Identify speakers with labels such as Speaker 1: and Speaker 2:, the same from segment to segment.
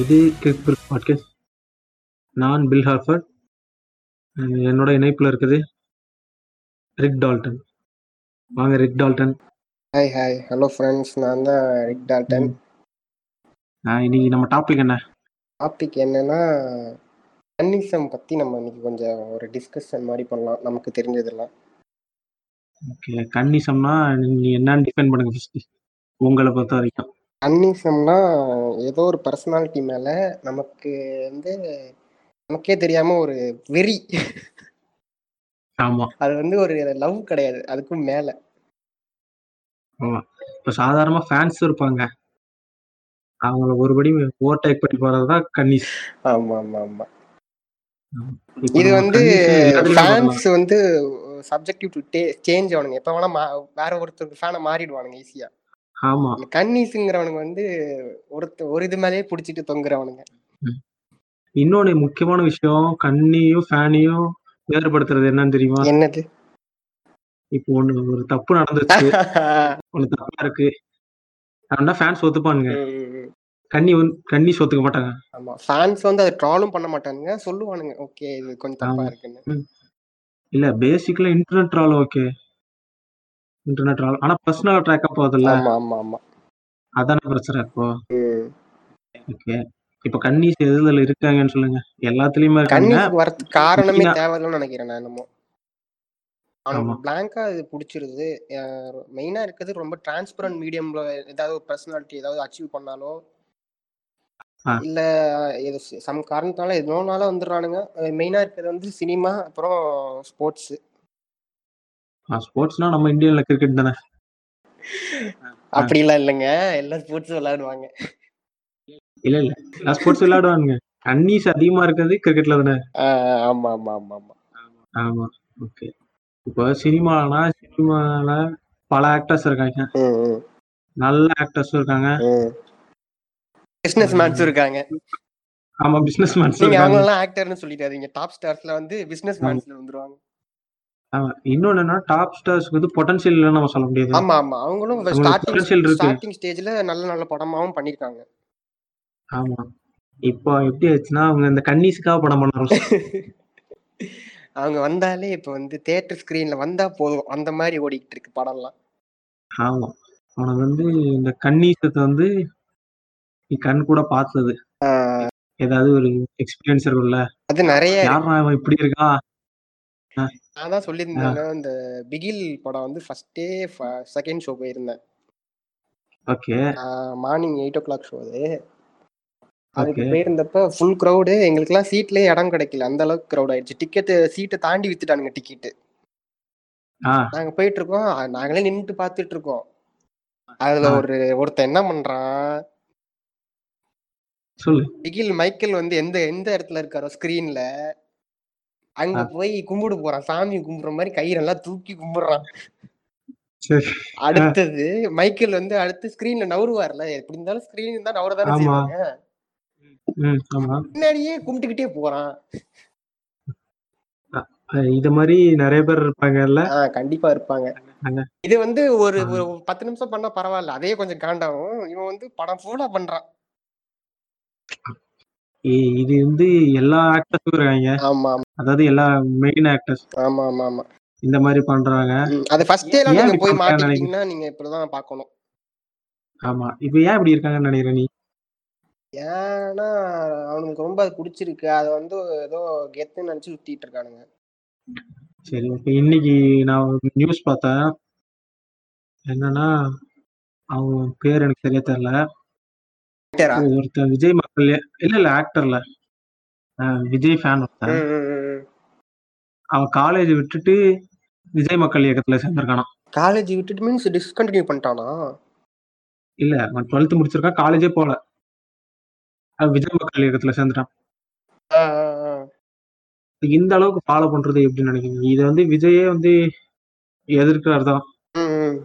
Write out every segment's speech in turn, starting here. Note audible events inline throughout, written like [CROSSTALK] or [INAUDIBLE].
Speaker 1: இது கேட்பர் பாட்காஸ்ட் நான் பில் ஹாஃபர் அஹ் என்னோட இணைப்பில் இருக்குது ரிக் டால்டன் வாங்க Rick Dalton
Speaker 2: hi hi hello friends நான் தான் ரிக் டால்டன்
Speaker 1: அஹ் இன்னைக்கு நம்ம டாபிக் என்ன
Speaker 2: டாபிக் என்னன்னா கன்னிசம் பற்றி நம்ம இன்னைக்கு கொஞ்சம் ஒரு டிஸ்கஷன் மாதிரி பண்ணலாம் நமக்கு தெரிஞ்சதெல்லாம்
Speaker 1: ஓகே கன்னிசம்னா நீ என்னன்னு டிஃபைன் பண்ணுங்க ஃபர்ஸ்ட் உங்களை பொறுத்த வரைக்கும்
Speaker 2: கன்னிசம்னா ஏதோ ஒரு பர்சனாலிட்டி மேலே நமக்கு வந்து நமக்கே தெரியாமல் ஒரு வெறி
Speaker 1: ஆமாம்
Speaker 2: அது வந்து ஒரு லவ் கிடையாது அதுக்கும் மேலே
Speaker 1: இப்போ சாதாரணமாக ஃபேன்ஸ் இருப்பாங்க அவங்கள ஒருபடி ஓவர்டேக் பண்ணி போகிறது தான் கன்னிஸ்
Speaker 2: ஆமாம் ஆமாம் ஆமாம்
Speaker 1: இப்போ
Speaker 2: இது
Speaker 1: நம்ம
Speaker 2: வந்து
Speaker 1: கன்னிஸை எதுல பார்க்கலாம்?
Speaker 2: ஃபேன்ஸ் வந்து சப்ஜெக்டிவ் டு சேஞ்ச் ஆகணுங்க எப்போ வேணால் மா வேற ஒருத்தருக்கு ஃபேனை மாறிடுவானுங்க ஈஸியாக
Speaker 1: ஆமா
Speaker 2: இந்த கன்னீஸுங்கிறவனுங்க வந்து ஒருத்த ஒரு இது மேலேயே பிடிச்சிட்டு தொங்குறவனுங்க
Speaker 1: இன்னொன்னு முக்கியமான விஷயம் கண்ணியும் ஃபேனையும் வேறுபடுத்துறது என்னன்னு தெரியுமா
Speaker 2: என்னது
Speaker 1: இப்போ ஒண்ணு ஒரு தப்பு நடந்துச்சு ஒண்ணு தப்பா இருக்கு அப்படின்னா ஃபேன்ஸ் ஒத்துப்பானுங்க
Speaker 2: ம்.
Speaker 1: கண்ணி வந்து கண்ணி சொத்துக்க மாட்டாங்க
Speaker 2: [LAUGHS] ஆமா ஃபேன்ஸ் வந்து அதை ட்ராலும் பண்ண மாட்டானுங்க சொல்லுவானுங்க ஓகே இது கொஞ்சம் தப்பா
Speaker 1: ஆமா.
Speaker 2: இருக்குன்னு
Speaker 1: இல்ல basically internet troll okay internet troll ஆனா பர்சனல் அட்டாக்கா போகுதுல்ல
Speaker 2: ஆமா ஆமா ஆமா
Speaker 1: அதான பிரச்சனை இப்போ
Speaker 2: ம்.
Speaker 1: ஓகே இப்ப கன்னிஸ் எதுல இருக்காங்கன்னு சொல்லுங்க எல்லாத்துலயுமே இருக்காங்க
Speaker 2: கன்னீஸுக்கு வரதுக்கு காரணமே
Speaker 1: முக்கியமா-
Speaker 2: தேவையில்லைன்னு நினைக்கிறேன் நான் என்னமோ
Speaker 1: ஆமா.
Speaker 2: அவனுக்கு பிளாங்கா இது பிடிச்சிருது மெயினா இருக்கிறது ரொம்ப டிரான்ஸ்பரண்ட் மீடியம்ல ஏதாவது ஒரு பர்சனாலிட்டி ஏதாவது அச்சீவ் பண்ணாலோ
Speaker 1: ஆ.
Speaker 2: இல்ல இது சம் காரணத்தால எதுனால வந்துடுறானுங்க மெயினா இருக்கிறது வந்து சினிமா அப்புறம் ஸ்போர்ட்ஸ்
Speaker 1: ஸ்போர்ட்ஸ்னா நம்ம இந்தியால கிரிக்கெட் தானே
Speaker 2: அப்படிலாம் இல்லைங்க எல்லாம் ஸ்போர்ட்ஸ் விளையாடுவாங்க
Speaker 1: இல்ல இல்ல நான் ஸ்போர்ட்ஸ் விளையாடுவானுங்க கன்னிஸ் அதிகமா இருக்கிறது கிரிக்கெட்ல தானே
Speaker 2: ஆ, ஆமா ஆமா ஆமா ஆமா
Speaker 1: ஆமா ஓகே இப்போ சினிமானா சினிமால பல ஆக்டர்ஸ் இருக்காங்க
Speaker 2: ம், ம்,
Speaker 1: நல்ல ஆக்டர்ஸும் இருக்காங்க
Speaker 2: ம். பிசினஸ் மேன்ஸ் இருக்காங்க
Speaker 1: ஆமா பிசினஸ் மேன்ஸும்
Speaker 2: நீங்க அவங்க
Speaker 1: இருக்காங்க
Speaker 2: எல்லாம் ஆக்டர்னு சொல்லிட்டாதீங்க டாப் ஸ்டார்ஸ்ல வந்து பிசினஸ் மேன்ஸ்ல வந்துருவாங்க
Speaker 1: ஆமா. இன்னொன்னு என்னன்னா டாப் ஸ்டார்ஸ்க்கு வந்து பொட்டன்ஷியல் இல்லைன்னு நம்ம சொல்ல முடியாது
Speaker 2: ஆமா ஆமா அவங்களும்
Speaker 1: அவங்களுக்கு potential
Speaker 2: ஸ்டார்டிங்
Speaker 1: இருக்கு.
Speaker 2: ஸ்டார்டிங் ஸ்டேஜ்ல நல்ல நல்ல படமாவும் பண்ணிருக்காங்க
Speaker 1: ஆமா இப்போ எப்படி ஆச்சுன்னா அவங்க இந்த கன்னிஸுக்காக படம் பண்ண ஆரம்பிச்சு
Speaker 2: அவங்க வந்தாலே இப்ப வந்து தியேட்டர் ஸ்கிரீன்ல வந்தா போதும் அந்த மாதிரி ஓடிக்கிட்டு இருக்கு படம்லாம்
Speaker 1: ஆமா அவனுக்கு வந்து இந்த கன்னீசத்தை வந்து நீ கண் கூட பார்த்தது
Speaker 2: ஆ,
Speaker 1: ஏதாவது ஒரு எக்ஸ்பீரியன்ஸ் இருக்கும்ல
Speaker 2: அது நிறைய இருக்கு.
Speaker 1: யாரா அவன் இப்படி இருக்கான்
Speaker 2: நான் தான் சொல்லியிருந்தேன் இந்த பிகில் படம் வந்து ஃபர்ஸ்டே செகண்ட் ஷோ போயிருந்தேன்
Speaker 1: okay
Speaker 2: morning eight o'clock show அது அதுக்கு
Speaker 1: ஓகே
Speaker 2: போயிருந்தப்ப ஃபுல் க்ரௌடு எங்களுக்குலாம் சீட்லயே இடம் கிடைக்கல அந்த அளவுக்கு க்ரௌட் ஆயிடுச்சு டிக்கெட்டு சீட்டை தாண்டி வித்துட்டானுங்க டிக்கெட்டு
Speaker 1: ஆ
Speaker 2: நாங்க போயிட்டு இருக்கோம் அ- நாங்களே நின்றுட்டு பார்த்துட்டு இருக்கோம் அதுல
Speaker 1: ஆ.
Speaker 2: ஒரு ஒருத்தன் என்ன பண்றான்
Speaker 1: சொல்லு
Speaker 2: பிகில் மைக்கேல் வந்து எந்த எந்த இடத்துல இருக்காரோ ஸ்கிரீன்ல அங்க போய் கும்பிடு போறான் சாமி கும்பிடுற மாதிரி கயிறு எல்லாம் தூக்கி கும்பிடுறான்
Speaker 1: சரி
Speaker 2: அடுத்தது மைக்கேல் வந்து அடுத்து ஸ்கிரீன்ல நவருவார்ல எப்படி இருந்தாலும் ஸ்கிரீன் தான் நவர தானே
Speaker 1: ஆமா.
Speaker 2: செய்வாங்க
Speaker 1: ம் ஆமா
Speaker 2: பின்னாடியே கும்பிட்டுக்கிட்டே போறான்
Speaker 1: அஹ் இது மாதிரி நிறைய பேர் இருப்பாங்கல்ல
Speaker 2: ஆஹ் கண்டிப்பா இருப்பாங்க
Speaker 1: ஆங்க.
Speaker 2: இது வந்து ஒரு
Speaker 1: ஆ.
Speaker 2: ஒரு பத்து நிமிஷம் பண்ணா பரவாயில்ல அதே கொஞ்சம் காண்டாகும் இவன் வந்து படம் ஃபுல்லா பண்றான்
Speaker 1: ஏய், இது வந்து எல்லா ஆக்டர்ஸும் இருக்காங்க
Speaker 2: ஆமா ஆமா
Speaker 1: அதாவது எல்லா மெயின் ஆக்டர்ஸ்
Speaker 2: ஆமா ஆமா ஆமா
Speaker 1: இந்த மாதிரி பண்றாங்க
Speaker 2: ம், அது ஃபர்ஸ்ட் டேல
Speaker 1: ஏன்
Speaker 2: நீங்க
Speaker 1: இப்படி
Speaker 2: போய்
Speaker 1: பண்றாங்கன்னு
Speaker 2: மாட்டிக்கிட்டீங்கன்னா நீங்க இப்படிதான் பார்க்கணும்
Speaker 1: ஆமா இப்ப ஏன் இப்படி இருக்காங்கன்னு நினைக்கிற நீ
Speaker 2: ஏன்னா அவனுக்கு ரொம்ப அது பிடிச்சிருக்கு அது வந்து ஏதோ கெத்துன்னு நினைச்சு சுத்திட்டு இருக்கானுங்க
Speaker 1: சரி இப்ப இன்னைக்கு நான் நியூஸ் பார்த்தேன் என்னன்னா அவன் பேர் எனக்கு சரியா தெரியல
Speaker 2: Actor-ஆ?
Speaker 1: ஒருத்தன் விஜய் மக்கள் இல்ல இல்ல ஆக்டர்ல விஜய் ஃபேன் ஒருத்தன்
Speaker 2: ம், ம், ம்.
Speaker 1: அவன் காலேஜ் விட்டுட்டு விஜய் மக்கள் இயக்கத்துல சேர்ந்திருக்கானாம்
Speaker 2: காலேஜ் விட்டுட்டு மீன்ஸ் டிஸ்கண்டினியூ பண்ணிட்டானா
Speaker 1: இல்ல அவன் டுவெல்த் முடிச்சிருக்கான் காலேஜே போல அவன் விஜய் மக்கள் இயக்கத்துல சேர்ந்துட்டான்
Speaker 2: ஆ, ஆ, ஆ.
Speaker 1: இந்த அளவுக்கு ஃபாலோ பண்றது எப்படின்னு நினைக்கிறீங்க இது வந்து விஜயே வந்து எதிர்க்கிறார் தான்
Speaker 2: ம், ம்.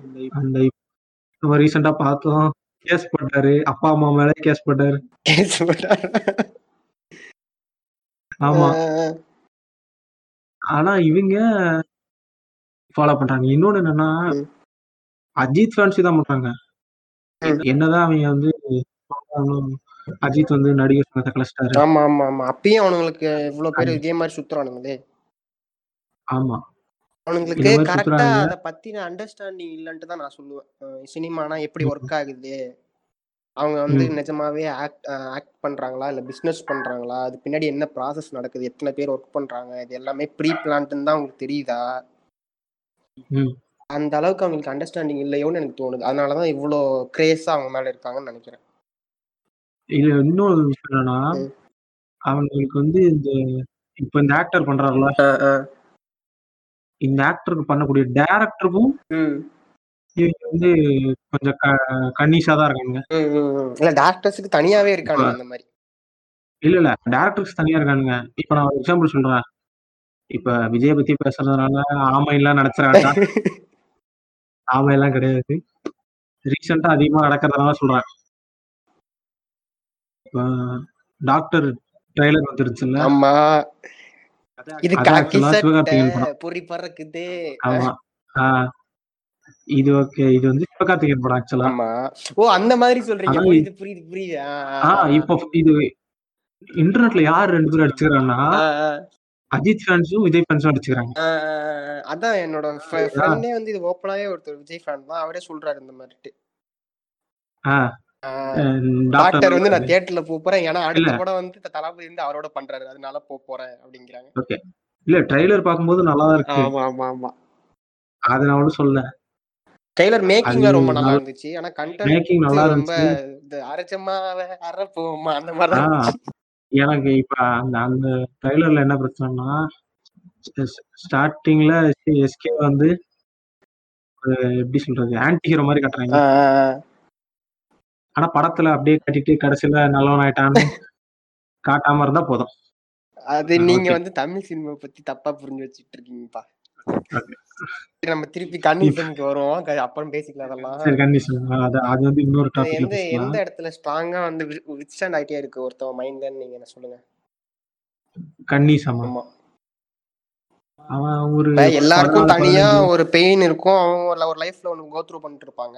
Speaker 1: அந்த இப்ப நம்ம ரீசெண்டா பார்த்தோம் கேஸ் போட்டாரு அப்பா அம்மா மேல கேஸ் போட்டாரு
Speaker 2: கேஸ் போட்டான்.
Speaker 1: ஆமா
Speaker 2: ஆ, ஆ.
Speaker 1: ஆனா இவங்க ஃபாலோ பண்றாங்க இன்னொன்னு என்னன்னா
Speaker 2: ம்.
Speaker 1: அஜித் ஃபேன்ஸி தான் பண்றாங்க
Speaker 2: ம்.
Speaker 1: என்னதான் அவங்க வந்து அஜித் வந்து நடிகர் சங்கத்தை கலைச்சிட்டாரு
Speaker 2: ஆமா ஆமா ஆமா அப்பயும் அவனுங்களுக்கு இவ்வளவு பேர் இதே மாதிரி சுத்துறானுங்களே
Speaker 1: ஆமா
Speaker 2: அவனுங்களுக்கு
Speaker 1: இந்த மாதிரி
Speaker 2: கரெக்டா
Speaker 1: சுத்துறானுங்க.
Speaker 2: அதை பத்தின அண்டர்ஸ்டாண்டிங் இல்லைன்ட்டு தான் நான் சொல்லுவேன் சினிமானா எப்படி ஒர்க் ஆகுது அவங்க வந்து
Speaker 1: ம்.
Speaker 2: நிஜமாவே ஆக்ட் ஆக்ட் பண்றாங்களா இல்ல பிசினஸ் பண்றாங்களா அது பின்னாடி என்ன ப்ராசஸ் நடக்குது எத்தனை பேர் ஒர்க் பண்றாங்க இது எல்லாமே ப்ரீ பிளான்ட்னு தான் அவங்களுக்கு தெரியுதா
Speaker 1: ம்.
Speaker 2: அந்த அளவுக்கு அவங்களுக்கு அண்டர்ஸ்டாண்டிங் இல்லையோன்னு எனக்கு தோணுது அதனால தான் இவ்வளோ கிரேஸா அவங்க மேல இருக்காங்கன்னு நினைக்கிறேன்
Speaker 1: இது இன்னொரு விஷயம் என்னன்னா
Speaker 2: ம்.
Speaker 1: அவங்களுக்கு வந்து இந்த இப்ப இந்த ஆக்டர் பண்றாருல இந்த ஆக்டருக்கு பண்ணக்கூடிய டேரக்டருக்கும்
Speaker 2: ம்
Speaker 1: இவங்க வந்து கொஞ்சம் கன்னிஷா தான் இருக்காங்க
Speaker 2: ம், ம், ம். இல்ல டாக்டர்ஸுக்கு தனியாவே இருக்கானுங்க அந்த மாதிரி
Speaker 1: இல்ல இல்ல டேரக்டர்ஸ் தனியா இருக்கானுங்க இப்ப நான் ஒரு எக்ஸாம்பிள் சொல்றேன் இப்ப விஜய பத்தி பேசுறதுனால ஆமை எல்லாம் நடத்துறாங்க
Speaker 2: [LAUGHS]
Speaker 1: ஆமை எல்லாம் கிடையாது ரீசெண்டா அதிகமா நடக்கிறதுனால சொல்றேன் இப்ப டாக்டர் ட்ரைலர் வந்துருச்சுல்ல
Speaker 2: ஆமா இது
Speaker 1: அது
Speaker 2: காக்கி
Speaker 1: ஆக்சுவலா சிவகார்த்திகேயன் படம்
Speaker 2: சட்டை பொறி பறக்குது
Speaker 1: ஆமா ஆஹ் இது ஓகே இது வந்து சிவகார்த்திகேயன் படம் ஆக்சுவலா
Speaker 2: ஆமா ஓ அந்த மாதிரி சொல்றீங்க
Speaker 1: ஆனா
Speaker 2: புரியுது புரியுது புரியுது ஆ, ஆ,
Speaker 1: ஆஹ் இப்போ இது இன்டர்நெட்ல யார் ரெண்டு பேரும் அடிச்சுக்கிறாங்கன்னா
Speaker 2: ஆ, ஆ,
Speaker 1: அஜித் ஃபேன்ஸும் விஜய் ஃபேன்ஸும் அடிச்சுக்கிறாங்க
Speaker 2: ஆ, ஆ, ஆ. அதான் என்னோட ஃப்ரெண்டே வந்து இது ஓப்பனாவே ஒருத்தர் விஜய் ஃபேன் தான் அவரே சொல்றாரு இந்த மாதிரி
Speaker 1: ஆஹ்
Speaker 2: ஆ,
Speaker 1: டாக்டர்
Speaker 2: டாக்டர் வந்து நான் தியேட்டர்ல போ போறேன் ஏன்னா அடுத்த
Speaker 1: இல்ல.
Speaker 2: படம் வந்து த- தளபதி வந்து அவரோட பண்றாரு அதனால போ போறேன் அப்படிங்கிறாங்க
Speaker 1: ஓகே இல்ல ட்ரைலர் பார்க்கும்போது நல்லா தான் இருக்கு
Speaker 2: ஆமா ஆமா ஆமா
Speaker 1: அது நான் ஒன்றும் சொல்ல
Speaker 2: டெய்லர் மேக்கிங்ல
Speaker 1: அது
Speaker 2: ரொம்ப நல்லா
Speaker 1: நல்லா-
Speaker 2: இருந்துச்சு ஆனா கண்டென்ட்
Speaker 1: மேக்கிங் நல்லா
Speaker 2: ரொம்ப
Speaker 1: இருந்துச்சு
Speaker 2: இது அரைச்சமா அரைப்போமா அந்த மாதிரி தான்
Speaker 1: ஆஹ் எனக்கு இப்ப அந்த அந்த ட்ரைலர்ல என்ன பிரச்சனைனா ஸ்டார்டிங்ல எஸ்கே வந்து ஒரு எப்படி சொல்றது ஆன்டி ஹீரோ மாதிரி காட்டுறாங்க
Speaker 2: ஆ, ஆ, ஆ.
Speaker 1: ஆனா படத்துல அப்படியே கட்டிட்டு கடைசியில நல்லவன் ஆயிட்டான்னு காட்டாம இருந்தா போதும்
Speaker 2: அது
Speaker 1: ஆ,
Speaker 2: நீங்க
Speaker 1: okay.
Speaker 2: வந்து தமிழ் சினிமா பத்தி தப்பா புரிஞ்சு வச்சிட்டு இருக்கீங்கப்பா
Speaker 1: Okay.
Speaker 2: சரி, நம்ம திருப்பி கன்னிசனுக்கு வருவோம் க- அப்புறம் பேசிக்கலாம் அதெல்லாம்
Speaker 1: சரி கண்டிஷன் அது அது வந்து இன்னொரு
Speaker 2: அது
Speaker 1: டாபிக்ல
Speaker 2: எந்த
Speaker 1: பேசலாம்
Speaker 2: எந்த இடத்துல ஸ்ட்ராங்கா வந்து வித்ஸ்டாண்ட் ஆயிட்டே இருக்கு ஒருத்தவன் மைண்ட்லன்னு நீங்க என்ன சொல்லுங்க
Speaker 1: கன்னி சமா
Speaker 2: ஆமா
Speaker 1: அவன் ஒரு
Speaker 2: இப்ப எல்லாருக்கும்
Speaker 1: பதினாலு,
Speaker 2: தனியா
Speaker 1: பதினஞ்சு-
Speaker 2: ஒரு பெயின் இருக்கும் அவங்க ஒரு- ஒரு லைஃப்ல ஒன்று கோத்ரூ பண்ணிட்டு இருப்பாங்க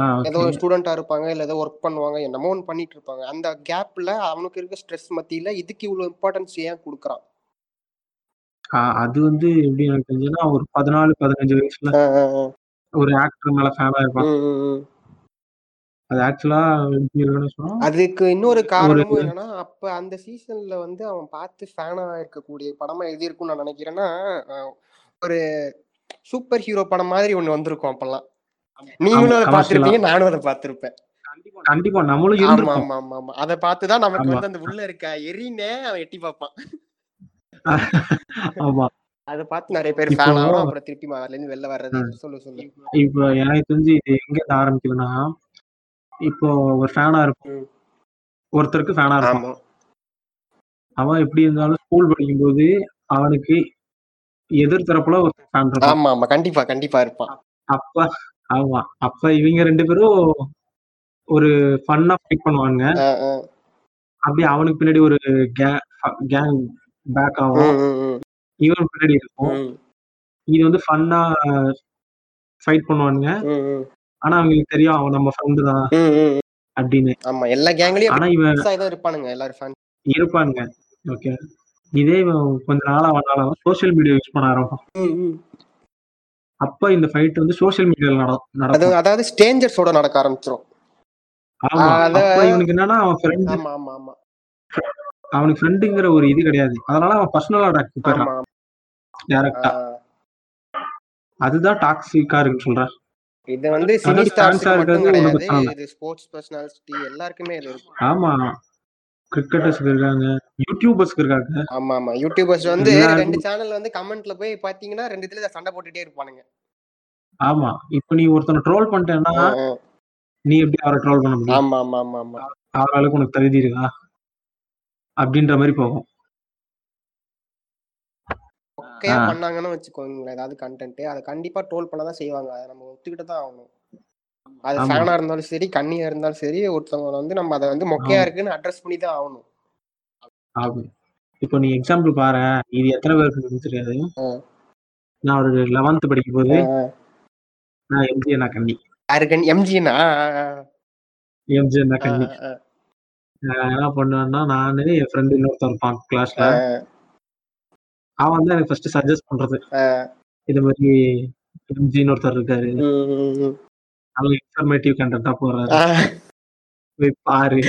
Speaker 1: ஆ,
Speaker 2: ஏதோ
Speaker 1: okay.
Speaker 2: ஒரு ஸ்டூடெண்டா இருப்பாங்க இல்ல ஏதோ ஒர்க் பண்ணுவாங்க என்னமோ ஒன்று பண்ணிட்டு இருப்பாங்க அந்த கேப்ல அவனுக்கு இருக்க ஸ்ட்ரெஸ் மத்தியில இதுக்கு இவ்வளவு இம்பார்ட்டன்ஸ் ஏன் கொடுக்குறான்
Speaker 1: ஆ, அது வந்து எப்படி எனக்கு தெரிஞ்சுன்னா ஒரு பதினாலு பதினஞ்சு வயசுல
Speaker 2: ஆ, ஆ, ஆ.
Speaker 1: ஒரு ஆக்டர் மேல ஃபேனா இருப்பான்
Speaker 2: ம், ம், ம்.
Speaker 1: அது ஆக்சுவலா எப்படி இருக்குன்னு சொன்னா
Speaker 2: அதுக்கு இன்னொரு
Speaker 1: ஒரு
Speaker 2: காரணமும் என்னன்னா அப்ப அந்த சீசன்ல வந்து அவன் பார்த்து ஃபேனா இருக்கக்கூடிய படமா எழுதியிருக்கும்னு நான் நினைக்கிறேன்னா அஹ், ஒரு சூப்பர் ஹீரோ படம் மாதிரி ஒண்ணு வந்திருக்கும் அப்பெல்லாம் நீங்களும் அதை
Speaker 1: commercial ஆ.
Speaker 2: பார்த்திருப்பீங்க நானும் அதை பார்த்திருப்பேன்
Speaker 1: கண்டிப்பா நம்மளும்
Speaker 2: ஆமா
Speaker 1: இருந்திருப்போம்
Speaker 2: ஆமா ஆமா ஆமா அதை பார்த்து தான் நமக்கு
Speaker 1: ஆமா.
Speaker 2: வந்து அந்த உள்ள இருக்க எரினே அவன் எட்டி பார்ப்பான்
Speaker 1: ஆமா
Speaker 2: அதை பார்த்து நிறைய பேர்
Speaker 1: இப்போ-
Speaker 2: ஃபேன் ஆகும் அப்புறம் திருப்பி அதுல இருந்து வெளில வர்றது சொல்லு சொல்லு
Speaker 1: இப்ப எனக்கு தெரிஞ்சு இது எங்க இருந்து ஆரம்பிக்குதுன்னா இப்போ ஒரு ஃபேனா இருக்கும்
Speaker 2: ம்.
Speaker 1: ஒருத்தருக்கு ஃபேனா இருப்பான்
Speaker 2: ஆமா
Speaker 1: அவன் எப்படி இருந்தாலும் ஸ்கூல் படிக்கும்போது அவனுக்கு எதிர்த்தரப்புல ஒரு ஃபேன் இருப்பான்
Speaker 2: ஆமா ஆமா கண்டிப்பா கண்டிப்பா இருப்பான்
Speaker 1: அப்ப ஆமா அப்ப இவங்க ரெண்டு பேரும் ஒரு ஃபன்னா ஃபைட் பண்ணுவாங்க
Speaker 2: அஹ், அஹ்.
Speaker 1: அப்படியே அவனுக்கு பின்னாடி ஒரு கேங் பேக் ஆகும்
Speaker 2: ம், ம், ம்.
Speaker 1: இவன் பின்னாடி இருக்கும்
Speaker 2: ம்,
Speaker 1: இது வந்து ஃபன்னா ஃபைட் பண்ணுவானுங்க
Speaker 2: ம், ம்.
Speaker 1: ஆனா அவங்களுக்கு தெரியும் அவன் நம்ம ஃப்ரெண்டு தான்
Speaker 2: ம், ம், ம்.
Speaker 1: அப்படின்னு
Speaker 2: ஆமா எல்லா கேங்லயும்
Speaker 1: ஆனா இவன்
Speaker 2: தான் இருப்பானுங்க எல்லாரும் ஃபேன்
Speaker 1: இருப்பானுங்க ஓகே இதே இவன் கொஞ்ச நாளா வந்தாலும் சோஷியல் மீடியா யூஸ் பண்ண ஆரம்பிப்பான் அப்ப இந்த ஃபைட் வந்து சோஷியல் மீடியால
Speaker 2: அது
Speaker 1: நடக்கும்
Speaker 2: அதாவது ஸ்டேஞ்சர்ஸோட நடக்க ஆரம்பிச்சிரும்
Speaker 1: ஆமா
Speaker 2: அத-
Speaker 1: அப்ப இவனுக்கு என்னன்னா அவன் ஃப்ரெண்டு
Speaker 2: ஆமா ஆமா ஆமா
Speaker 1: அவனுக்கு ஃப்ரெண்டுங்கிற ஒரு இது கிடையாது அதனால அவன் பர்சனல் அட்டாக் போயிடறான்
Speaker 2: ஆமா
Speaker 1: டேரக்டா
Speaker 2: ஆஹ்
Speaker 1: அதுதான் டாக்ஸிக்கா இருக்குன்னு சொல்றேன்
Speaker 2: இது வந்து
Speaker 1: அதான்
Speaker 2: சினி ஸ்டார்ஸ்க்கு
Speaker 1: ஸ்டான்ஸா
Speaker 2: மட்டும்
Speaker 1: இருக்கிறது ஒண்ணும்
Speaker 2: கிடையாது
Speaker 1: பிரச்சனை இல்ல.
Speaker 2: இது ஸ்போர்ட்ஸ் பர்சனாலிட்டி எல்லாருக்குமே இது இருக்கும்
Speaker 1: ஆமா கிரிக்கெட்டர்ஸ்க்கு இருக்காங்க யூடியூபர்ஸ்க்கு இருக்காங்க
Speaker 2: ஆமா ஆமா யூடியூபர்ஸ் வந்து
Speaker 1: எல்லாருக்கும்.
Speaker 2: ரெண்டு சேனல் வந்து கமெண்ட்ல போய் பாத்தீங்கன்னா ரெண்டு இதுல சண்டை போட்டுட்டே இருப்பானுங்க
Speaker 1: ஆமா இப்ப நீ ஒருத்தனை ட்ரோல் பண்ணிட்டேன்னா
Speaker 2: ஆஹ் ஆஹ்.
Speaker 1: நீ எப்படி அவரை ட்ரோல் பண்ண முடியும்
Speaker 2: ஆமா ஆமா ஆமா ஆமா
Speaker 1: அவராளுக்கு உனக்கு தகுதி இருக்கா அப்படின்ற மாதிரி போகும்
Speaker 2: ஒக்கையா
Speaker 1: ஆஹ்.
Speaker 2: பண்ணாங்கன்னு வச்சுக்கோங்களேன் ஏதாவது கண்டென்ட் அதை கண்டிப்பா ட்ரோல் பண்ண தான் செய்வாங்க அதை நம்ம ஒத்துக்கிட்டு தான் ஆகணும் அது
Speaker 1: ஆமா.
Speaker 2: ஃபேனா இருந்தாலும் சரி கண்ணியா இருந்தாலும் சரி ஒருத்தவங்க வந்து நம்ம அதை வந்து மொக்கையா இருக்குன்னு அட்ரஸ் பண்ணி தான் ஆகணும்
Speaker 1: ஆகும் இப்போ நீ எக்ஸாம்பிள் பாரு இது எத்தனை பேருக்கு தெரியாது
Speaker 2: ஆ.
Speaker 1: நான் ஒரு லெவன்த் படிக்கும் போது
Speaker 2: ஆஹ் ஆஹ்.
Speaker 1: நான் எம்ஜி நான் கண்ணி
Speaker 2: யாருக்கு எம்ஜினா
Speaker 1: எம்ஜி நான் கண்ணி நான் என்ன பண்ணுவேன்னா நானு என் ஃப்ரெண்டு இன்னொருத்தன் இருப்பான் கிளாஸ்ல அவன் வந்து எனக்கு ஃபர்ஸ்ட் சஜஸ்ட் பண்றது இது மாதிரி எம்ஜின்னு ஒருத்தர் இருக்காரு
Speaker 2: உம்
Speaker 1: நல்ல இன்ஃபர்மேட்டிவ் கண்டென்ட்டா போறாரு
Speaker 2: ஆஹ்
Speaker 1: போய் பாரு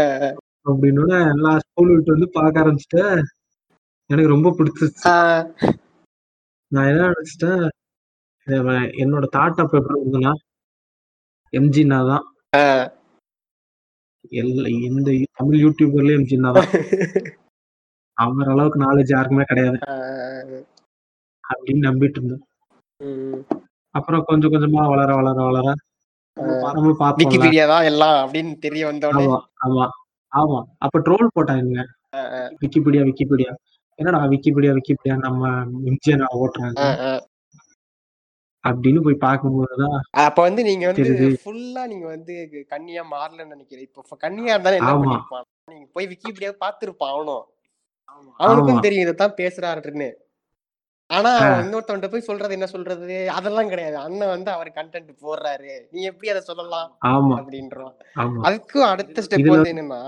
Speaker 2: ஆஹ்
Speaker 1: அப்படின்னு எல்லா ஸ்கூல் விட்டு வந்து பார்க்க ஆரம்பிச்சுட்டு எனக்கு ரொம்ப பிடிச்சிருச்சு
Speaker 2: ஆஹ்
Speaker 1: நான் என்ன நினைச்சிட்டேன் இவன் என்னோட தாட் அப்ப எப்படி இருந்ததுன்னா எம்ஜினா தான்
Speaker 2: ஆஹ்
Speaker 1: எல்லா இந்த தமிழ் யூடியூபர்லயும் எம்ஜினா தான் அவர் அளவுக்கு நாலேஜ் யாருக்குமே கிடையாது
Speaker 2: ஆஹ்
Speaker 1: அப்படின்னு நம்பிட்டு இருந்தேன்
Speaker 2: உம்
Speaker 1: அப்புறம் கொஞ்சம் கொஞ்சமா வளர வளர வளர
Speaker 2: ஆஹ்
Speaker 1: நம்ம பார்த்தோம்ல
Speaker 2: விக்கிபீடியா தான் எல்லாம் அப்படின்னு தெரிய வந்தோடனே
Speaker 1: ஆமா ஆமா ஆமா அப்ப ட்ரோல் போட்டாங்க
Speaker 2: ஆஹ் ஆஹ்
Speaker 1: விக்கிபீடியா விக்கிபீடியா என்னடா விக்கிபீடியா விக்கிபீடியா நம்ம எம்ஜிஆர் ஓட்டுறாங்க
Speaker 2: ஆஹ் ஆஹ்
Speaker 1: அப்படின்னு போய் பார்க்கும்போதுதான்
Speaker 2: அப்ப வந்து நீங்க வந்து
Speaker 1: தெரியுது.
Speaker 2: ஃபுல்லா நீங்க வந்து கண்ணியா மாறலன்னு நினைக்கிறேன் இப்ப கண்ணியா இருந்தாலும் என்ன
Speaker 1: ஆமா.
Speaker 2: பண்ணிருப்பான் நீங்க போய் விக்கிபீடியா பாத்துருப்பான் அவனும் அவனுக்கும்
Speaker 1: ஆமா.
Speaker 2: தெரியும் இதைத்தான் பேசுறாருன்னு ஆனா
Speaker 1: ஆ.
Speaker 2: இன்னொருத்தவன்ட்ட போய் சொல்றது என்ன சொல்றது அதெல்லாம் கிடையாது அண்ணன் வந்து அவர் கண்டென்ட் போடுறாரு நீ எப்படி அதை சொல்லலாம்
Speaker 1: ஆமா
Speaker 2: அப்படின்றோம்
Speaker 1: ஆமா
Speaker 2: அதுக்கும் அடுத்த ஸ்டெப்
Speaker 1: இதுல-
Speaker 2: வந்து என்னன்னா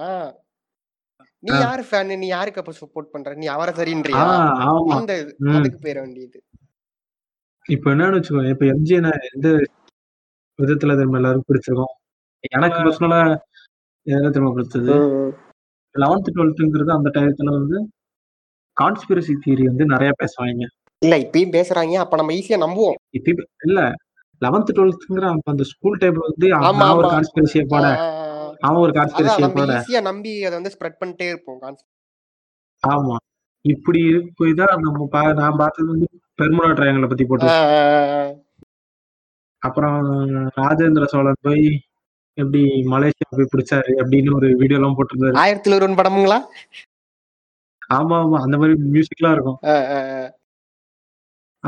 Speaker 2: நீ
Speaker 1: ஆ.
Speaker 2: யாரு ஃபேன் நீ யாருக்கு அப்ப சப்போர்ட் பண்ற நீ அவரை சரின்றியா
Speaker 1: ஆஹ் ஆமா
Speaker 2: அந்த இது,
Speaker 1: ம்.
Speaker 2: அதுக்கு போயிட வேண்டியது
Speaker 1: இப்ப என்னன்னு வச்சுக்கோ இப்ப எம்ஜி நான் எந்த விதத்துல திரும்ப எல்லாரும் பிடிச்சிருக்கோம் எனக்கு பர்சனலா எதுல திரும்ப பிடிச்சது லெவன்த் டுவெல்த்துங்கிறது அந்த டயத்துல வந்து கான்ஸ்பிரசி தியரி வந்து நிறைய பேசுவாங்க
Speaker 2: இல்ல இப்பயும் பேசுறாங்க அப்ப நம்ம ஈஸியா நம்புவோம்
Speaker 1: இப்ப இப்ப- இல்ல லெவன்த் டுவெல்த்ங்கிற அந்த ஸ்கூல் டைம்ல வந்து அவன்
Speaker 2: ஆமா,
Speaker 1: நான் ஒரு
Speaker 2: ஆமா.
Speaker 1: கான்ஸ்பிரசியை போட
Speaker 2: ஆஹ்
Speaker 1: அவன் ஒரு
Speaker 2: அதான்
Speaker 1: கான்ஸ்பிரசியை
Speaker 2: நம்ம
Speaker 1: போட
Speaker 2: ஈஸியா நம்பி அதை வந்து ஸ்ப்ரெட் பண்ணிட்டே இருப்போம் concept.
Speaker 1: ஆமா இப்படி போய் தான் நம்ம பா- நான் பார்த்தது வந்து பெர்முனா ட்ரையாங்கலை பத்தி போட்டு
Speaker 2: ஆஹ் ஆஹ்
Speaker 1: அப்புறம் ராஜேந்திர சோழன் போய் எப்படி மலேசியா போய் பிடிச்சாரு அப்படின்னு ஒரு வீடியோ எல்லாம் போட்டிருந்தாரு
Speaker 2: ஆயிரத்துல ஒரு ஒன் படமுங்களா
Speaker 1: ஆமா ஆமா அந்த மாதிரி மியூசிக்லாம் இருக்கும்
Speaker 2: ஆஹ் ஆஹ்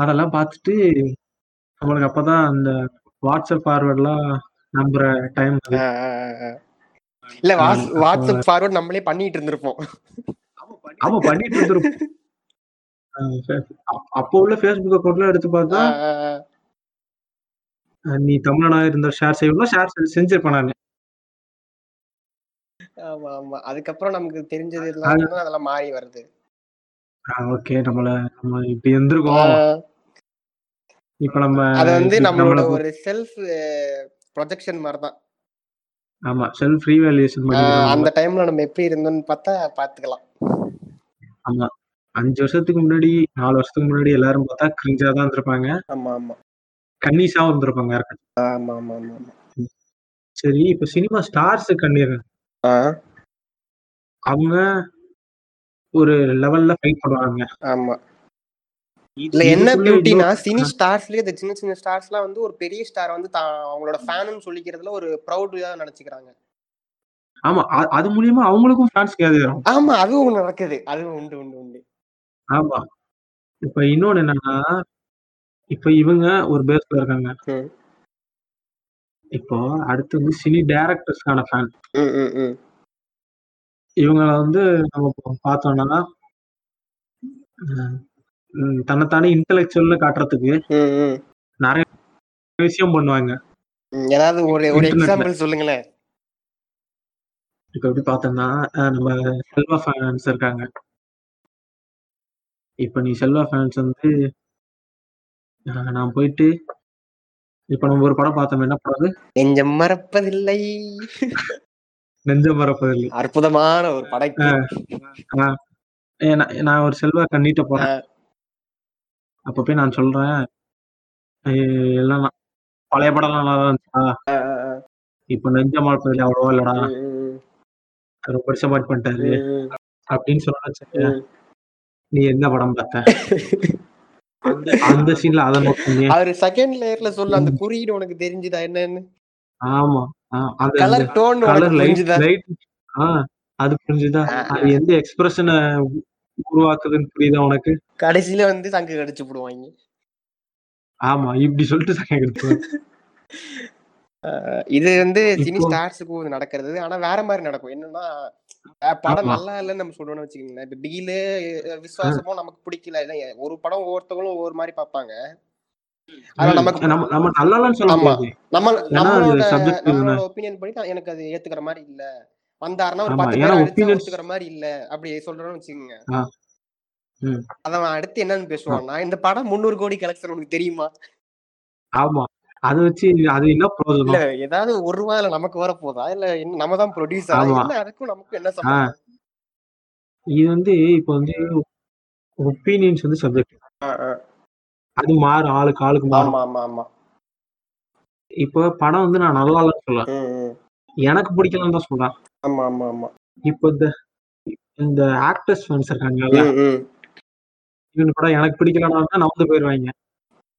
Speaker 1: அதெல்லாம் பார்த்துட்டு நம்மளுக்கு அப்பதான் அந்த வாட்ஸ்அப் ஃபார்வர்ட்லாம் நம்புற டைம் அது
Speaker 2: ஆஹ் ஆஹ் ஆஹ். இல்ல வாட்ஸ்-
Speaker 1: ஆஹ்
Speaker 2: வாட்ஸ்அப் ஃபார்வர்ட் நம்மளே பண்ணிட்டு இருந்திருப்போம்
Speaker 1: ஆமா பண்ணிட்டு இருந்திருப்போம் ஆஹ் ஃபே- அப்- அப்போ உள்ள ஃபேஸ்புக் அக்கௌண்ட்லாம் எடுத்து பார்த்தா
Speaker 2: ஆஹ் ஆஹ் ஆஹ்.
Speaker 1: ஆஹ் நீ தமிழனா இருந்த ஷேர் செய்யணும் ஷேர் செஞ்சிருப்பேன் நான்
Speaker 2: ஆமா ஆமா அதுக்கப்புறம் நமக்கு தெரிஞ்சது எல்லாம் வந்து அதெல்லாம் மாறி வருது
Speaker 1: ஓகே நம்மள நம்ம இப்படி இருந்திருக்கோம்
Speaker 2: ஆஹ்
Speaker 1: இப்ப நம்ம
Speaker 2: அது வந்து
Speaker 1: இப்ப
Speaker 2: நம்மளோட
Speaker 1: நம்மள-
Speaker 2: ஒரு செல்ஃப் ப்ரொஜெக்ஷன் மாதிரி தான்
Speaker 1: ஆமா செல்ஃப் ரீவேல்யூஷன் பண்ணிக்கிறோம் நம்ம.
Speaker 2: அந்த டைம்ல நம்ம எப்படி இருந்தோம்னு பார்த்தா பாத்துக்கலாம்
Speaker 1: ஆமா அஞ்சு வருஷத்துக்கு முன்னாடி நாலு வருஷத்துக்கு முன்னாடி எல்லாரும் பார்த்தா கிரிஞ்சா தான் இருந்திருப்பாங்க
Speaker 2: ஆமா ஆமா
Speaker 1: கன்னிஷா இருந்திருப்பாங்க யாருக்காச்சும்.
Speaker 2: ஆமா ஆமா ஆமா ஆமா.
Speaker 1: சரி இப்ப சினிமா ஸ்டார்ஸ் கண்ணீர்
Speaker 2: ஆஹ்
Speaker 1: அவங்க ஒரு லெவல்ல ஃபைட் பண்ணுவாங்க
Speaker 2: ஆமா இல்ல என்ன பியூட்டினா சினி ஸ்டார்ஸ்லயே இந்த சின்ன சின்ன ஸ்டார்ஸ்லாம் வந்து ஒரு பெரிய ஸ்டார் வந்து தான் அவங்களோட ஃபேனுன்னு சொல்லிக்கிறதுல ஒரு ப்ரௌடா நினைச்சுக்கிறாங்க
Speaker 1: ஆமா அ- அது மூலியமா அவங்களுக்கும் ஃபேன்ஸ் கேதுறோம்
Speaker 2: ஆமா அதுவும் ஒண்ணு நடக்குது அதுவும் உண்டு உண்டு உண்டு
Speaker 1: ஆமா இப்ப இன்னொன்னு என்னன்னா இப்ப இவங்க ஒரு பேஸ்ல இருக்காங்க
Speaker 2: ம்.
Speaker 1: இப்போ அடுத்து வந்து சினி டைரக்டர்ஸ்க்கான ஃபேன்
Speaker 2: ம், ம், ம்.
Speaker 1: இவங்கள வந்து நம்ம இப்போ பார்த்தோம்னா அஹ், ம், தன்னைத்தானே இன்டெலெக்சுவல்னு காட்டுறதுக்கு
Speaker 2: ம், ம்.
Speaker 1: நிறைய விஷயம் பண்ணுவாங்க
Speaker 2: ம், ஏதாவது ஒரு ஒரு
Speaker 1: Internet ல.
Speaker 2: எக்ஸாம்பிள் சொல்லுங்களேன்
Speaker 1: இப்ப எப்படி பார்த்தோம்னா அஹ், நம்ம செல்வா ஃபேன்ஸ் இருக்காங்க இப்ப நீ செல்வா ஃபேன்ஸ் வந்து அஹ், நான் போயிட்டு இப்ப நம்ம ஒரு படம் பார்த்தோம் என்ன படம் அது?
Speaker 2: நெஞ்சம் மறப்பதில்லை
Speaker 1: நெஞ்சம் மறப்பதில்லை
Speaker 2: அற்புதமான ஒரு படைப்பு
Speaker 1: ஏ, நான்- நான் ஒரு செல்வா கண்ணிட்ட போறேன்
Speaker 2: ஆ.
Speaker 1: அப்ப போய் நான் சொல்றேன் "ஏய், எல்லாம் நான்- பழைய படம் நல்லா தான் இருந்துச்சா
Speaker 2: ஆ, ஆ, ஆ.
Speaker 1: இப்ப நெஞ்ச மறப்பதில்லை அவ்வளவா இல்லடா
Speaker 2: ம், ம்,
Speaker 1: ரொம்ப பெருசா பாட் பண்ணிட்டாரு
Speaker 2: ம், ம்,
Speaker 1: அப்படின்னு சொன்னா வச்சுக்கோங்க.
Speaker 2: ம்.
Speaker 1: நீ என்ன படம் பார்த்த
Speaker 2: [LAUGHS]
Speaker 1: அந்த- அந்த சீன்ல அதை நோட் பண்ணி
Speaker 2: அவரு செகண்ட் லேயர்ல சொல்ல அந்த குறியீடு உனக்கு தெரிஞ்சுதா என்னன்னு
Speaker 1: ஆமா ஆ, அது
Speaker 2: கலர் டோன்
Speaker 1: கலர்
Speaker 2: உனக்கு
Speaker 1: லைட்
Speaker 2: தெரிஞ்சுதா
Speaker 1: லைட் ஆ அது புரிஞ்சுதா
Speaker 2: ஆ, ஆ.
Speaker 1: அது எந்த எக்ஸ்பிரஷனை உருவாக்குதுன்னு புரியுதா உனக்கு
Speaker 2: கடைசியில வந்து தங்க கடிச்சு போடுவாங்க
Speaker 1: ஆமா இப்படி சொல்லிட்டு சங்க
Speaker 2: அஹ் இது வந்து சினி
Speaker 1: இப்போ-
Speaker 2: ஸ்டார்ஸுக்கும் இது நடக்கிறது ஆனா வேற மாதிரி நடக்கும் என்னன்னா அஹ் படம்
Speaker 1: ஆமா.
Speaker 2: நல்லா இல்லைன்னு நம்ம சொல்லணும்னு வச்சுக்கோங்களேன் இப்ப பிகிலு விசுவாசமும் நமக்கு பிடிக்கல இல்ல ஒரு படம் ஒவ்வொருத்தவங்களும் ஒவ்வொரு மாதிரி பார்ப்பாங்க ஆனா நமக்கு
Speaker 1: நம்ம நம்ம நல்லாலாம் சொல்ல
Speaker 2: ஆமா.
Speaker 1: முடியாது
Speaker 2: நம்ம
Speaker 1: ஏன்னா அது
Speaker 2: நம்மளோட
Speaker 1: subjective தானே.
Speaker 2: நம்மளோட ஒப்பீனியன் படி நான் எனக்கு அது ஏத்துக்கிற மாதிரி இல்ல வந்தாருன்னா ஒரு
Speaker 1: ஆமா,
Speaker 2: பத்து
Speaker 1: ஏன்னா
Speaker 2: பேர் அடிச்சா
Speaker 1: opinions-
Speaker 2: ஒத்துக்கிற மாதிரி இல்ல அப்படி சொல்றோம்னு வச்சுக்கோங்க
Speaker 1: ஆ. ம்.
Speaker 2: அவன் அடுத்து என்னன்னு பேசுவான்னா இந்த படம் முந்நூறு கோடி கலெக்ஷன் உனக்கு தெரியுமா
Speaker 1: ஆமா அதை வச்சு அது என்ன
Speaker 2: இல்ல
Speaker 1: பிரயோஜனம்
Speaker 2: ஏதாவது ஒரு ரூபா அதுல நமக்கு வர போதா இல்ல என்ன- நம்ம தான் ப்ரொடியூசர்
Speaker 1: ஆமா.
Speaker 2: என்ன அதுக்கும் நமக்கும் என்ன சம்பந்தம்
Speaker 1: இது வந்து இப்போ வந்து ஒப்பீனியன்ஸ் வந்து சப்ஜெக்ட்
Speaker 2: ஆ, ஆ.
Speaker 1: அது மாறும் ஆளுக்கு ஆளுக்கு மாறும்
Speaker 2: ஆமா ஆமா ஆமா
Speaker 1: இப்போ படம் வந்து நான் நல்லா இல்லைன்னு சொல்லலாம்
Speaker 2: ம், ம்.
Speaker 1: எனக்கு பிடிக்கலன்னு தான் சொல்றேன்
Speaker 2: ஆமா ஆமா ஆமா
Speaker 1: இப்போ இந்த இந்த ஆக்டர்ஸ் ஃபேன்ஸ் இருக்காங்கல்ல
Speaker 2: ம், ம்.
Speaker 1: இவனு படம் எனக்கு பிடிக்கலன்னா நவந்து போயிருவாங்க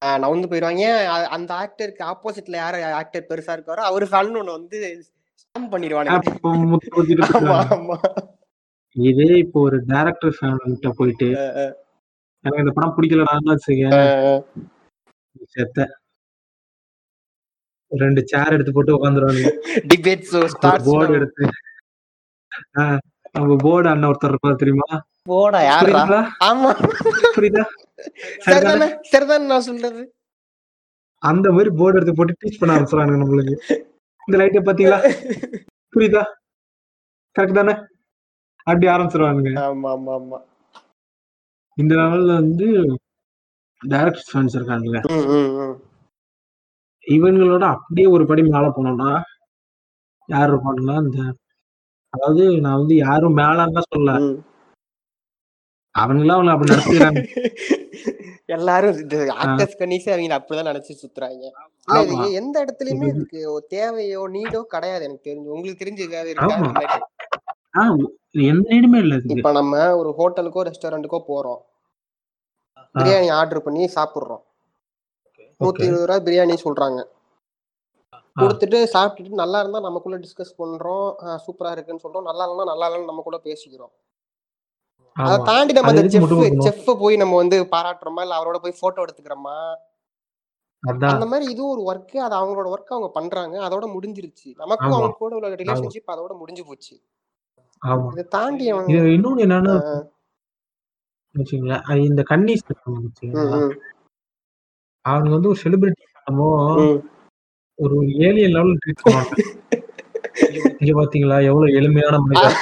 Speaker 2: ஆ, நவுந்து போயிடுவாங்க அ- அந்த ஆக்டருக்கு ஆப்போசிட்ல யாரு ஆக்டர் பெருசா இருக்காரோ அவரு ஃபேன் ஒண்ணு வந்து ஸ்டாம்ப் பண்ணிடுவானு
Speaker 1: அப்ப முத்து குத்திக்கிட்டு
Speaker 2: ஆமா
Speaker 1: இருக்காங்க.
Speaker 2: ஆமா
Speaker 1: இதே இப்போ ஒரு டைரக்டர் ஃபேன்கிட்ட போயிட்டு
Speaker 2: ஆ, ஆ.
Speaker 1: எனக்கு இந்த படம் பிடிக்கலடான்னு வச்சுக்க செத்த ரெண்டு சேர் எடுத்து போட்டு உட்காந்துருவாங்க
Speaker 2: டிபேட் ஷோ
Speaker 1: போர்டு
Speaker 2: ஸ்டார்ட்ஸ்
Speaker 1: எடுத்து ஆ, நம்ம போர்டு அண்ணன் ஒருத்தர் இருப்பாரு தெரியுமா
Speaker 2: போடா யாரா
Speaker 1: புரியுதா
Speaker 2: ஆமா [LAUGHS]
Speaker 1: புரியுதா சரிதானே?
Speaker 2: சரிதானே சரிதானே நான் சொல்றது
Speaker 1: அந்த மாதிரி போர்டு எடுத்து போட்டு டீச் பண்ண ஆரம்பிச்சுறாங்க நம்மளுக்கு இந்த லைட்டை பாத்தீங்களா புரியுதா கரெக்ட் தானே அப்படி ஆரம்பிச்சிருவானுங்க
Speaker 2: ஆமா ஆமா ஆமா
Speaker 1: இந்த லெவல்ல வந்து டைரக்ட் ஃபேன்ஸ் இருக்காங்கல்ல
Speaker 2: ம், ம், ம்.
Speaker 1: இவங்களோட அப்படியே ஒரு படி மேல போனோம்னா யார் இருப்பாங்கன்னா இந்த அதாவது நான் வந்து யாரும் மேலன்னா சொல்ல
Speaker 2: ம்.
Speaker 1: அவனுங்களாம் அவனை அப்படி நடத்துறாங்க
Speaker 2: எல்லாரும் இது ஆக்டர்ஸ் கன்னிஸ் அவங்க அப்படிதான் நினைச்சு சுத்துறாங்க இல்ல இது
Speaker 1: ஆமா.
Speaker 2: எந்த இடத்துலயுமே இதுக்கு ஒரு தேவையோ நீடோ கிடையாது எனக்கு தெரிஞ்சு உங்களுக்கு தெரிஞ்சு ஏதாவது இருக்கா
Speaker 1: ஆமா.
Speaker 2: இந்த மாதிரி?
Speaker 1: ஆ, எந்த இடமே இல்ல இதுக்கு
Speaker 2: இப்ப நம்ம ஒரு ஹோட்டலுக்கோ ரெஸ்டாரண்ட்டுக்கோ போறோம்
Speaker 1: ஆ.
Speaker 2: பிரியாணி ஆர்டர் பண்ணி சாப்பிடுறோம் நூத்தி
Speaker 1: Okay.
Speaker 2: இருபது ரூபாய் பிரியாணி சொல்றாங்க கொடுத்துட்டு சாப்பிட்டுட்டு நல்லா இருந்தா நமக்குள்ள டிஸ்கஸ் பண்றோம் சூப்பரா இருக்குன்னு சொல்றோம் நல்லா இல்லைன்னா நல்லா இல்லைன்னு நம்ம கூட பேசிக்கிறோம் அதை
Speaker 1: ஆமா.
Speaker 2: தாண்டி நம்ம
Speaker 1: அது
Speaker 2: அந்த
Speaker 1: எதுக்கு
Speaker 2: செஃப்
Speaker 1: முட்டு கொடுக்கணும்?
Speaker 2: செஃப் போய் நம்ம வந்து பாராட்டுறோமா இல்ல அவரோட போய் போட்டோ எடுத்துக்கிறோமா
Speaker 1: அதான்
Speaker 2: அந்த மாதிரி இதுவும் ஒரு ஒர்க் அது அவங்களோட ஒர்க் அவங்க பண்றாங்க அதோட முடிஞ்சிருச்சு நமக்கும்
Speaker 1: ஆமா.
Speaker 2: அவங்க கூட உள்ள ரிலேஷன்ஷிப் அதோட முடிஞ்சு போச்சு
Speaker 1: ஆமா
Speaker 2: இதை தாண்டி அவங்க
Speaker 1: இது இன்னொன்னு என்னன்னா
Speaker 2: ஆ,
Speaker 1: வச்சுங்களேன் அது இந்த கன்னிஸ் இருக்காங்க
Speaker 2: ம்,
Speaker 1: வச்சுங்களேன்
Speaker 2: ம்,
Speaker 1: அவங்க வந்து ஒரு செலிபிரிட்டி என்னமோ
Speaker 2: ம்.
Speaker 1: ஒரு ஏலியன் லெவல் ட்ரீட்
Speaker 2: [LAUGHS]
Speaker 1: பண்ணுவாங்க இங்க பாத்தீங்களா எவ்வளவு எளிமையான மனிதர்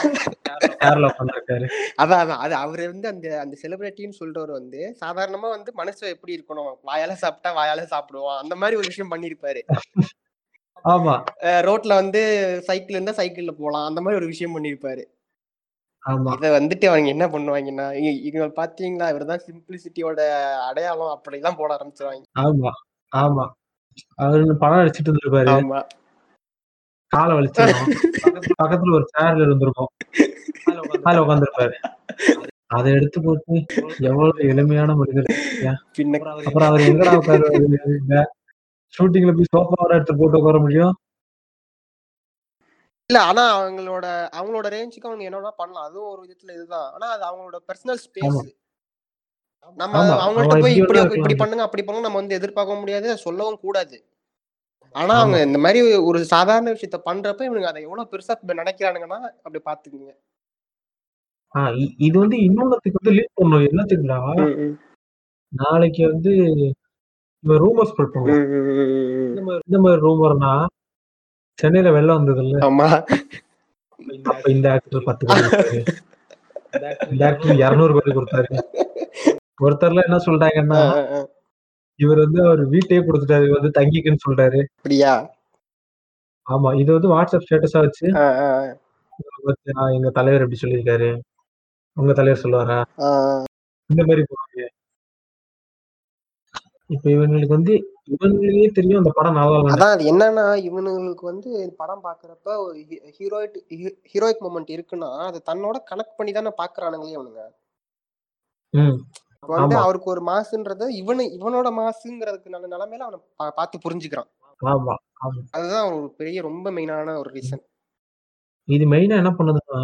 Speaker 1: கேரளா பண்ணிருக்காரு
Speaker 2: அதான் அதான் அது அவர் வந்து அந்த அந்த செலிபிரிட்டின்னு சொல்றவர் வந்து சாதாரணமா வந்து மனுஷன் எப்படி இருக்கணும் வாயால சாப்பிட்டா வாயால சாப்பிடுவான் அந்த மாதிரி ஒரு விஷயம் பண்ணிருப்பாரு
Speaker 1: ஆமா
Speaker 2: அஹ் ரோட்ல வந்து சைக்கிள் இருந்தா சைக்கிள்ல போலாம் அந்த மாதிரி ஒரு விஷயம் பண்ணிருப்பாரு
Speaker 1: ஆமா
Speaker 2: இதை வந்துட்டு அவங்க என்ன பண்ணுவாங்கன்னா இ- இவங்க பாத்தீங்களா இவர்தான் சிம்பிளிசிட்டியோட அடையாளம் அப்படிலாம் போட ஆரம்பிச்சிருவாங்க
Speaker 1: ஆமா ஆமா அவரு இந்த படம் அடிச்சிட்டு இருந்திருப்பாரு
Speaker 2: ஆமா
Speaker 1: காலை வலிச்சிருக்கும் பக்கத்து- பக்கத்துல ஒரு சேர்ல இருந்திருக்கும் அதுல உட்காந்துருப்பாரு அதை எடுத்து போட்டு எவ்வளவு எளிமையான மனிதர்
Speaker 2: பின்ன
Speaker 1: அப்புறம் அவர் எங்கடா உட்காருவாரு ஷூட்டிங்ல போய் சோஃபாவோட எடுத்து போட்டு உட்கார முடியும்
Speaker 2: இல்ல ஆனா அவங்களோட அவங்களோட ரேஞ்சுக்கு அவங்க என்ன வேணா பண்ணலாம் அதுவும் ஒரு விதத்துல இதுதான் ஆனா அது அவங்களோட பர்சனல் ஸ்பேஸ்
Speaker 1: ஆமா.
Speaker 2: நம்ம
Speaker 1: ஆமா,
Speaker 2: அவங்கள்ட்ட
Speaker 1: அவன்
Speaker 2: போய்
Speaker 1: எப்படி
Speaker 2: இப்படி
Speaker 1: வேணா
Speaker 2: இப்படி
Speaker 1: இருக்கலாம்.
Speaker 2: பண்ணுங்க அப்படி பண்ணுங்க நம்ம வந்து எதிர்பார்க்க முடியாது சொல்லவும் கூடாது ஆனா
Speaker 1: ஆமா.
Speaker 2: அவங்க இந்த மாதிரி ஒரு சாதாரண விஷயத்த பண்றப்ப இவனுங்க அதை எவ்வளவு பெருசா இப்ப நினைக்கிறானுங்கன்னா அப்படி பாத்துக்குங்க
Speaker 1: ஆஹ் இ- இது வந்து இன்னொன்னத்துக்கு வந்து லீட் பண்ணும் என்னத்துக்குன்னா நாளைக்கு வந்து இவன் ரூமர் ஸ்ப்ரெட் பண்ணுவோம் இந்த மாதிரி இந்த மாதிரி ரூமர்னா சென்னையில வெள்ளம் வந்ததுல்ல
Speaker 2: ஆமா
Speaker 1: அப்ப இந்த ஆக்டர் பத்து கோடி கொடுத்தாரு இந்த ஆக்டர் இருநூறு கோடி கொடுத்தாரு ஒருத்தர்ல என்ன சொல்றாங்கன்னா
Speaker 2: ஆ, ஆ, ஆ.
Speaker 1: இவர் வந்து அவர் வீட்டையே கொடுத்துட்டாரு இவர் வந்து தங்கிக்குன்னு சொல்றாரு
Speaker 2: அப்படியா
Speaker 1: ஆமா இது வந்து வாட்ஸ்அப் ஸ்டேட்டஸா வச்சு
Speaker 2: ஆ, ஆ,
Speaker 1: "பாத்தியா, எங்க தலைவர் இப்படி சொல்லியிருக்காரு உங்க தலைவர் சொல்லுவாரா
Speaker 2: ஆ.
Speaker 1: இந்த மாதிரி போவாங்க இப்ப இவங்களுக்கு வந்து இவங்களுக்கே தெரியும் அந்த படம் நல்லா இல்லைன்னு.
Speaker 2: அதான் அது என்னன்னா இவனுங்களுக்கு வந்து படம் பாக்குறப்ப ஒரு ஹீரோயிட் ஹீரோயிக் மூமெண்ட் இருக்குன்னா அதை தன்னோட கனெக்ட் பண்ணி தானே பாக்குறானுங்களே இவனுங்க
Speaker 1: ம்
Speaker 2: இப்ப வந்து
Speaker 1: ஆமா.
Speaker 2: அவருக்கு ஒரு மாசுன்றது இவனு இவனோட மாசுங்கிறதுக்கு நல்ல நிலைமையில அவனை பா- பார்த்து புரிஞ்சுக்கிறான்
Speaker 1: ஆமா ஆமா
Speaker 2: அதுதான் ஒரு பெரிய ரொம்ப மெயினான ஒரு ரீசன்
Speaker 1: இது மெயினா என்ன பண்ணுதுன்னா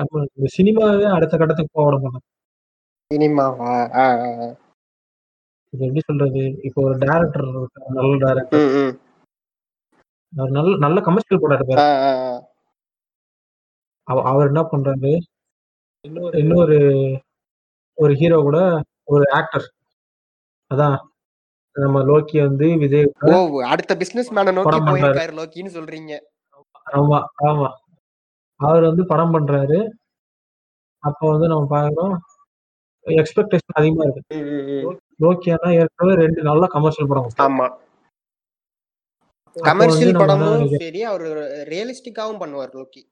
Speaker 1: நம்ம இந்த சினிமாவே அடுத்த கட்டத்துக்கு போக விட மாட்டோம்
Speaker 2: சினிமாவா
Speaker 1: இது எப்படி சொல்றது இப்போ ஒரு டேரக்டர் இருக்காரு நல்ல டேரக்டர் அவர் நல்ல நல்ல கமர்ஷியல் படம் எடுப்பாரு அவ- அவர் என்ன பண்றாரு இன்னொரு இன்னொரு ஒரு ஹீரோ கூட ஒரு ஆக்டர் அதான் நம்ம லோக்கி வந்து விஜய் கூட
Speaker 2: ஓ அடுத்த பிசினஸ் மேன நோக்கி
Speaker 1: படம் பண்றாரு.
Speaker 2: போயிருக்காரு லோக்கின்னு சொல்றீங்க
Speaker 1: ஆமா ஆமா அவர் வந்து படம் பண்றாரு அப்போ வந்து நம்ம பாக்குறோம் எக்ஸ்பெக்டேஷன் அதிகமா இருக்கு
Speaker 2: ம், ம், ம்.
Speaker 1: நோக்கியானா ஏற்கனவே ரெண்டு நல்ல கமர்ஷியல் படம்
Speaker 2: ஆமா
Speaker 1: அப்போ வந்து
Speaker 2: கமர்ஷியல்
Speaker 1: நம்ம என்ன
Speaker 2: படமும்
Speaker 1: நினைக்கிறோம்?
Speaker 2: சரி அவர் ரியலிஸ்டிக்காவும் பண்ணுவார் லோக்கி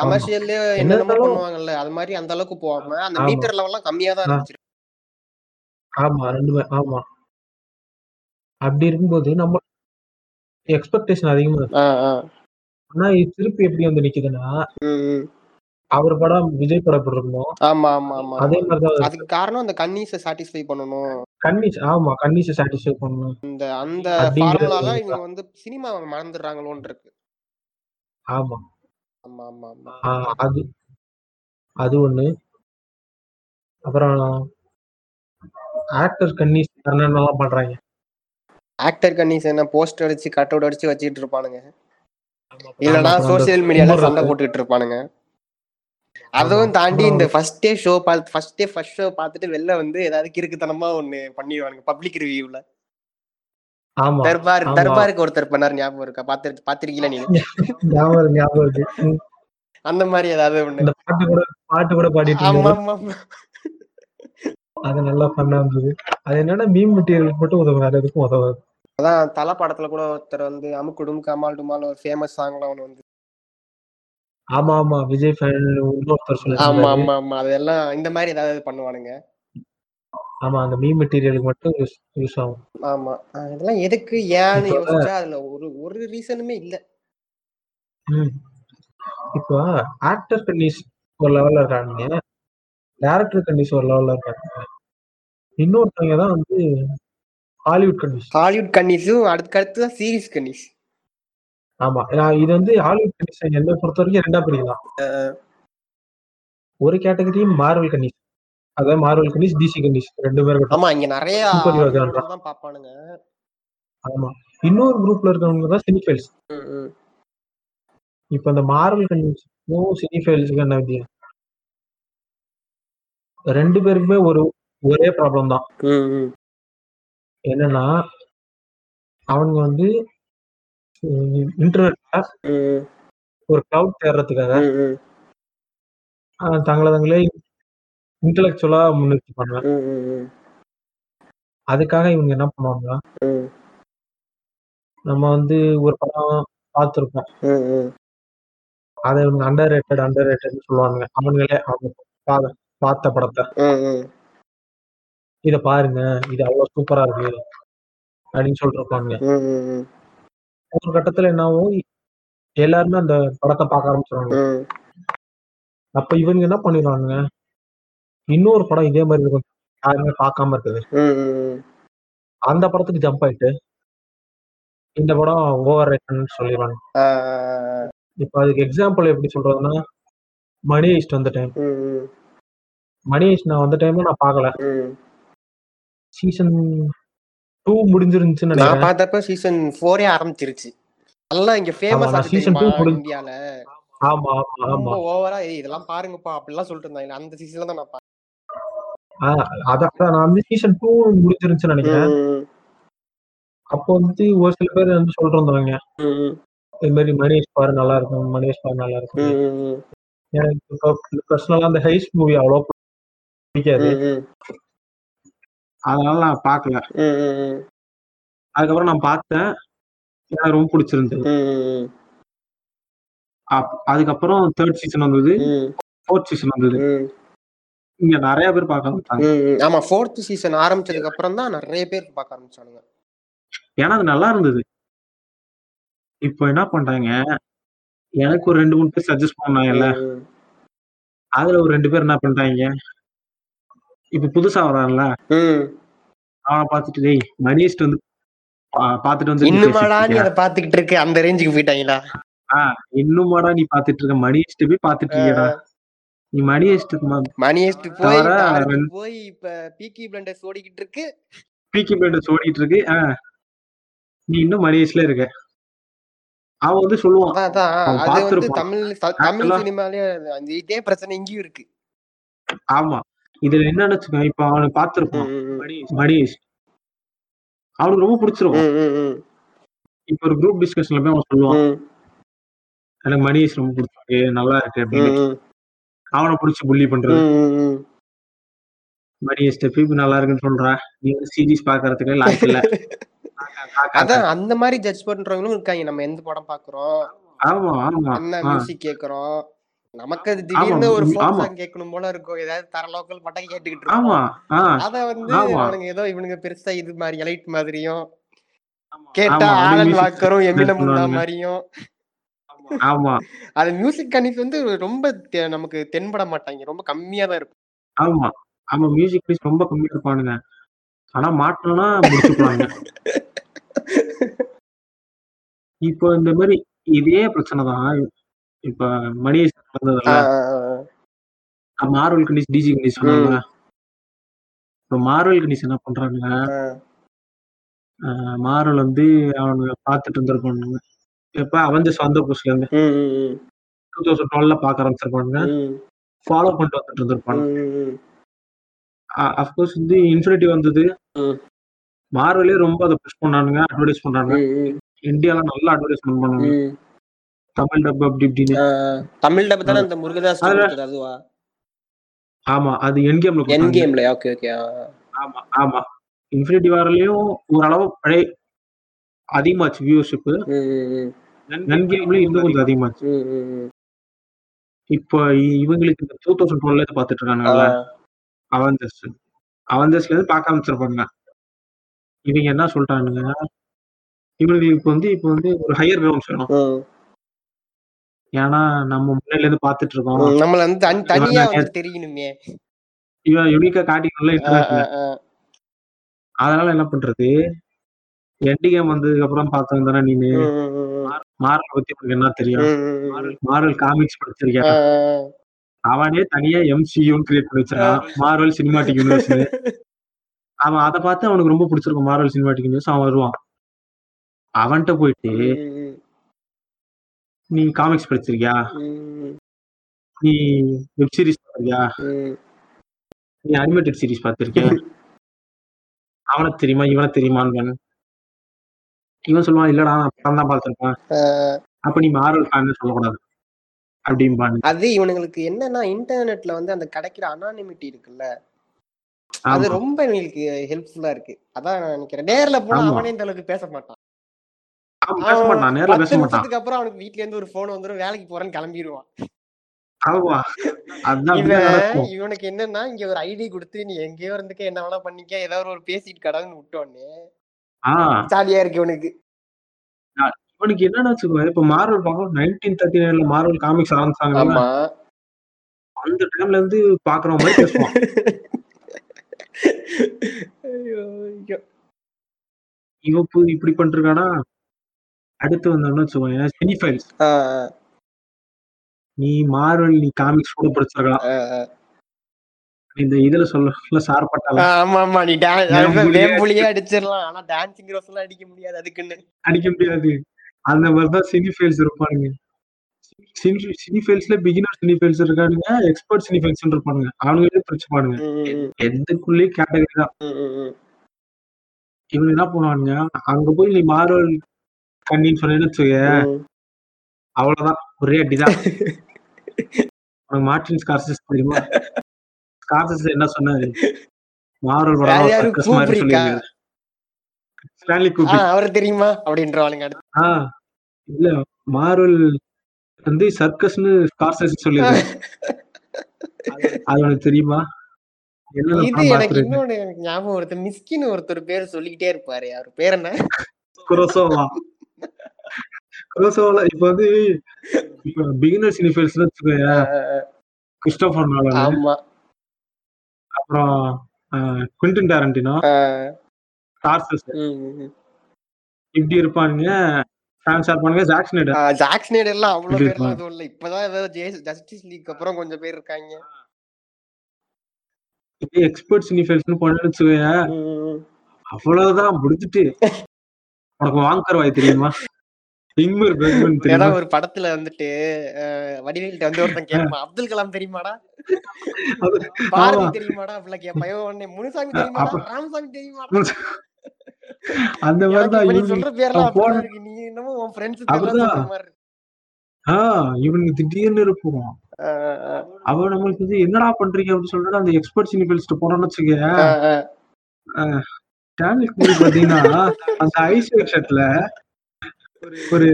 Speaker 2: கமர்ஷியல்ல என்னென்னமோ
Speaker 1: என்னென்னமோ-
Speaker 2: பண்ணுவாங்கல்ல அது மாதிரி அந்த அளவுக்கு போகாம அந்த
Speaker 1: ஆமா.
Speaker 2: மீட்டர் லெவல்லாம் கம்மியா தான்
Speaker 1: ஆ.
Speaker 2: இருந்துச்சு
Speaker 1: ஆமா ரெண்டுமே ஆமா அப்படி இருக்கும்போது நம்ம எக்ஸ்பெக்டேஷன் அதிகமா இருக்கு
Speaker 2: ஆ, ஆ.
Speaker 1: ஆனா இது திருப்பி எப்படி வந்து நிக்குதுன்னா
Speaker 2: ம், ம்.
Speaker 1: அவர் படம் விஜய் படம் எப்படி இருக்குமோ
Speaker 2: ஆமா ஆமா ஆமா
Speaker 1: அதே மாதிரிதான் இருக்கு.
Speaker 2: அதுக்கு காரணம் அந்த கன்னீஸை சாட்டிஸ்ஃபை பண்ணணும்
Speaker 1: கன்னிஸ் ஆமா கன்னிஸை சாட்டிஸ்ஃபை பண்ணணும்
Speaker 2: இந்த அந்த
Speaker 1: அப்படிங்கிறது
Speaker 2: ஃபார்முலால
Speaker 1: ஒரு
Speaker 2: இவங்க வந்து சினிமாவை மறந்துடுறாங்களோன்னு இருக்கு
Speaker 1: ஆமா
Speaker 2: ஆமா ஆமா ஆமா
Speaker 1: ஆ, அது அது ஒண்ணு அப்புறம் ஆக்டர் கன்னிஸ் என்னென்னலாம் பண்றாங்க
Speaker 2: ஆக்டர் கன்னீஸ் என்ன போஸ்டர் அடிச்சு கட் அவுட் அடிச்சு வச்சிட்டு இருப்பானுங்க இல்லனா
Speaker 1: ஆமா, அப்புறம் அந்த
Speaker 2: சோசியல் மீடியால
Speaker 1: கும்பல்
Speaker 2: சண்டை
Speaker 1: இருக்கு.
Speaker 2: போட்டுட்டு இருப்பானுங்க அதுவும் தாண்டி இந்த ஃபர்ஸ்ட் டே ஷோ பார்த்து ஃபர்ஸ்ட் டே ஃபர்ஸ்ட் ஷோ பார்த்துட்டு வெளில வந்து ஏதாவது கிறுக்குத்தனமா ஒண்ணு பண்ணிடுவானுங்க பப்ளிக் ரிவ்யூல
Speaker 1: ஆமா
Speaker 2: தர்பார்
Speaker 1: ஆமா.
Speaker 2: தர்பாருக்கு ஒருத்தர் பண்ணார் ஞாபகம் இருக்கா பாத்து பாத்திருக்கீங்களா நீங்க
Speaker 1: [LAUGHS] ஞாபகம் இருக்கு, ஞாபகம் இருக்கு. ம்,
Speaker 2: அந்த மாதிரி ஏதாவது ஒண்ணு
Speaker 1: இந்த பாட்டு கூட பாட்டு கூட பாடிட்டு
Speaker 2: ஆமா
Speaker 1: இருந்தது
Speaker 2: ஆமா ஆமா.
Speaker 1: அது நல்லா பண்ணா இருந்தது அது என்னன்னா மீன் மெட்டீரியல் மட்டும் உதவும் வேற எதுக்கும் உதவாது
Speaker 2: அதான் தல படத்துல கூட ஒருத்தர் வந்து அமுக்குடும் கமால் டுமால் ஒரு ஃபேமஸ் சாங்லாம் ஒண்ணு வந்து
Speaker 1: ஆமா ஆமா விஜய் ஃபேன் இன்னொருத்தர்
Speaker 2: ஆமா
Speaker 1: சொல்லிருந்தாரு
Speaker 2: ஆமா ஆமா அதெல்லாம் இந்த மாதிரி ஏதாவது பண்ணுவானுங்க
Speaker 1: ஆமா அந்த மீன் மெட்டீரியலுக்கு மட்டும் யூஸ் யூஸ் ஆகும்
Speaker 2: ஆமா அஹ் இதெல்லாம் எதுக்கு ஏன்னு
Speaker 1: இப்ப-
Speaker 2: யோசிச்சா அதுல ஒரு ஒரு ரீசனுமே இல்ல
Speaker 1: ம். இப்போ ஆக்டர் கண்டிஸ் ஒரு லெவல்ல இருக்காங்க டேரக்டர் கண்டிஸ் ஒரு லெவல்ல இருக்காங்க இன்னொருத்தவங்க தான் வந்து ஹாலிவுட் கண்டிஸ்
Speaker 2: ஹாலிவுட் கன்னிஸும் அடுத்து அடுத்து தான் சீரிஸ் கன்னிஸ்
Speaker 1: ஆமா நான் இது வந்து ஹாலிவுட் கண்டிஸ் என்ன பொறுத்த வரைக்கும் ரெண்டா பிரிக்கலாம் ஒரு கேட்டகரி மார்வல் கண்டிஸ் அதாவது மார்வல் கண்டிஸ் டிசி கண்டிஸ் ரெண்டு பேரும் இருக்கட்டும்.
Speaker 2: ஆமா இங்க நிறைய
Speaker 1: Super hero genre.
Speaker 2: Hollywood தான் பாப்பானுங்க
Speaker 1: ஆமா இன்னொரு குரூப்ல இருக்கவங்க தான் சினிஃபைல்ஸ்
Speaker 2: ம், ம்.
Speaker 1: இப்போ இந்த மார்வல் கண்டிஸ்க்கும் சினிஃபைல்ஸுக்கும் என்ன வித்தியாசம் ரெண்டு பேருக்குமே ஒரு ஒரே ப்ராப்ளம் தான்
Speaker 2: ம், ம்.
Speaker 1: என்னன்னா அவனுங்க வந்து இன்டர்நெட்ல
Speaker 2: ம்,
Speaker 1: ஒரு க்ளவுட் தேடுறதுக்காக
Speaker 2: ம், ம்,
Speaker 1: ஆஹ் தங்களை தங்களே இன்டலெக்சுவலா முன்னிறுத்தி பண்ணுவேன்
Speaker 2: ம், ம், ம்.
Speaker 1: அதுக்காக இவங்க என்ன பண்ணுவாங்கன்னா
Speaker 2: ம்,
Speaker 1: நம்ம வந்து ஒரு படம் பார்த்துருப்போம்
Speaker 2: ம், ம்.
Speaker 1: அதை இவங்க அண்டர் ரேட்டட் அண்டர் ரேட்டட்னு சொல்லுவாங்க அவங்களே அவங்க பா- பார்த்த படத்தை
Speaker 2: ம், ம்.
Speaker 1: இதை பாருங்க இது அவ்வளவு சூப்பரா இருக்கு அப்படின்னு சொல்லிருப்பாங்க
Speaker 2: ம், ம், ம்.
Speaker 1: ஒரு கட்டத்துல என்ன ஆகும் எல்லாருமே அந்த படத்தை பார்க்க ஆரம்பிச்சிருவாங்க
Speaker 2: ம்.
Speaker 1: அப்ப இவங்க என்ன பண்ணிடுவாங்க இன்னொரு படம் இதே மாதிரி இருக்கும் யாருமே பார்க்காம இருக்குது
Speaker 2: ம், ம், ம்.
Speaker 1: அந்த படத்துக்கு ஜம்ப் ஆயிட்டு இந்த படம் ஓவர் ரேட்டட்னு சொல்லிடுவாங்க
Speaker 2: ஆஹ்,
Speaker 1: இப்போ அதுக்கு எக்ஸாம்பிள் எப்படி சொல்றதுன்னா மணி ஈஸ்ட் வந்த டைம்
Speaker 2: ம், ம்,
Speaker 1: மணி ஈஸ்ட் நான் வந்த டைம்ல நான் பார்க்கல
Speaker 2: ம்.
Speaker 1: சீசன் டூ முடிஞ்சிருந்துச்சுன்னு
Speaker 2: நான்
Speaker 1: நினைக்கிறேன்
Speaker 2: பார்த்தப்ப சீசன் ஃபோரே ஆரம்பிச்சிருச்சு நல்லா இங்க ஃபேமஸ்
Speaker 1: ஆமா,
Speaker 2: ஆச்சு
Speaker 1: season
Speaker 2: தெரியுமா
Speaker 1: two முடிஞ்சு-
Speaker 2: இந்தியால
Speaker 1: ஆமா ஆமா ஆமா
Speaker 2: ரொம்ப ஓவரா இதெல்லாம் பாருங்கப்பா அப்படிலாம் சொல்லிட்டு இருந்தாங்க அந்த சீசன்ல தான் நான் பார்த்தேன்
Speaker 1: ஆஹ் அத- அதான் நான் வந்து சீசன் டூ முடிஞ்சிருந்துச்சுன்னு நினைக்கிறேன்
Speaker 2: ம்,
Speaker 1: அப்போ வந்து ஒரு சில பேர் வந்து சொல்றாங்க
Speaker 2: ம், ம்.
Speaker 1: இது மாதிரி மணி ஈஸ்ட் பாரு நல்லா இருக்கும் மணி ஈஸ்ட் பாரு நல்லா இருக்கும்
Speaker 2: ம், ம், ம்.
Speaker 1: எனக்கு பர்சனலா அந்த ஹைஸ் மூவி அவ்வளோ பிடிக்காது
Speaker 2: ம், ம்.
Speaker 3: அதனால நான் பார்க்கல
Speaker 2: ம், ம், ம்.
Speaker 3: அதுக்கப்புறம் நான் பார்த்தேன் எனக்கு ரொம்ப பிடிச்சிருந்தது
Speaker 2: ம், ம்,
Speaker 3: அப்- அதுக்கப்புறம் தேர்ட் சீசன் வந்தது
Speaker 2: ம்.
Speaker 3: ஃபோர்த் சீசன் வந்தது
Speaker 2: ம்,
Speaker 3: இங்க நிறைய பேர் பார்க்க ஆரம்பிச்சாங்க
Speaker 2: ம், ம். ஆமா ஃபோர்த் சீசன் ஆரம்பிச்சதுக்கு அப்புறம் தான் நிறைய பேர் பார்க்க ஆரம்பிச்சானுங்க
Speaker 3: ஏன்னா அது நல்லா இருந்தது இப்போ என்ன பண்றாங்க எனக்கு ஒரு ரெண்டு மூணு பேர் சஜஸ்ட் பண்ணாங்கல்ல
Speaker 2: ம்,
Speaker 3: அதுல ஒரு ரெண்டு பேர் என்ன பண்றாங்க இப்ப புதுசா வரான்ல
Speaker 2: ம்.
Speaker 3: அவனை பார்த்துட்டு டேய் மணிஷ்ட் வந்து பா- பார்த்துட்டு வந்து நீ
Speaker 2: இன்னுமாடா
Speaker 3: பேசிட்டு
Speaker 2: நீ
Speaker 3: இருக்கியா?
Speaker 2: அதை பாத்துக்கிட்டு இருக்க அந்த ரேஞ்சுக்கு போயிட்டாங்களா
Speaker 3: ஆ, இன்னுமாடா நீ பார்த்துட்டு இருக்க மணிஷ்ட் போய் பார்த்துட்டு இருக்கியடா நீ மணிஷ்ட்
Speaker 2: மணியஸ்ட் போய்
Speaker 3: தவிர
Speaker 2: டார்க்கு
Speaker 3: ரெண்டு-
Speaker 2: போய் இப்ப பீக்கி பிளண்டர்ஸ் ஓடிக்கிட்டு இருக்கு
Speaker 3: பீக்கி பிளைண்டர்ஸ் ஓடிட்டு இருக்கு ஆ, நீ இன்னும் மணிஷ்ல இருக்க அவன் வந்து சொல்லுவான்
Speaker 2: அதான், அதான்
Speaker 3: அவன்
Speaker 2: அது வந்து
Speaker 3: பார்த்திருப்பான்.
Speaker 2: தமிழ் த- தமிழ்
Speaker 3: Actual-ஆ-
Speaker 2: சினிமாலயே அது- அந்த இதே பிரச்சனை இங்கேயும் இருக்கு
Speaker 3: ஆமா இதுல என்னன்னு வச்சுக்கோ இப்ப அவனை பார்த்திருப்பான்
Speaker 2: ம், ம்,
Speaker 3: மணிஷ் அவனுக்கு ரொம்ப பிடிச்சிருக்கும்
Speaker 2: ம். ம், ம்,
Speaker 3: இப்ப ஒரு குரூப் டிஸ்கஷன்ல போய் அவன் சொல்லுவான்
Speaker 2: ம்.
Speaker 1: எனக்கு மணிஷ் ரொம்ப பிடிச்சிருக்கு நல்லா இருக்கு அப்படின்னு அவனை பிடிச்சி புள்ளி பண்றது மணிஷ் பீப்பு நல்லா இருக்குன்னு சொல்றான் நீ வந்து சீரீஸ் பாக்குறதுக்கு லாய்க்கு
Speaker 2: [LAUGHS]
Speaker 1: இல்ல
Speaker 2: அதான் அந்த மாதிரி ஜட்ஜ் பண்றவங்களும் இருக்காங்க நம்ம எந்த படம் பாக்குறோம்
Speaker 1: ஆமா ஆமா
Speaker 2: என்ன
Speaker 1: ஆ.
Speaker 2: மியூசிக் கேக்குறோம் நமக்கு அது திடீர்னு ஒரு
Speaker 1: ஆமா.
Speaker 2: ஃபோக் சாங் கேட்கணும் போல இருக்கும் ஏதாவது தர லோக்கல் மட்டும் கேட்டுக்கிட்டு
Speaker 1: ஆமா
Speaker 2: இருக்கோம்
Speaker 1: ஆ
Speaker 2: அத வந்து
Speaker 1: ஆமா.
Speaker 2: அவனுங்க ஏதோ இவனுங்க பெருசா இது மாதிரி எலைட் மாதிரியும் கேட்டா
Speaker 1: ஆமா, அது
Speaker 2: ஆலன்
Speaker 1: music
Speaker 2: வாக்கரும் எமினமும் தான்
Speaker 1: பண்ணுவானுங்க.
Speaker 2: மாதிரியும்
Speaker 1: ஆமா
Speaker 2: அது மியூசிக் கணிப்பு வந்து ரொம்ப தெ- நமக்கு தென்பட மாட்டாங்க ரொம்ப கம்மியா தான் இருக்கும்
Speaker 1: ஆமா ஆமா மியூசிக் பீஸ் ரொம்ப கம்மியா இருப்பானுங்க ஆனா மாட்டணும்னா முடிச்சுக்குவாங்க இப்போ இந்த மாதிரி இதே பிரச்சனை தான் இப்ப மணிஷ் நடந்ததுல
Speaker 2: ஆஹ்
Speaker 1: மார்வல் கண்டிஷ் டிஜி கண்டிஷ் சொன்னாங்க இப்போ மார்வல் கண்டிஷ் என்ன பண்றாங்க
Speaker 2: ஆஹ்
Speaker 1: மார்வல் வந்து அவனுங்க பார்த்துட்டு இருந்திருப்பானுங்க இப்ப அவஞ்ச சொந்த புதுசுல இருந்து
Speaker 2: உம் உம் உம்
Speaker 1: டூ தௌசண்ட் டுவெல்ல பார்க்க ஆரம்பிச்சிருப்பானுங்க
Speaker 2: உம்
Speaker 1: ஃபாலோ பண்ணிட்டு வந்துட்டு இருந்திருப்பானுங்க
Speaker 2: உம் உம்
Speaker 1: அஃப்கோர்ஸ் வந்து இன்ஃபினிட்டி வந்தது
Speaker 2: ம்.
Speaker 1: மார்வலே ரொம்ப அதை புஷ் பண்ணானுங்க அட்வர்டைஸ் பண்ணானுங்க
Speaker 2: உம் உம்
Speaker 1: இந்தியால நல்லா அட்வர்டைஸ்மெண்ட் பண்ணாங்க
Speaker 2: உம்
Speaker 1: தமிழ் டப் அப்படி இப்படின்னு
Speaker 2: ஆஹ் தமிழ் டப் தானே அந்த முருகதாஸ்
Speaker 1: அதுல-
Speaker 2: கொடுத்தது அதுவா
Speaker 1: ஆமா அது என் கேம்ல
Speaker 2: என்
Speaker 1: கொடுத்தாங்க
Speaker 2: கேம்ல ஓகே ஓகே
Speaker 1: ஆமா ஆமா இன்ஃபினிட்டி வார்லயும் ஓரளவு பழைய அதிகமாச்சு வியூவர்ஷிப் என் கேம்ல இன்னும் கொஞ்சம் அதிகமாச்சு இப்போ இ- இவங்களுக்கு இந்த டூ தௌசண்ட் டுவெல்ல இருந்து பாத்துட்டு இருக்காங்கல்ல அவெஞ்சர்ஸ் அவெஞ்சர்ஸ்ல இருந்து பார்க்க ஆரம்பிச்சிருப்பாங்க இவங்க என்ன சொல்லிட்டானுங்க இவங்களுக்கு வந்து இப்போ வந்து ஒரு ஹையர் கிரவுண்ட்ஸ் வேணும் ஏன்னா நம்ம முன்னாடில இருந்து பாத்துட்டு இருக்கோம்
Speaker 2: நம்மள வந்து தனி- தனியா வந்து தெரியணுமே
Speaker 1: இவன் யூனிக்கா காட்டிக்கணும்ல இன்டர்நேஷனல்
Speaker 2: ஆஹ் ஆஹ்
Speaker 1: அதனால என்ன பண்றது என்டி கேம் வந்ததுக்கு அப்புறம் பார்த்தவன் தானே நீனு
Speaker 2: உம் உம் உம் உம்
Speaker 1: மாரல் பத்தி உனக்கு என்ன தெரியும்
Speaker 2: உம் உம் உம்
Speaker 1: மாரல் காமிக்ஸ் படிச்சிருக்கியா
Speaker 2: ஆஹ்
Speaker 1: அவனே தனியா எம்சியூன்னு கிரியேட் பண்ணி வச்சிருக்கான் மார்வல் சினிமாட்டிக்
Speaker 2: [LAUGHS]
Speaker 1: யூனிவர்ஸ் அவன் அதை பார்த்து அவனுக்கு ரொம்ப பிடிச்சிருக்கும் மார்வல் சினிமாட்டிக் யூனிவர்ஸ் அவன் வருவான் அவன்கிட்ட போயிட்டு
Speaker 2: உம் உம்
Speaker 1: நீ காமிக்ஸ் படிச்சிருக்கியா
Speaker 2: உம்
Speaker 1: நீ வெப் சீரிஸ் பார்த்திருக்கியா
Speaker 2: உம்
Speaker 1: நீ அனிமேட்டட் சீரிஸ்
Speaker 2: [LAUGHS]
Speaker 1: பார்த்திருக்கியா அவனுக்கு தெரியுமா இவனை தெரியுமான்னு இவன் சொல்லுவான் இல்லடா நான் படம் தான் பார்த்திருப்பேன்
Speaker 2: ஆஹ்
Speaker 1: அப்ப நீ மார்வல் ஃபேன்னு சொல்லக்கூடாது அப்படிம்பானு
Speaker 2: அது இவனுங்களுக்கு என்னன்னா இன்டர்நெட்ல வந்து அந்த கிடைக்கிற அனானிமிட்டி இருக்குல்ல அது
Speaker 1: ஆமா.
Speaker 2: ரொம்ப இவங்களுக்கு ஹெல்ப்ஃபுல்லா இருக்கு அதான் நான் நினைக்கிறேன் நேர்ல போனா
Speaker 1: ஆமா.
Speaker 2: அவனே இந்த அளவுக்கு பேச மாட்டான்
Speaker 1: அவன் பேச
Speaker 2: அவன்
Speaker 1: மாட்டான் நேர்ல
Speaker 2: பத்து
Speaker 1: பேச மாட்டான்
Speaker 2: நிமிஷத்துக்கு அப்புறம் அவனுக்கு வீட்ல இருந்து ஒரு போன் வந்துரும் வேலைக்கு போறேன்னு கிளம்பிடுவான்
Speaker 1: ஆமா அதுதான் அப்படிதான்
Speaker 2: இவன்
Speaker 1: நடக்கும்
Speaker 2: இவனுக்கு என்னன்னா இங்க ஒரு ஐடி கொடுத்து நீ எங்கேயோ இருந்துக்க என்ன வேணா பண்ணிக்க ஏதாவது ஒரு பேசிட்டு கடவுன்னு விட்டோன்னே
Speaker 1: ஆஹ்
Speaker 2: ஜாலியா இருக்கு இவனுக்கு
Speaker 1: இவனுக்கு என்னன்னு வச்சுக்கோ இப்ப மார்வல் பார்க்கணும் நைன்டீன் தேர்ட்டி நைன்ல மார்வல் காமிக்ஸ் ஆரம்பிச்சாங்க
Speaker 2: ஆமா
Speaker 1: அந்த டைம்ல இருந்து பாக்குறவன் மாதிரி பேசுவான்
Speaker 2: ஐயோ, ஐயோ.
Speaker 1: இவன் பு- இப்படி பண்ணிருக்கானா அடுத்து வந்தோம்னு வச்சுக்கோங்க சினி ஃபைல்ஸ்
Speaker 2: ஆ,
Speaker 1: நீ மார்வல் நீ காமிக்ஸ் கூட படிச்சிருக்கலாம்
Speaker 2: ஆ, ஆ.
Speaker 1: இந்த இதுல சொல்ல சார்பட்டால
Speaker 2: ஆமா ஆமா நீ டான்ஸ்
Speaker 1: வேம்புலியே
Speaker 2: வேம்புலியே அடிச்சிடலாம் ஆனா டான்சிங் ரோஸ் எல்லாம் அடிக்க முடியாது அதுக்குன்னு
Speaker 1: அடிக்க முடியாது அந்த மாதிரிதான் சினி ஃபைல்ஸ் இருப்பானுங்க சினி- சினி ஃபைல்ஸ்ல பிகினர் சினி ஃபைல்ஸ் இருக்கானுங்க எக்ஸ்பர்ட் சினி ஃபைல்ஸ் இருப்பானுங்க அவனுங்களே பிரிச்சுப்பானுங்க
Speaker 2: ம்,
Speaker 1: எதுக்குள்ளேயே கேட்டகரி தான்
Speaker 2: ம், ம், ம்.
Speaker 1: இவங்க என்ன பண்ணுவானுங்க அங்க போய் நீ மார்வல் கண்ணின்னு சொன்னேன்னு வச்சுக்க
Speaker 2: ம்.
Speaker 1: அவ்வளவுதான் ஒரே அடிதான் உனக்கு மார்டின் ஸ்கார்சஸ் தெரியுமா ஸ்கார்சஸ் என்ன சொன்னாரு மார்வல்
Speaker 2: யார்
Speaker 1: படம்
Speaker 2: யாரு?
Speaker 1: circus மாதிரி
Speaker 2: கூப்ரிக்கா?
Speaker 1: சொல்லியிருக்காரு ஸ்டான்லி
Speaker 2: ஆ,
Speaker 1: கூப்ரிக்
Speaker 2: அவரை தெரியுமா அப்படின்றவாளுங்க அடுத்து
Speaker 1: ஆ இல்ல மார்வல் வந்து சர்க்கஸ்னு ஸ்கார்சஸ்
Speaker 2: [LAUGHS]
Speaker 1: சொல்லியிருக்காரு அது உனக்கு தெரியுமா என்ன
Speaker 2: இது
Speaker 1: படம்
Speaker 2: எனக்கு
Speaker 1: பாத்துருக்கு
Speaker 2: இன்னொன்னு எனக்கு ஞாபகம் வருது மிஸ்கின்னு ஒருத்தர் பேர் சொல்லிக்கிட்டே இருப்பாரு அவர் பேர் என்ன
Speaker 1: குரோசோவா குரோசோவால இப்ப வந்து இப்ப பிகினர் சினிஃபைல்ஸ் வச்சுக்கோயா கிறிஸ்டோபர் நோலன்
Speaker 2: ஆமா
Speaker 1: அப்புறம் குவிண்டன் டாரண்டினோ
Speaker 2: ஆ,
Speaker 1: ஸ்கார்சஸ்
Speaker 2: ம், ம், ம்.
Speaker 1: இப்படி இருப்பானுங்க ஃபேன்ஸ் இருப்பானுங்க ஜாக்சன்
Speaker 2: ஆ, ஜாக் ஸ்னைடர் எல்லாம் அவ்வளவு
Speaker 1: இப்படி
Speaker 2: பேர்லாம் எதுவும் இல்ல இப்பதான் ஏதாவது ஜஸ்டிஸ் லீக் அப்புறம் கொஞ்சம் பேர் இருக்காங்க
Speaker 1: எக்ஸ்பர்ட் சினிஃபைல்ஸ்னு பண்ணு வச்சுக்கோயா
Speaker 2: ம், ம்,
Speaker 1: அவ்வளவுதான் முடிஞ்சிட்டு உனக்கு வாங்கர் வாய் தெரியுமா இங்மர் பெர்க்மன்
Speaker 2: [LAUGHS] ம்.
Speaker 1: தெரியுமா
Speaker 2: ஏதாவது ஒரு படத்துல வந்துட்டு அஹ், வடிவேல்கிட்ட வந்து ஒருத்தன் கேட்பான் அப்துல் கலாம் தெரியுமாடா
Speaker 1: அது-
Speaker 2: பாரதி
Speaker 1: ஆமா.
Speaker 2: தெரியுமாடா அப்படிலாம் கேட்பான் இவன் உடனே முனுசாமி தெரியுமாடா
Speaker 1: அப்ப-
Speaker 2: ராமசாமி தெரியுமாடா
Speaker 1: அந்த மாதிரி
Speaker 2: எனக்கு
Speaker 1: தான்
Speaker 2: இப்ப நீ
Speaker 1: இவங்க
Speaker 2: சொல்ற பேர்லாம்
Speaker 1: நான் போன-
Speaker 2: அப்படிதான் இருக்கு நீ என்னமோ உன் ஃப்ரெண்ட்ஸ் பேர்லாம்
Speaker 1: அப்படிதான்.
Speaker 2: சொல்ற மாதிரி இருக்கு
Speaker 1: ஆ இவனுக்கு திடீர்னு இருப்போம்
Speaker 2: அஹ் அஹ்
Speaker 1: அவன் நம்மளுக்கு வந்து என்னடா பண்றீங்க அப்படின்னு சொல்லிட்டு அந்த எக்ஸ்பர்ட் சினி பெல்ஸ்ட் போனோம்னு வச்சுக்க
Speaker 2: அஹ் அஹ்
Speaker 1: டேனிக் மூவி பாத்தீங்கன்னா அந்த ஐஸ் ஷர்ட்ல ஒரு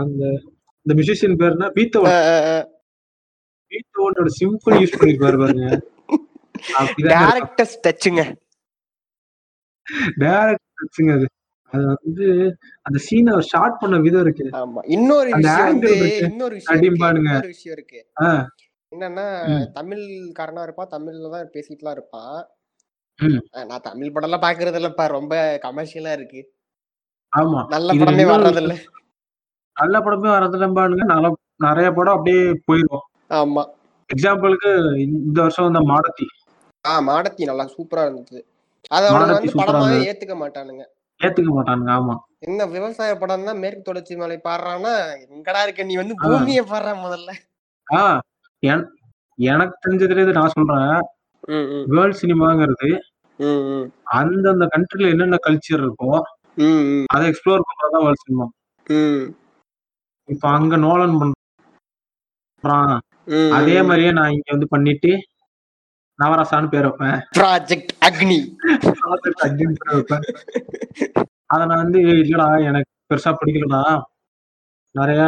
Speaker 1: அந்த இந்த மியூசிஷியன் பேருனா பீத்தவன்
Speaker 2: [LAUGHS] அஹ் அஹ் அஹ்.
Speaker 1: பீத்தவனோட சிம்பிள் யூஸ் பண்ணிருப்பாரு பாருங்க அப்படிதான்
Speaker 2: Director's touchங்க.
Speaker 1: டேரக்ட் அது அது வந்து அந்த சீனை அவர் ஷார்ட் பண்ண விதம் இருக்கு
Speaker 2: ஆமா இன்னொரு
Speaker 1: அந்த
Speaker 2: விஷயம்
Speaker 1: angle
Speaker 2: வந்து
Speaker 1: இருக்கு.
Speaker 2: இன்னொரு விஷயம் இருக்கு,
Speaker 1: அடிம்பானுங்க.
Speaker 2: இன்னொரு விஷயம் இருக்கு
Speaker 1: ஆ,
Speaker 2: என்னன்னா
Speaker 1: ம்.
Speaker 2: தமிழ்காரனா இருப்பான் தமிழ்ல தான் பேசிட்டுலாம் இருப்பான்
Speaker 1: ம்.
Speaker 2: அஹ் நான் தமிழ் படம் எல்லாம் பாக்குறது இல்லப்பா ரொம்ப கமர்ஷியலா இருக்கு
Speaker 1: ஆமா
Speaker 2: நல்ல
Speaker 1: இது
Speaker 2: படமே
Speaker 1: இன்னொரு
Speaker 2: வர்றது இல்ல
Speaker 1: நல்ல படமே வரதுலம்பானுங்க நல்ல நிறைய படம் அப்படியே போயிடும்
Speaker 2: ஆமா
Speaker 1: எக்ஸாம்பிளுக்கு இந்த வருஷம் வந்த மாடத்தி
Speaker 2: ஆ மாடத்தி நல்லா சூப்பரா இருந்தது அத அவனுக்கு
Speaker 1: மாடத்தி
Speaker 2: வந்து
Speaker 1: சூப்பரா
Speaker 2: படமாவே ஏத்துக்க மாட்டானுங்க
Speaker 1: ஏத்துக்க மாட்டானுங்க ஆமா
Speaker 2: என்ன விவசாய படம்னா மேற்கு தொடர்ச்சி மலை பாடுறான்னா எங்கடா இருக்க நீ வந்து பூமியை பாடுற முதல்ல
Speaker 1: ஆ என்- எனக்கு தெரிஞ்சதுல இது நான் சொல்றேன்
Speaker 2: ம், ம்,
Speaker 1: வேர்ல்ட் சினிமாங்கிறது
Speaker 2: ம், ம்,
Speaker 1: அந்தந்த கண்ட்ரில என்னென்ன கல்ச்சர் இருக்கோ
Speaker 2: ம், ம்,
Speaker 1: அதை எக்ஸ்ப்ளோர் பண்றதுதான் வேர்ல்ட் சினிமா
Speaker 2: ம்,
Speaker 1: இப்ப அங்க நோலன் பண்றான்
Speaker 2: ம்.
Speaker 1: அதே மாதிரியே நான் இங்க வந்து பண்ணிட்டு நவரசான்னு பேர் வைப்பேன்
Speaker 2: ப்ராஜெக்ட் அக்னி
Speaker 1: project அர்ஜுன் பேர் வைப்பேன் அத நான் வந்து "ஏய், இல்லடா எனக்கு பெருசா பிடிக்கலடா நிறைய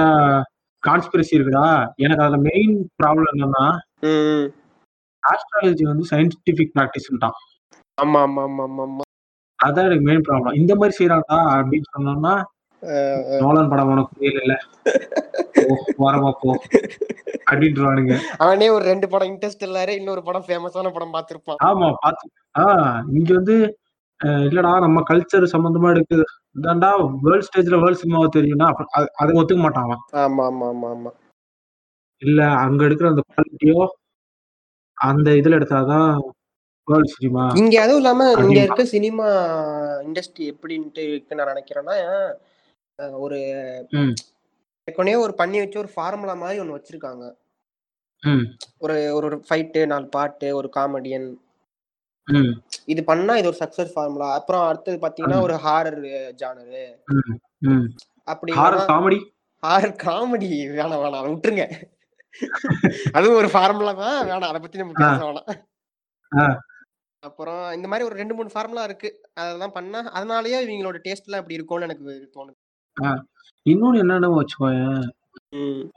Speaker 1: கான்ஸ்பிரசி இருக்குடா எனக்கு அதுல மெயின் ப்ராப்ளம் என்னன்னா
Speaker 2: ம், ம்.
Speaker 1: ஆஸ்ட்ராலஜி வந்து சயின்டிபிக் ப்ராக்டிஸ்ன்றான்
Speaker 2: ஆமா ஆமா ஆமா ஆமா ஆமா
Speaker 1: அதான் எனக்கு மெயின் ப்ராப்ளம் இந்த மாதிரி செய்யறாங்கடா அப்படின்னு சொன்னோம்னா
Speaker 2: அஹ், அஹ்.
Speaker 1: நோலன் படம் உனக்கு புரியல இல்ல ஓ வரமா போ அப்படின்றானுங்க
Speaker 2: அவனே ஒரு ரெண்டு படம் இன்ட்ரெஸ்ட் இல்லாரு இன்னொரு படம் ஃபேமஸான படம் பார்த்திருப்பான்
Speaker 1: ஆமா பாத்து ஆஹ் இங்க வந்து அஹ், இல்லடா நம்ம கல்ச்சர் சம்பந்தமா எடுக்கு இதாண்டா வேர்ல்ட் ஸ்டேஜ்ல வேர்ல்ட் சினிமாவை தெரியும்னா அப்ப அது- அதை ஒத்துக்க மாட்டான் அவன்
Speaker 2: ஆமா ஆமா ஆமா ஆமா
Speaker 1: இல்ல அங்க எடுக்கிற அந்த குவாலிட்டியோ அந்த இதுல எடுத்தாதான் வேர்ல்ட் சினிமா
Speaker 2: இங்க அதுவும் இல்லாம இங்க
Speaker 1: அப்படியா?
Speaker 2: இருக்க சினிமா இண்டஸ்ட்ரி எப்படின்ட்டு இருக்கு நான் நினைக்கிறேன்னா அஹ், ஒரு
Speaker 1: ம்.
Speaker 2: ஏற்கனவே ஒரு பண்ணி வச்சு ஒரு ஃபார்முலா மாதிரி ஒன்னு வச்சிருக்காங்க
Speaker 1: ம்.
Speaker 2: ஒரு ஒரு ஃபைட்டு நாலு பாட்டு ஒரு காமெடியன்
Speaker 1: ம்.
Speaker 2: இது பண்ணா இது ஒரு சக்சஸ் ஃபார்முலா அப்புறம் அடுத்தது பாத்தீங்கன்னா ஒரு ஹாரர் ஜானரு
Speaker 1: ம். ம்.
Speaker 2: அப்படி
Speaker 1: ஹாரர் காமெடி
Speaker 2: ஹாரர் காமெடி வேணாம் வேணாம் அதை விட்டுருங்க அதுவும் ஒரு ஃபார்முலா தான் வேணாம் அதை பத்தி நம்ம பேச வேணாம்
Speaker 1: ஆ.
Speaker 2: அப்புறம் இந்த மாதிரி ஒரு ரெண்டு மூணு ஃபார்முலா இருக்கு அதெல்லாம் பண்ணா அதனாலயே இவங்களோட டேஸ்ட்லாம் இப்படி இருக்கும்னு எனக்கு தோணுது
Speaker 1: இன்னொன்னு என்னன்னு வச்சுக்கோயேன்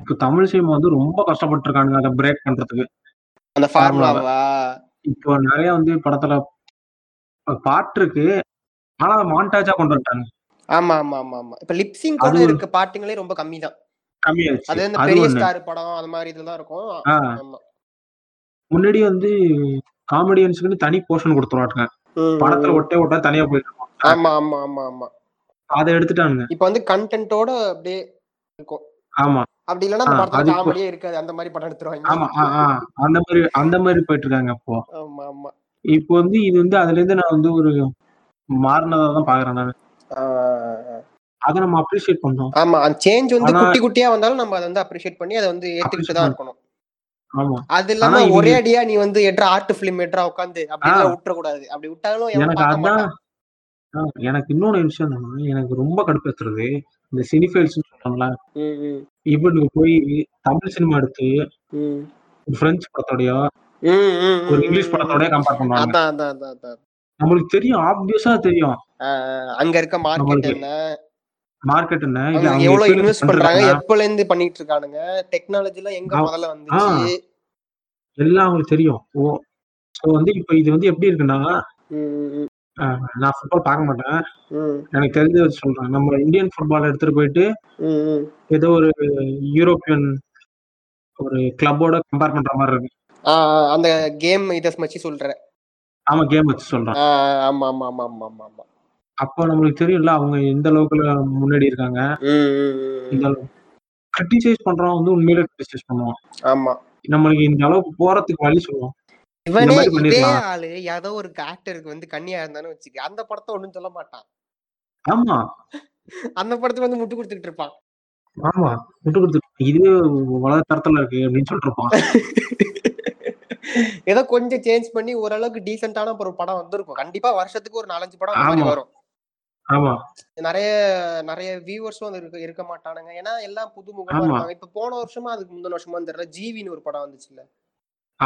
Speaker 1: இப்ப தமிழ் சினிமா வந்து ரொம்ப கஷ்டப்பட்டு இருக்கானுங்க அதை பிரேக் பண்றதுக்கு
Speaker 2: அந்த
Speaker 1: Formula
Speaker 2: ஃபார்முலாவா
Speaker 1: இப்போ நிறைய வந்து படத்துல ப- பாட்டு இருக்கு ஆனா அதை மாண்டாஜா கொண்டு வந்துட்டாங்க
Speaker 2: ஆமா ஆமா ஆமா ஆமா இப்ப லிப்சிங் கூட
Speaker 1: அது ஒரு-
Speaker 2: இருக்க பாட்டுங்களே ரொம்ப கம்மி தான் அது
Speaker 1: கம்மியாச்சு
Speaker 2: இந்த
Speaker 1: அது
Speaker 2: பெரிய
Speaker 1: ஒண்ணு
Speaker 2: ஸ்டார் படம் அது மாதிரி இதுதான் இருக்கும்
Speaker 1: ஆ,
Speaker 2: ஆமா
Speaker 1: முன்னாடி வந்து காமெடியன்ஸுக்குன்னு தனி போர்ஷன் கொடுத்துருவாங்க படத்துல ஒட்டே ஒட்டா தனியா போயிட்டு இருக்கும்.
Speaker 2: ஆமா ஆமா ஆமா ஆமா
Speaker 1: அதை எடுத்துட்டானுங்க
Speaker 2: இப்ப வந்து கண்டென்ட்டோட அப்படியே இருக்கும்
Speaker 1: ஆமா
Speaker 2: அப்படி இல்லைன்னா அந்த
Speaker 1: ஆ,
Speaker 2: படத்துல
Speaker 1: அது இப்போ-
Speaker 2: காமெடியே இருக்காது அந்த மாதிரி படம் எடுத்துருவாங்க
Speaker 1: ஆமா ஆ, ஆ, அந்த மாதிரி அந்த மாதிரி போயிட்டு இருக்காங்க இப்போ
Speaker 2: ஆமா ஆமா
Speaker 1: இப்போ வந்து இது வந்து அதுல இருந்து நான் வந்து ஒரு மாறினதா தான் பாக்குறேன் நான்
Speaker 2: ஆ, ஆ.
Speaker 1: அதை நம்ம அப்ரிஷியேட் பண்ணோம்
Speaker 2: ஆமா அந்த சேஞ்ச் வந்து
Speaker 1: ஆனா-
Speaker 2: குட்டி குட்டியா வந்தாலும் நம்ம அதை வந்து அப்ரிஷியேட் பண்ணி அதை வந்து ஏத்துக்கிட்டு தான்
Speaker 1: Appreciate
Speaker 2: இருக்கணும்
Speaker 1: ஆமா
Speaker 2: அது இல்லாம
Speaker 1: ஆனா இவங்க-
Speaker 2: ஒரே அடியா நீ வந்து எட்ரா ஆர்ட் பிலிம் எட்ரா உட்காந்து அப்படிலாம்
Speaker 1: ஆ.
Speaker 2: விட்டுற கூடாது அப்படி விட்டாலும் எவன்
Speaker 1: எனக்கு
Speaker 2: பார்க்க
Speaker 1: அதான்
Speaker 2: மாட்டான்
Speaker 1: ஆ, எனக்கு இன்னொரு விஷயம் என்னன்னா எனக்கு ரொம்ப கடுப்பேத்துறது இந்த சினிஃபைல்ஸ் சொல்றோம்ல
Speaker 2: ம், ம்,
Speaker 1: இவனுக்கு போய் தமிழ் சினிமா எடுத்து
Speaker 2: ம்.
Speaker 1: ஒரு பிரெஞ்சு படத்தோடயோ
Speaker 2: ம், ம்,
Speaker 1: ஒரு
Speaker 2: ம்,
Speaker 1: இங்கிலீஷ்
Speaker 2: ம்,
Speaker 1: படத்தோடய
Speaker 2: ம்.
Speaker 1: கம்பேர் பண்ணுவாங்க
Speaker 2: அதான் அதான் அதான் அதான்
Speaker 1: நம்மளுக்கு தெரியும் ஆப்வியஸா தெரியும்
Speaker 2: ஆ, அங்க இருக்க மார்க்கெட்
Speaker 1: நம்மளுக்கு
Speaker 2: என்ன
Speaker 1: மார்க்கெட் என்ன இல்ல
Speaker 2: அவங்க
Speaker 1: அவங்க
Speaker 2: எவ்வளவு
Speaker 1: experience
Speaker 2: இன்வெஸ்ட் பண்றாங்க
Speaker 1: பண்றாங்க.
Speaker 2: எப்பல இருந்து பண்ணிட்டு இருக்கானுங்க டெக்னாலஜி எல்லாம் எங்க
Speaker 1: ஆ.
Speaker 2: முதல்ல வந்துச்சு
Speaker 1: எல்லாம் அவங்களுக்கு தெரியும் ஓ ஸோ வந்து இப்போ இது வந்து எப்படி இருக்குன்னா
Speaker 2: ம்,
Speaker 1: அஹ், நான் ஃபுட்பால் பார்க்க மாட்டேன்
Speaker 2: ம்,
Speaker 1: எனக்கு தெரிஞ்ச வச்சு சொல்றேன் நம்ம இந்தியன் ஃபுட்பால் எடுத்துட்டு போயிட்டு
Speaker 2: ம், ம்.
Speaker 1: ஏதோ ஒரு யூரோப்பியன் ஒரு கிளப்போட கம்பேர் பண்ற மாதிரி இருக்கு
Speaker 2: ஆ, ஆ, அந்த கேம் இதை வச்சு சொல்ற
Speaker 1: ஆமா கேம் வச்சு சொல்றேன்
Speaker 2: ஆ, ஆமா ஆமா ஆமா ஆமா ஆமா ஆமா
Speaker 1: அப்போ நம்மளுக்கு தெரியும்ல அவங்க எந்த அளவுக்குல முன்னாடி இருக்காங்க
Speaker 2: ம், ம், ம்,
Speaker 1: இந்த
Speaker 2: ம்.
Speaker 1: கிரிட்டிசைஸ் பண்றவன் வந்து உண்மையிலே கிரிட்டிசைஸ் பண்ணுவான்
Speaker 2: ஆமா
Speaker 1: நம்மளுக்கு இந்த அளவுக்கு போறதுக்கு வழி சொல்லுவோம்
Speaker 2: இவனே
Speaker 1: மாதிரி
Speaker 2: இதே
Speaker 1: பண்ணிருக்கலாம்.
Speaker 2: ஆளு ஏதோ ஒரு ஆக்டருக்கு வந்து கண்ணியா இருந்தானு வச்சுக்க அந்த படத்தை ஒண்ணும் சொல்ல மாட்டான்
Speaker 1: ஆமா
Speaker 2: அந்த படத்துக்கு வந்து முட்டு கொடுத்துட்டு இருப்பான்
Speaker 1: ஆமா விட்டு கொடுத்து இதுவே உலக தரத்துல இருக்கு அப்படின்னு சொல்லிட்டு இருப்பான்
Speaker 2: ஏதோ கொஞ்சம் சேஞ்ச் பண்ணி ஓரளவுக்கு டீசென்டான ஒரு படம் வந்திருக்கும் கண்டிப்பா வருஷத்துக்கு ஒரு நாலஞ்சு படம் அந்த மாதிரி
Speaker 1: ஆமா.
Speaker 2: வரும்
Speaker 1: ஆமா
Speaker 2: நிறைய நிறைய வியூவர்ஸும் அது இருக்க இருக்க மாட்டானுங்க ஏன்னா எல்லாம் புதுமுகமா
Speaker 1: ஆமா.
Speaker 2: இருப்பாங்க இப்ப போன வருஷமா அதுக்கு முந்தின வருஷமா தெரியல ஜீவின்னு ஒரு படம் வந்துச்சுல்ல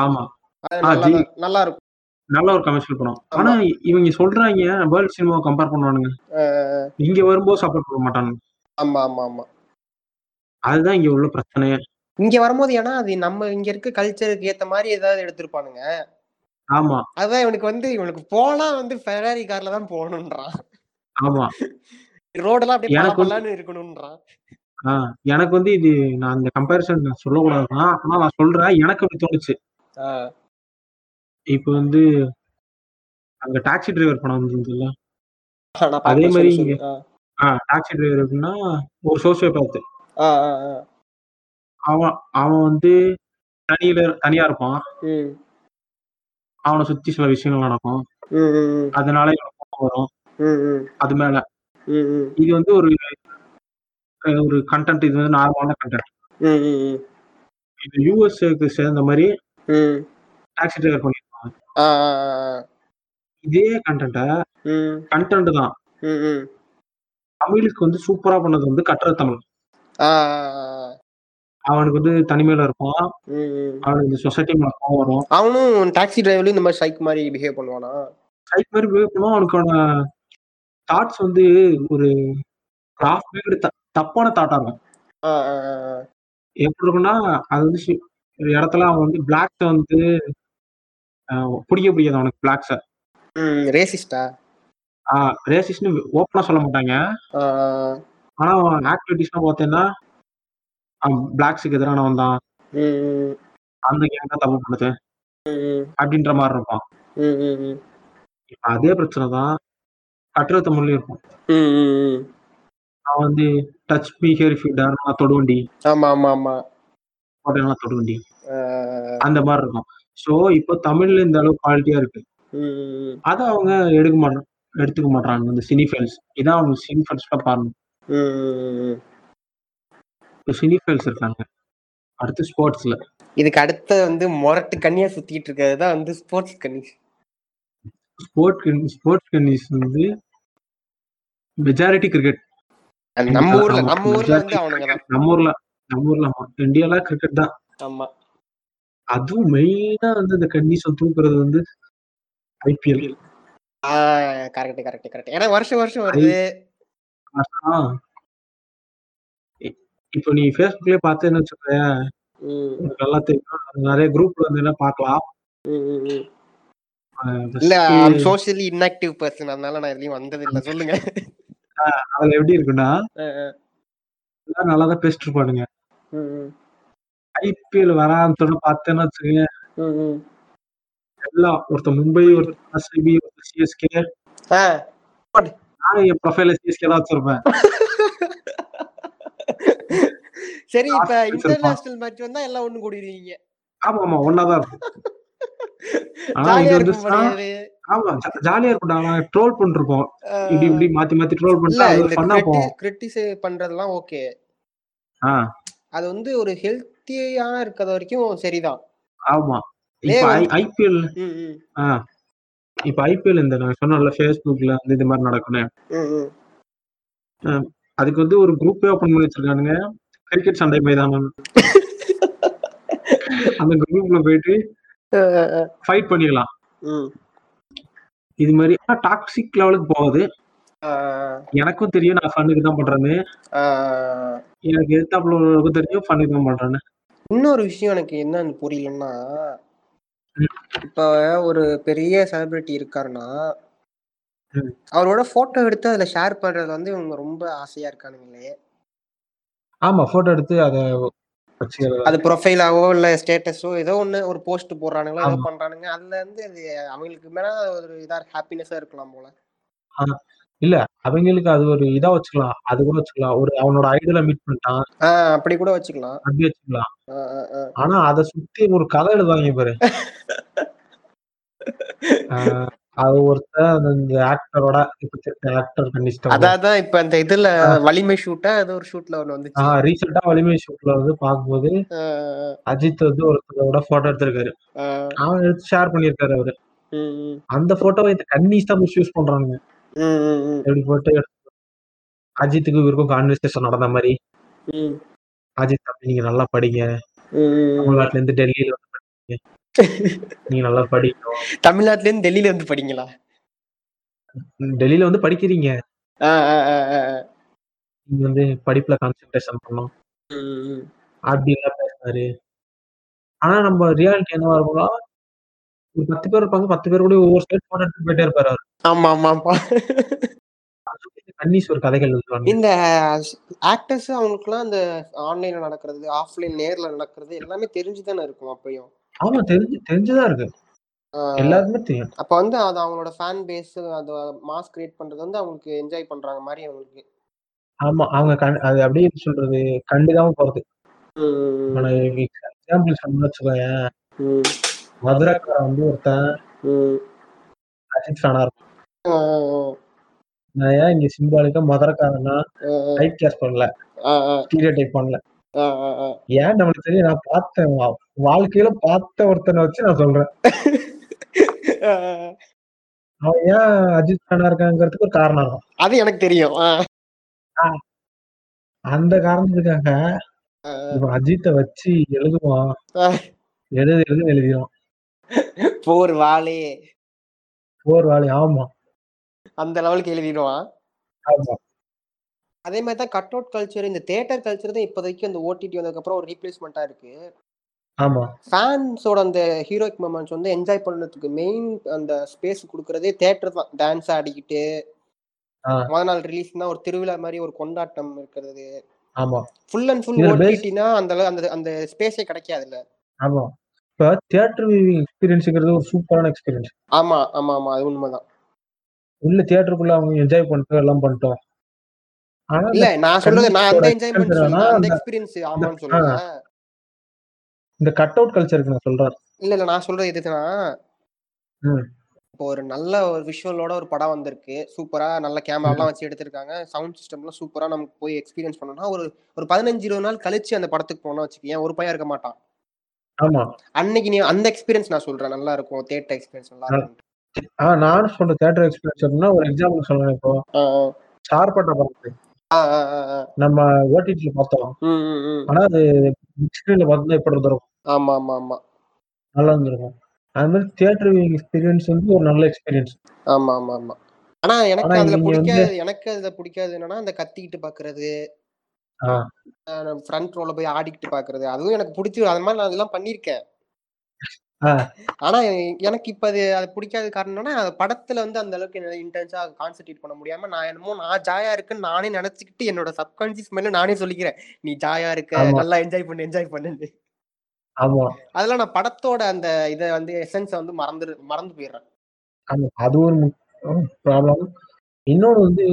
Speaker 1: ஆமா
Speaker 2: அது
Speaker 1: ஆ,
Speaker 2: நல்லா
Speaker 1: ஜீவி.
Speaker 2: தான்- நல்லா இருக்கும்
Speaker 1: நல்ல ஒரு கமர்ஷியல் படம் ஆனா இ- இவங்க சொல்றாங்க வேர்ல்ட் சினிமாவை கம்பேர் பண்ணுவானுங்க
Speaker 2: அஹ்
Speaker 1: இங்க வரும்போது சப்போர்ட் பண்ண மாட்டானுங்க
Speaker 2: ஆமா ஆமா ஆமா
Speaker 1: அதுதான் இங்க உள்ள பிரச்சனையே
Speaker 2: இங்க வரும்போது ஏன்னா அது நம்ம இங்க இருக்க கல்ச்சருக்கு ஏத்த மாதிரி ஏதாவது எடுத்திருப்பானுங்க
Speaker 1: ஆமா
Speaker 2: அதான் இவனுக்கு வந்து இவனுக்கு போனா வந்து ஃபெராரி கார்ல தான் போகணுன்றான்
Speaker 1: ஆமா
Speaker 2: ரோடெல்லாம் அப்படியே
Speaker 1: எனக்கு வந்து-
Speaker 2: பளபளன்னு இருக்கணும்ன்றான்
Speaker 1: ஆஹ் எனக்கு வந்து இது நான் அந்த கம்பேரிசன் நான் சொல்லக்கூடாதுதான் ஆனா நான் சொல்றேன் எனக்கு அப்படி தோணுச்சு
Speaker 2: ஆஹ்
Speaker 1: இப்போ வந்து அங்க டாக்ஸி டிரைவர் படம் வந்துருந்துல்ல
Speaker 2: நான் பார்க்கல,
Speaker 1: அதே
Speaker 2: சொல்லு,
Speaker 1: மாதிரி
Speaker 2: சொல்லு.
Speaker 1: ஆஹ் டாக்ஸி டிரைவர் அப்படின்னா ஒரு சோசியோ பார்த்து
Speaker 2: ஆ, ஆ, ஆ, ஆ.
Speaker 1: அவன் அவன் வந்து தனியில தனியா இருப்பான்
Speaker 2: ம்,
Speaker 1: அவனை சுத்தி சில விஷயங்கள் நடக்கும்
Speaker 2: ம், ம்,
Speaker 1: அதனால இவனுக்கு கோவம் வரும்
Speaker 2: ம், ம்,
Speaker 1: அது மேல
Speaker 2: ம், ம்,
Speaker 1: இது வந்து ஒரு அஹ் ஒரு கண்டென்ட் இது வந்து நார்மலான கண்டென்ட்
Speaker 2: ம், ம்,
Speaker 1: இது யூஎஸ்ஏக்கு சேர்ந்த மாதிரி
Speaker 2: ம்.
Speaker 1: டாக்ஸி டிரைவர் பண்ணிருப்பாங்க
Speaker 2: ஆ, ஆ, ஆ, ஆ.
Speaker 1: இதே கண்டென்ட்டை
Speaker 2: ம்,
Speaker 1: கண்டென்ட் தான்
Speaker 2: ம், ம்.
Speaker 1: தமிழுக்கு வந்து சூப்பரா பண்ணது வந்து கட்டுரை தமிழ்
Speaker 2: ஆ, ஆ, ஆ.
Speaker 1: அவனுக்கு வந்து தனிமையில இருப்பான்
Speaker 2: ம், ம்.
Speaker 1: அவனுக்கு இந்த சொசைட்டி மேல கோவம் வரும்
Speaker 2: அவனும் டாக்ஸி டிரைவர்லயும் இந்த மாதிரி சைக் மாதிரி பிஹேவ் பண்ணுவானா
Speaker 1: சைட் மாதிரி behave பண்ணுவான் அவனுக்கான தாட்ஸ் வந்து ஒரு half baked த தப்பான தாட்டா இருக்கும்
Speaker 2: ஆ, ஆ, ஆ, ஆ.
Speaker 1: எப்படி இருக்குன்னா அது வந்து சி- ஒரு இடத்துல அவன் வந்து பிளாக்ஸை வந்து அஹ், பிடிக்க பிடிக்காது அவனுக்கு பிளாக்ஸை
Speaker 2: ம், racist-ஆ?
Speaker 1: ரேசிஸ்ட்னு ஓப்பனாக சொல்ல மாட்டாங்க
Speaker 2: ஆ, ஆ, ஆ.
Speaker 1: ஆனால் அவன் ஆக்டிவிட்டிஸ்லாம் பார்த்தீங்கன்னா அவன் பிளாக்ஸுக்கு எதிரானவன் தான்
Speaker 2: ம், ம்,
Speaker 1: அந்த கேங் தான் தப்பு பண்ணுது
Speaker 2: ம்,
Speaker 1: அப்படின்ற மாதிரி இருப்பான்
Speaker 2: ம், ம், ம்.
Speaker 1: இப்ப அதே பிரச்சனை தான் கட்டுரை தமிழ்லயும் இருக்கும்
Speaker 2: ம், ம், ம்.
Speaker 1: அவன் வந்து டச் பி ஹேர் ஃபீடார் நான் தொடுவண்டி
Speaker 2: ஆமா ஆமா ஆமா
Speaker 1: போட்டேன்னா தொடுவண்டி
Speaker 2: ஆ, ஆ, ஆ.
Speaker 1: அந்த மாதிரி இருக்கும் ஸோ இப்போ தமிழ்ல இந்த அளவு குவாலிட்டியா இருக்கு
Speaker 2: ம், ம்,
Speaker 1: அதை அவங்க எடுக்க மாட்டாங்க எடுத்துக்க மாட்டாங்க இந்த சினிஃபைல்ஸ் இதான் அவங்க சினிஃபைல்ஸ்ல பாருங்க
Speaker 2: ம், ம், ம்.
Speaker 1: இப்போ சினிஃபைல்ஸ் இருக்காங்க அடுத்து ஸ்போர்ட்ஸ்ல
Speaker 2: இதுக்கு அடுத்த வந்து முரட்டு கண்ணியா சுத்திட்டு இருக்கிறது தான் வந்து ஸ்போர்ட்ஸ் கண்ணி
Speaker 1: ஸ்போர்ட் ஸ்போர்ட்ஸ் கன்னிஸ் வந்து மெஜாரிட்டி கிரிக்கெட்
Speaker 2: நம்ம ஊர்ல நம்ம ஊர்ல வந்து அவனுங்கதான்
Speaker 1: நம்ம ஊர்ல நம்ம ஊர்ல இந்தியால கிரிக்கெட் தான்
Speaker 2: ஆமா
Speaker 1: அதுவும் மெயினா வந்து இந்த கண்டிஷன் தூக்குறது வந்து ஐபிஎல்
Speaker 2: கரெக்ட் கரெக்ட் கரெக்ட் ஏன்னா வருஷம் வருஷம் வருது
Speaker 1: இப்போ நீ ஃபேஸ்புக்லயே பார்த்தேன்னு வச்சுக்கோயேன்
Speaker 2: ம்,
Speaker 1: உனக்கு நல்லா தெரியும் அது நிறைய குரூப்ல வந்து என்ன பார்க்கலாம்
Speaker 2: ம், ம், ம்.
Speaker 1: அஹ்
Speaker 2: இல்ல
Speaker 1: first
Speaker 2: சோஷியலி இன்ஆக்டிவ் பர்சன் அதனால நான் எதுலயும் வந்தது இல்ல சொல்லுங்க
Speaker 1: அதுல எப்படி இருக்குன்னா
Speaker 2: ஆ, ஆ.
Speaker 1: எல்லாம் நல்லா தான் பேசிட்டு இருப்பானுங்க
Speaker 2: ம், ம்,
Speaker 1: ஐபிஎல் வரான்னு பார்த்தேன்னு வச்சுக்கோங்க
Speaker 2: ம், ம்.
Speaker 1: எல்லாம் ஒருத்தர் மும்பை ஒருத்தர் ஆர்சிபி ஒருத்தர் சிஎஸ்கே
Speaker 2: ஆ.
Speaker 1: நானும் என் ப்ரொஃபைல சிஎஸ்கே தான் வச்சிருப்பேன்
Speaker 2: சரி இப்ப
Speaker 1: Last result
Speaker 2: இன்டர்நேஷனல் மேட்ச் வந்தா எல்லாம் ஒண்ணு கூடிடுவீங்க
Speaker 1: ஆமா ஆமா ஒன்னா தான் இருக்கும் ஆனா இது
Speaker 2: ஜாலியா
Speaker 1: வந்து
Speaker 2: இருக்கும் போலயே.
Speaker 1: ஆமா ஜாலியா இருக்கும் நாங்க ட்ரோல் பண்ணிருப்போம்
Speaker 2: ஆ.
Speaker 1: இப்படி இப்படி மாத்தி மாத்தி ட்ரோல்
Speaker 2: இல்ல
Speaker 1: பண்ணிட்டு அது ஒரு பண்ணா
Speaker 2: இந்த
Speaker 1: போவோம்
Speaker 2: கிரிட்டிசை பண்றதெல்லாம் ஓகே
Speaker 1: ஆ,
Speaker 2: அது வந்து ஒரு ஹெல்த்தியா இருக்கிறது வரைக்கும் சரிதான்
Speaker 1: ஆமா
Speaker 2: ஏய்,
Speaker 1: இப்ப
Speaker 2: வந்து-
Speaker 1: ஐபிஎல்
Speaker 2: ம், ம்,
Speaker 1: இப்ப ஐபிஎல் இந்த நான் சொன்னல ஃபேஸ்புக்ல வந்து இந்த மாதிரி நடக்கணும்
Speaker 2: ம், ம்.
Speaker 1: அதுக்கு வந்து ஒரு குரூப்பே ஓபன் பண்ணி வச்சிருக்கானுங்க கிரிக்கெட் சண்டை மைதானம் அந்த குரூப்ல போயிட்டு ஃபைட் பண்ணிக்கலாம்
Speaker 2: ம்.
Speaker 1: இது மாதிரி ஆனா டாக்ஸிக் லெவலுக்கு போகுது
Speaker 2: ஆ,
Speaker 1: எனக்கும் தெரியும் நான் ஃபன்னுக்கு தான் பண்றேன்னு
Speaker 2: ஆ.
Speaker 1: எனக்கு எதிர்த்தாப்புல உள்ளவங்களுக்கும் தெரியும் ஃபன்னுக்கு தான் பண்றேன்னு
Speaker 2: இன்னொரு விஷயம் எனக்கு என்னன்னு புரியலன்னா இப்ப ஒரு பெரிய செலிபிரிட்டி இருக்காருன்னா
Speaker 1: ம்.
Speaker 2: அவரோட போட்டோ எடுத்து அதுல ஷேர் பண்றது வந்து இவங்க ரொம்ப ஆசையா இருக்கானுங்களே
Speaker 4: ஆமா போட்டோ எடுத்து அத வச்சுக்கிறது.
Speaker 2: அது ப்ரொஃபைலாவோ இல்ல ஸ்டேட்டஸோ ஏதோ ஒண்ணு ஒரு போஸ்ட் போடுறானுங்களோ ஏதோ
Speaker 1: ஆமா.
Speaker 2: பண்றானுங்க அதுல இருந்து அது அவங்களுக்கு மேல ஒரு இதா ஹாப்பினஸா இருக்கலாம் போல
Speaker 4: அவங்களுக்கு அது ஒரு இதா வச்சுக்கலாம் அது கூட வச்சுக்கலாம் ஒரு அவனோட ஐடியில மீட் பண்ணிட்டான்
Speaker 2: ஆஹ் அப்படி கூட வச்சுக்கலாம்
Speaker 4: அப்படி வச்சுக்கலாம்
Speaker 2: ஆ, ஆ, ஆ.
Speaker 4: ஆனா அதை சுத்தி ஒரு கதை எழுதுவாங்க பாரு ஆஹ் அது ஒருத்தர் இந்த ஆக்டரோட இப்ப ஆக்டர் கண்டிஸ்டம்
Speaker 2: அதான் அதான் இப்ப அந்த இதுல
Speaker 4: ஆ.
Speaker 2: வலிமை ஷூட்டா ஏதோ ஒரு ஷூட்ல ஒண்ணு வந்துச்சு
Speaker 4: ஆஹ் ரீசெண்டா வலிமை ஷூட்ல வந்து பார்க்கும்போது
Speaker 2: ஆஹ்
Speaker 4: அஜித் வந்து ஒருத்தரோட போட்டோ எடுத்திருக்காரு
Speaker 2: ஆஹ்
Speaker 4: அவன் எடுத்து ஷேர் பண்ணியிருக்காரு அவரு
Speaker 2: ம், ம்.
Speaker 4: அந்த போட்டோவை இந்த கன்னிஸ்டா மிஸ்யூஸ் பண்றானுங்க
Speaker 2: ம், ம், ம்,
Speaker 1: இப்படி போட்டு அஜித்துக்கு இவருக்கும் கான்வர்சேஷன் நடந்த மாதிரி
Speaker 2: ம்,
Speaker 1: அஜித் தம்பி நீங்க நல்லா படிங்க
Speaker 2: ம், ம், ம்.
Speaker 1: தமிழ்நாட்டுல இருந்து டெல்லியில வந்து படிங்க நீங்க நல்லா படிக்கணும்
Speaker 2: தமிழ்நாட்டுல இருந்து டெல்லியில வந்து படிங்களா
Speaker 1: டெல்லியில வந்து படிக்கிறீங்க
Speaker 2: ஆ, ஆ, ஆ, ஆ, ஆ.
Speaker 1: நீங்க வந்து படிப்புல கான்சென்ட்ரேஷன் பண்ணணும்
Speaker 2: ம், ம்,
Speaker 1: அப்படி எல்லாம் பேசினாரு ஆனா நம்ம ரியாலிட்டி என்னவா இருக்கும்னா ஒரு பத்து பேர் இருப்பாங்க பத்து பேர் கூட ஒவ்வொரு ஸ்டேட் போட்டு எடுத்துட்டு போயிட்டே இருப்பாரு அவரு.
Speaker 2: ஆமா ஆமாப்பா
Speaker 1: கன்னிஸ் ஒரு கதைகள் எழுதுவாங்க
Speaker 2: இந்த ஆக்டர்ஸ் அவங்களுக்குலாம் அந்த ஆன்லைன்ல நடக்கிறது ஆஃப்லைன் நேர்ல நடக்கிறது எல்லாமே தெரிஞ்சு தானே இருக்கும் அப்பயும்
Speaker 1: ஆமா தெரிஞ்சு தெரிஞ்சுதான் இருக்கு
Speaker 2: ஆஹ்
Speaker 1: எல்லாருக்குமே தெரியும்
Speaker 2: அப்ப வந்து அது அவங்களோட ஃபேன் பேஸ் அது மாஸ் கிரியேட் பண்றது வந்து அவங்களுக்கு என்ஜாய் பண்றாங்க மாதிரி அவங்களுக்கு
Speaker 1: ஆமா அவங்க கண்- அது அப்படியே எப்படி சொல்றது கண்டுக்காம போறது ஆனா எக்ஸாம்பிள் சொன்னா வச்சுக்கோயேன் மதுரக்காரன் வந்து ஒருத்தன் அஜித் ஃபேனா இருக்கும் நான் ஏன் இங்க சிம்பாலிக்கா மதுரக்காரன்னா டைப் கேஸ் பண்ணல ஸ்டீரியோ டைப் பண்ணல ஏன் நம்மளுக்கு தெரியும் நான் பார்த்தேன் வா- வாழ்க்கையில பார்த்த ஒருத்தனை வச்சு நான் சொல்றேன் அவன் ஏன் அஜித் ஃபேனா இருக்காங்கிறதுக்கு ஒரு காரணம் இருக்கும்
Speaker 2: அது எனக்கு தெரியும் ஆஹ்
Speaker 1: அந்த காரணத்துக்காக இவன் அஜித்தை வச்சு எழுதுவான்
Speaker 2: ஆஹ்.
Speaker 1: எழுத எழுத எழுதிடுவான்
Speaker 2: போர் வாளே
Speaker 1: போர் வேலை ஆமா
Speaker 2: அந்த லெவலுக்கு எழுதிடுவான்
Speaker 1: ஆமா
Speaker 2: அதே மாதிரி தான் கட் அவுட் கல்ச்சர் இந்த தேட்டர் கல்ச்சர் தான் இப்போதைக்கு அந்த ஓடிடி வந்ததுக்கப்புறம் ஒரு ரீப்ளேஸ்மெண்ட்டாக இருக்கு
Speaker 1: ஆமா
Speaker 2: ஃபேன்ஸோட அந்த ஹீரோயிக் மூமெண்ட்ஸ் வந்து என்ஜாய் பண்ணுறதுக்கு மெயின் அந்த ஸ்பேஸ் கொடுக்கறதே தேட்டர் தான் டான்ஸ் ஆடிக்கிட்டு
Speaker 1: ஆ.
Speaker 2: முத நாள் ரிலீஸ்னா ஒரு திருவிழா மாதிரி ஒரு கொண்டாட்டம் இருக்கிறது
Speaker 1: ஆமா
Speaker 2: ஃபுல் அண்ட் ஃபுல்
Speaker 1: இதுல base-
Speaker 2: ஓடிடினா அந்த அளவு- அந்த அந்த ஸ்பேஸே கிடைக்காதுல்ல
Speaker 1: ஆமா இப்ப தியேட்டர் எக்ஸ்பீரியன்ஸுங்கிறது ஒரு சூப்பரான எக்ஸ்பீரியன்ஸ்
Speaker 2: ஆமா ஆமா ஆமா அது உண்மைதான்
Speaker 1: உள்ள தியேட்டருக்குள்ள அவங்க என்ஜாய் பண்ணிட்டு எல்லாம் பண்ணிட்டோம் ஆனா
Speaker 2: இல்ல நான் சொல்றது நான் அந்த
Speaker 1: கண்டிப்பா
Speaker 2: என்ஜாய்மெண்ட்
Speaker 1: கல்ச்சர்
Speaker 2: சொல்றேன் அந்த
Speaker 1: வேணா,
Speaker 2: எக்ஸ்பீரியன்ஸ் ஆமான்னு சொல்றேன்
Speaker 1: இந்த கட் அவுட் கல்ச்சருக்கு நான் சொல்றேன்
Speaker 2: இல்ல இல்ல நான் சொல்றது எதுனா
Speaker 1: ம்.
Speaker 2: இப்போ ஒரு நல்ல ஒரு விஷுவலோட ஒரு படம் வந்திருக்கு சூப்பரா நல்ல கேமராலாம் வச்சு எடுத்திருக்காங்க சவுண்ட் சிஸ்டம்லாம் சூப்பரா நமக்கு போய் எக்ஸ்பீரியன்ஸ் பண்ணோம்னா ஒரு ஒரு பதினஞ்சு இருபது நாள் கழிச்சு அந்த படத்துக்கு போனா வச்சுக்கேன் ஒரு பையன் இருக்க மாட்டான்
Speaker 1: ஆமா
Speaker 2: அன்னைக்கு நீ அந்த எக்ஸ்பீரியன்ஸ் நான் சொல்றேன் நல்லா இருக்கும் தேட்டர் எக்ஸ்பீரியன்ஸ் நல்லா இருக்கும்
Speaker 1: ஆஹ் நானும் சொல்ற தியேட்டர் எக்ஸ்பீரியன்ஸ் அப்படின்னா ஒரு எக்ஸாம்பிள் சொல்றேன் இப்போ
Speaker 2: ஆ,
Speaker 1: சார்பட்ட படத்து
Speaker 2: ஆ, ஆ, ஆ, ஆ.
Speaker 1: நம்ம ஓடிடில பார்த்தோம்
Speaker 2: ம், ம், ம்.
Speaker 1: ஆனா அது பிக் ஸ்கிரீன்ல பார்த்தா எப்படி இருந்திருக்கும்
Speaker 2: ஆமா ஆமா ஆமா
Speaker 1: நல்லா இருந்திருக்கும் அது மாதிரி தியேட்டர் எக்ஸ்பீரியன்ஸ் வந்து ஒரு நல்ல எக்ஸ்பீரியன்ஸ்
Speaker 2: ஆமா ஆமா ஆமா ஆனா எனக்கு
Speaker 1: ஆனா
Speaker 2: அதுல
Speaker 1: நீங்க வந்து-
Speaker 2: பிடிக்காது எனக்கு அதுல பிடிக்காது என்னன்னா அந்த கத்திக்கிட்டு பாக்குறது
Speaker 1: ஆ.
Speaker 2: ஃப்ரண்ட் ரோல போய் ஆடிக்கிட்டு பாக்குறது அதுவும் எனக்கு பிடிச்சி அது மாதிரி நான் அதெல்லாம் பண்ணிருக்கேன்
Speaker 1: ஆ.
Speaker 2: ஆனா எ- எனக்கு இப்ப அது அது பிடிக்காத காரணம் என்னன்னா அந்த படத்துல வந்து அந்த அளவுக்கு இன்டென்ஸா கான்சென்ட்ரேட் பண்ண முடியாம நான் என்னமோ நான் ஜாயா இருக்குன்னு நானே நினைச்சுக்கிட்டு என்னோட சப்கான்சியஸ் மேல நானே சொல்லிக்கிறேன் நீ ஜாயா இருக்க
Speaker 1: ஆமா.
Speaker 2: நல்லா என்ஜாய் பண்ணு என்ஜாய் பண்ணுன்னு
Speaker 1: ஆமா
Speaker 2: அதெல்லாம் நான் படத்தோட அந்த இதை வந்து எசன்ஸை வந்து மறந்து மறந்து போயிடுறேன்
Speaker 1: ஆமா அது ஒரு ப்ராப்ளம் இன்னொன்னு வந்து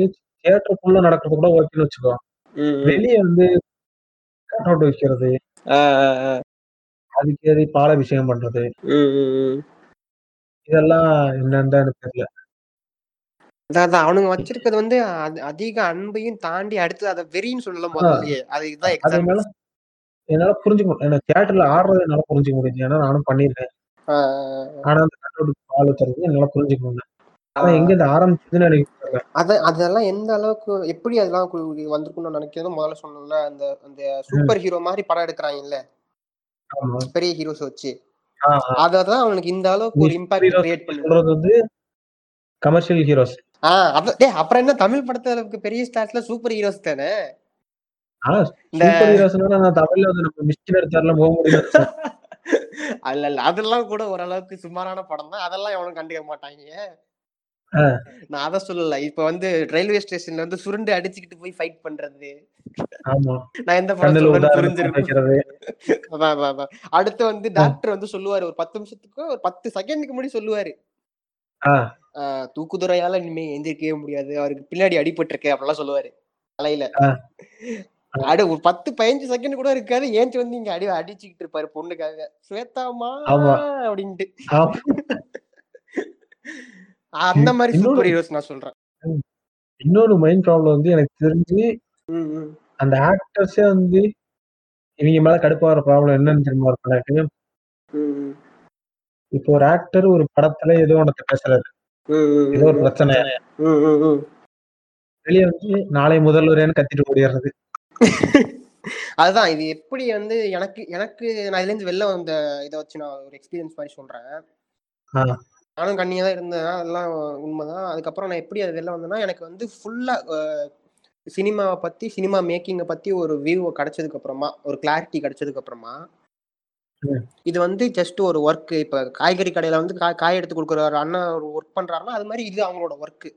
Speaker 1: தியேட்டருக்குள்ள நடக்கிறது கூட ஓகேன்னு வச்சுக்கோ வெளியே வந்து கட் அவுட் வைக்கிறது அதுக்கு ஏறி பால விஷயம் பண்றது இதெல்லாம் என்னன்னு தான் எனக்கு தெரியல
Speaker 2: அதான் அதான் அவனுங்க வச்சிருக்கிறது வந்து அ- அதிக அன்பையும் தாண்டி அடுத்து அதை வெறின்னு சொல்லலாம் முதல்லயே அது இதுதான்
Speaker 1: அது
Speaker 2: எக்ஸாம்
Speaker 1: என்னால என்னால புரிஞ்சுக்க முடியும் எனக்கு தியேட்டர்ல ஆடுறது என்னால புரிஞ்சுக்க முடியுது ஏன்னா நானும் பண்ணிருக்கேன் ஆனா அந்த கட் அவுட் பால் ஊத்துறது என்னால புரிஞ்சுக்க முடியல ஆனா எங்க இது ஆரம்பிச்சதுன்னு எனக்கு தெரியல
Speaker 2: அது அதெல்லாம் எந்த அளவுக்கு எப்படி அதெல்லாம் கு- இது வந்திருக்கும்னு நினைக்கிறதும் முதல்ல சொன்னல அந்த அந்த சூப்பர் ஹீரோ மாதிரி படம் எடுக்கிறாங்கல்ல
Speaker 1: ஆமா
Speaker 2: பெரிய ஹீரோஸ் வச்சு
Speaker 1: ஆ, ஆ.
Speaker 2: அததான் அவனுக்கு இந்த அளவுக்கு ஒரு இம்பாக்ட்
Speaker 1: Heroes
Speaker 2: கிரியேட் பண்ணுது
Speaker 1: சொல்றது வந்து கமர்ஷியல் ஹீரோஸ்
Speaker 2: ஆஹ் அத டேய் அப்புறம் என்ன தமிழ் படத்துல அளவுக்கு பெரிய ஸ்டார்ஸ்ல சூப்பர் ஹீரோஸ் தானே
Speaker 1: ஆனா
Speaker 2: இந்த
Speaker 1: சூப்பர் ஹீரோஸ்னால நான் தமிழ்ல வந்து நம்ம மிஸ்டர் தரல போக முடியும்
Speaker 2: அல்ல அல்ல அதெல்லாம் கூட ஓரளவுக்கு சுமாரான படம் தான் அதெல்லாம் எவனும் கண்டுக்க மாட்டாங்க
Speaker 1: ஆ.
Speaker 2: நான் அதை சொல்லல இப்ப வந்து ரயில்வே ஸ்டேஷன்ல வந்து சுருண்டு அடிச்சுக்கிட்டு போய் ஃபைட் பண்றது
Speaker 1: ஆமா
Speaker 2: நான் எந்த படம்
Speaker 1: கண்ணுல
Speaker 2: சொல்றேன்னு
Speaker 1: உதாரணம்
Speaker 2: புரிஞ்சிருக்கும்
Speaker 1: வைக்கிறது
Speaker 2: அதான், அதான், அதான். அடுத்து வந்து டாக்டர் வந்து சொல்லுவாரு ஒரு பத்து நிமிஷத்துக்கு ஒரு பத்து செகண்டுக்கு முன்னாடி சொல்லுவாரு
Speaker 1: ஆ.
Speaker 2: ஆ, தூக்குதுறையால இனிமே எந்திரிக்கவே முடியாது அவருக்கு பின்னாடி அடிபட்டு இருக்கு அப்படிலாம் சொல்லுவாரு தலையில
Speaker 1: ஆ.
Speaker 2: அடு ஒரு பத்து பதினஞ்சு செகண்ட் கூட இருக்காது ஏஞ்சி வந்து இங்க அடி அடிச்சுக்கிட்டு இருப்பாரு பொண்ணுக்காக ஸ்வேதாமா
Speaker 1: ஆமா.
Speaker 2: அப்படின்ட்டு
Speaker 1: ஆமா.
Speaker 2: அந்த மாதிரி
Speaker 1: இன்னொரு-
Speaker 2: சூப்பர் ஹீரோஸ் நான் சொல்றேன்
Speaker 1: இன்னொரு மைண்ட் ப்ராப்ளம் வந்து எனக்கு தெரிஞ்சு
Speaker 2: ம், ம்.
Speaker 1: அந்த ஆக்டர்ஸே வந்து இவங்க மேல கடுப்பாகிற ப்ராப்ளம் என்னன்னு தெரியுமா இருக்கும் எனக்கு
Speaker 2: ம், ம்.
Speaker 1: இப்போ ஒரு ஆக்டர் ஒரு படத்துல ஏதோ ஒன்று பேசுறாரு ஏதோ ஒரு பிரச்சனை வெளியே வந்து நாளை முதல்வரேன்னு கத்திட்டு ஓடிடுறது
Speaker 2: அதுதான் இது எப்படி வந்து எனக்கு எனக்கு நான் இதுல இருந்து வெளில வந்த இதை வச்சு நான் ஒரு எக்ஸ்பீரியன்ஸ் மாதிரி சொல்றேன் நானும் கண்ணியா தான் இருந்தேன் அதெல்லாம் உண்மைதான் அதுக்கப்புறம் நான் எப்படி அது வெளில வந்தேன்னா எனக்கு வந்து ஃபுல்லா சினிமாவை பத்தி சினிமா மேக்கிங்கை பத்தி ஒரு வியூ கிடைச்சதுக்கு அப்புறமா ஒரு கிளாரிட்டி கிடைச்சதுக்கு அப்புறமா இது வந்து ஜஸ்ட் ஒரு ஒர்க் இப்ப காய்கறி கடையில வந்து காய் எடுத்து கொடுக்குற ஒரு அண்ணா ஒரு ஒர்க் பண்றாருன்னா அது மாதிரி இது அவங்களோட ஒர்க்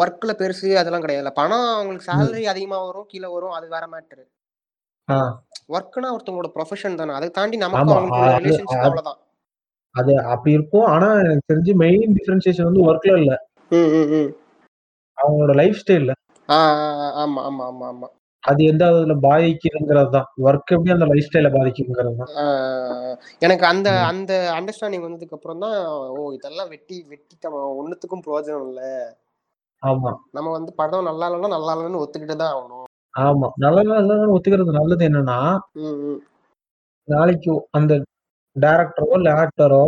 Speaker 2: ஒர்க்ல பெருசு அதெல்லாம் கிடையாது பணம் அவங்களுக்கு சேலரி அதிகமா வரும் கீழே வரும் அது வேற மேட்ரு ஒர்க்னா ஒருத்தவங்களோட ப்ரொஃபஷன் தானே அதை தாண்டி நமக்கு அவங்களுக்கு ரிலேஷன்ஷிப் அவ்வளவுதான்
Speaker 1: அது அப்படி இருக்கும் ஆனா எனக்கு தெரிஞ்சு மெயின் டிஃபரன்சியேஷன் வந்து ஒர்க்ல இல்ல அவங்களோட லைஃப் ஸ்டைல்ல
Speaker 2: ஆமா ஆமா ஆமா ஆமா
Speaker 1: அது எந்த அதுல பாதிக்குதுங்கிறது தான் ஒர்க் எப்படி அந்த லைஃப் ஸ்டைல பாதிக்குங்கிறது தான்
Speaker 2: எனக்கு அந்த அந்த அண்டர்ஸ்டாண்டிங் வந்ததுக்கு அப்புறம் தான் ஓ இதெல்லாம் வெட்டி வெட்டி ஒன்னுத்துக்கும் பிரயோஜனம் இல்ல
Speaker 1: ஆமா
Speaker 2: நம்ம வந்து படம் நல்லா இல்லைன்னா நல்லா இல்லைன்னு ஒத்துக்கிட்டு தான் ஆகணும்
Speaker 1: ஆமா நல்லா நல்லா ஒத்துக்கிறது நல்லது என்னன்னா நாளைக்கு அந்த டைரக்டரோ இல்ல ஆக்டரோ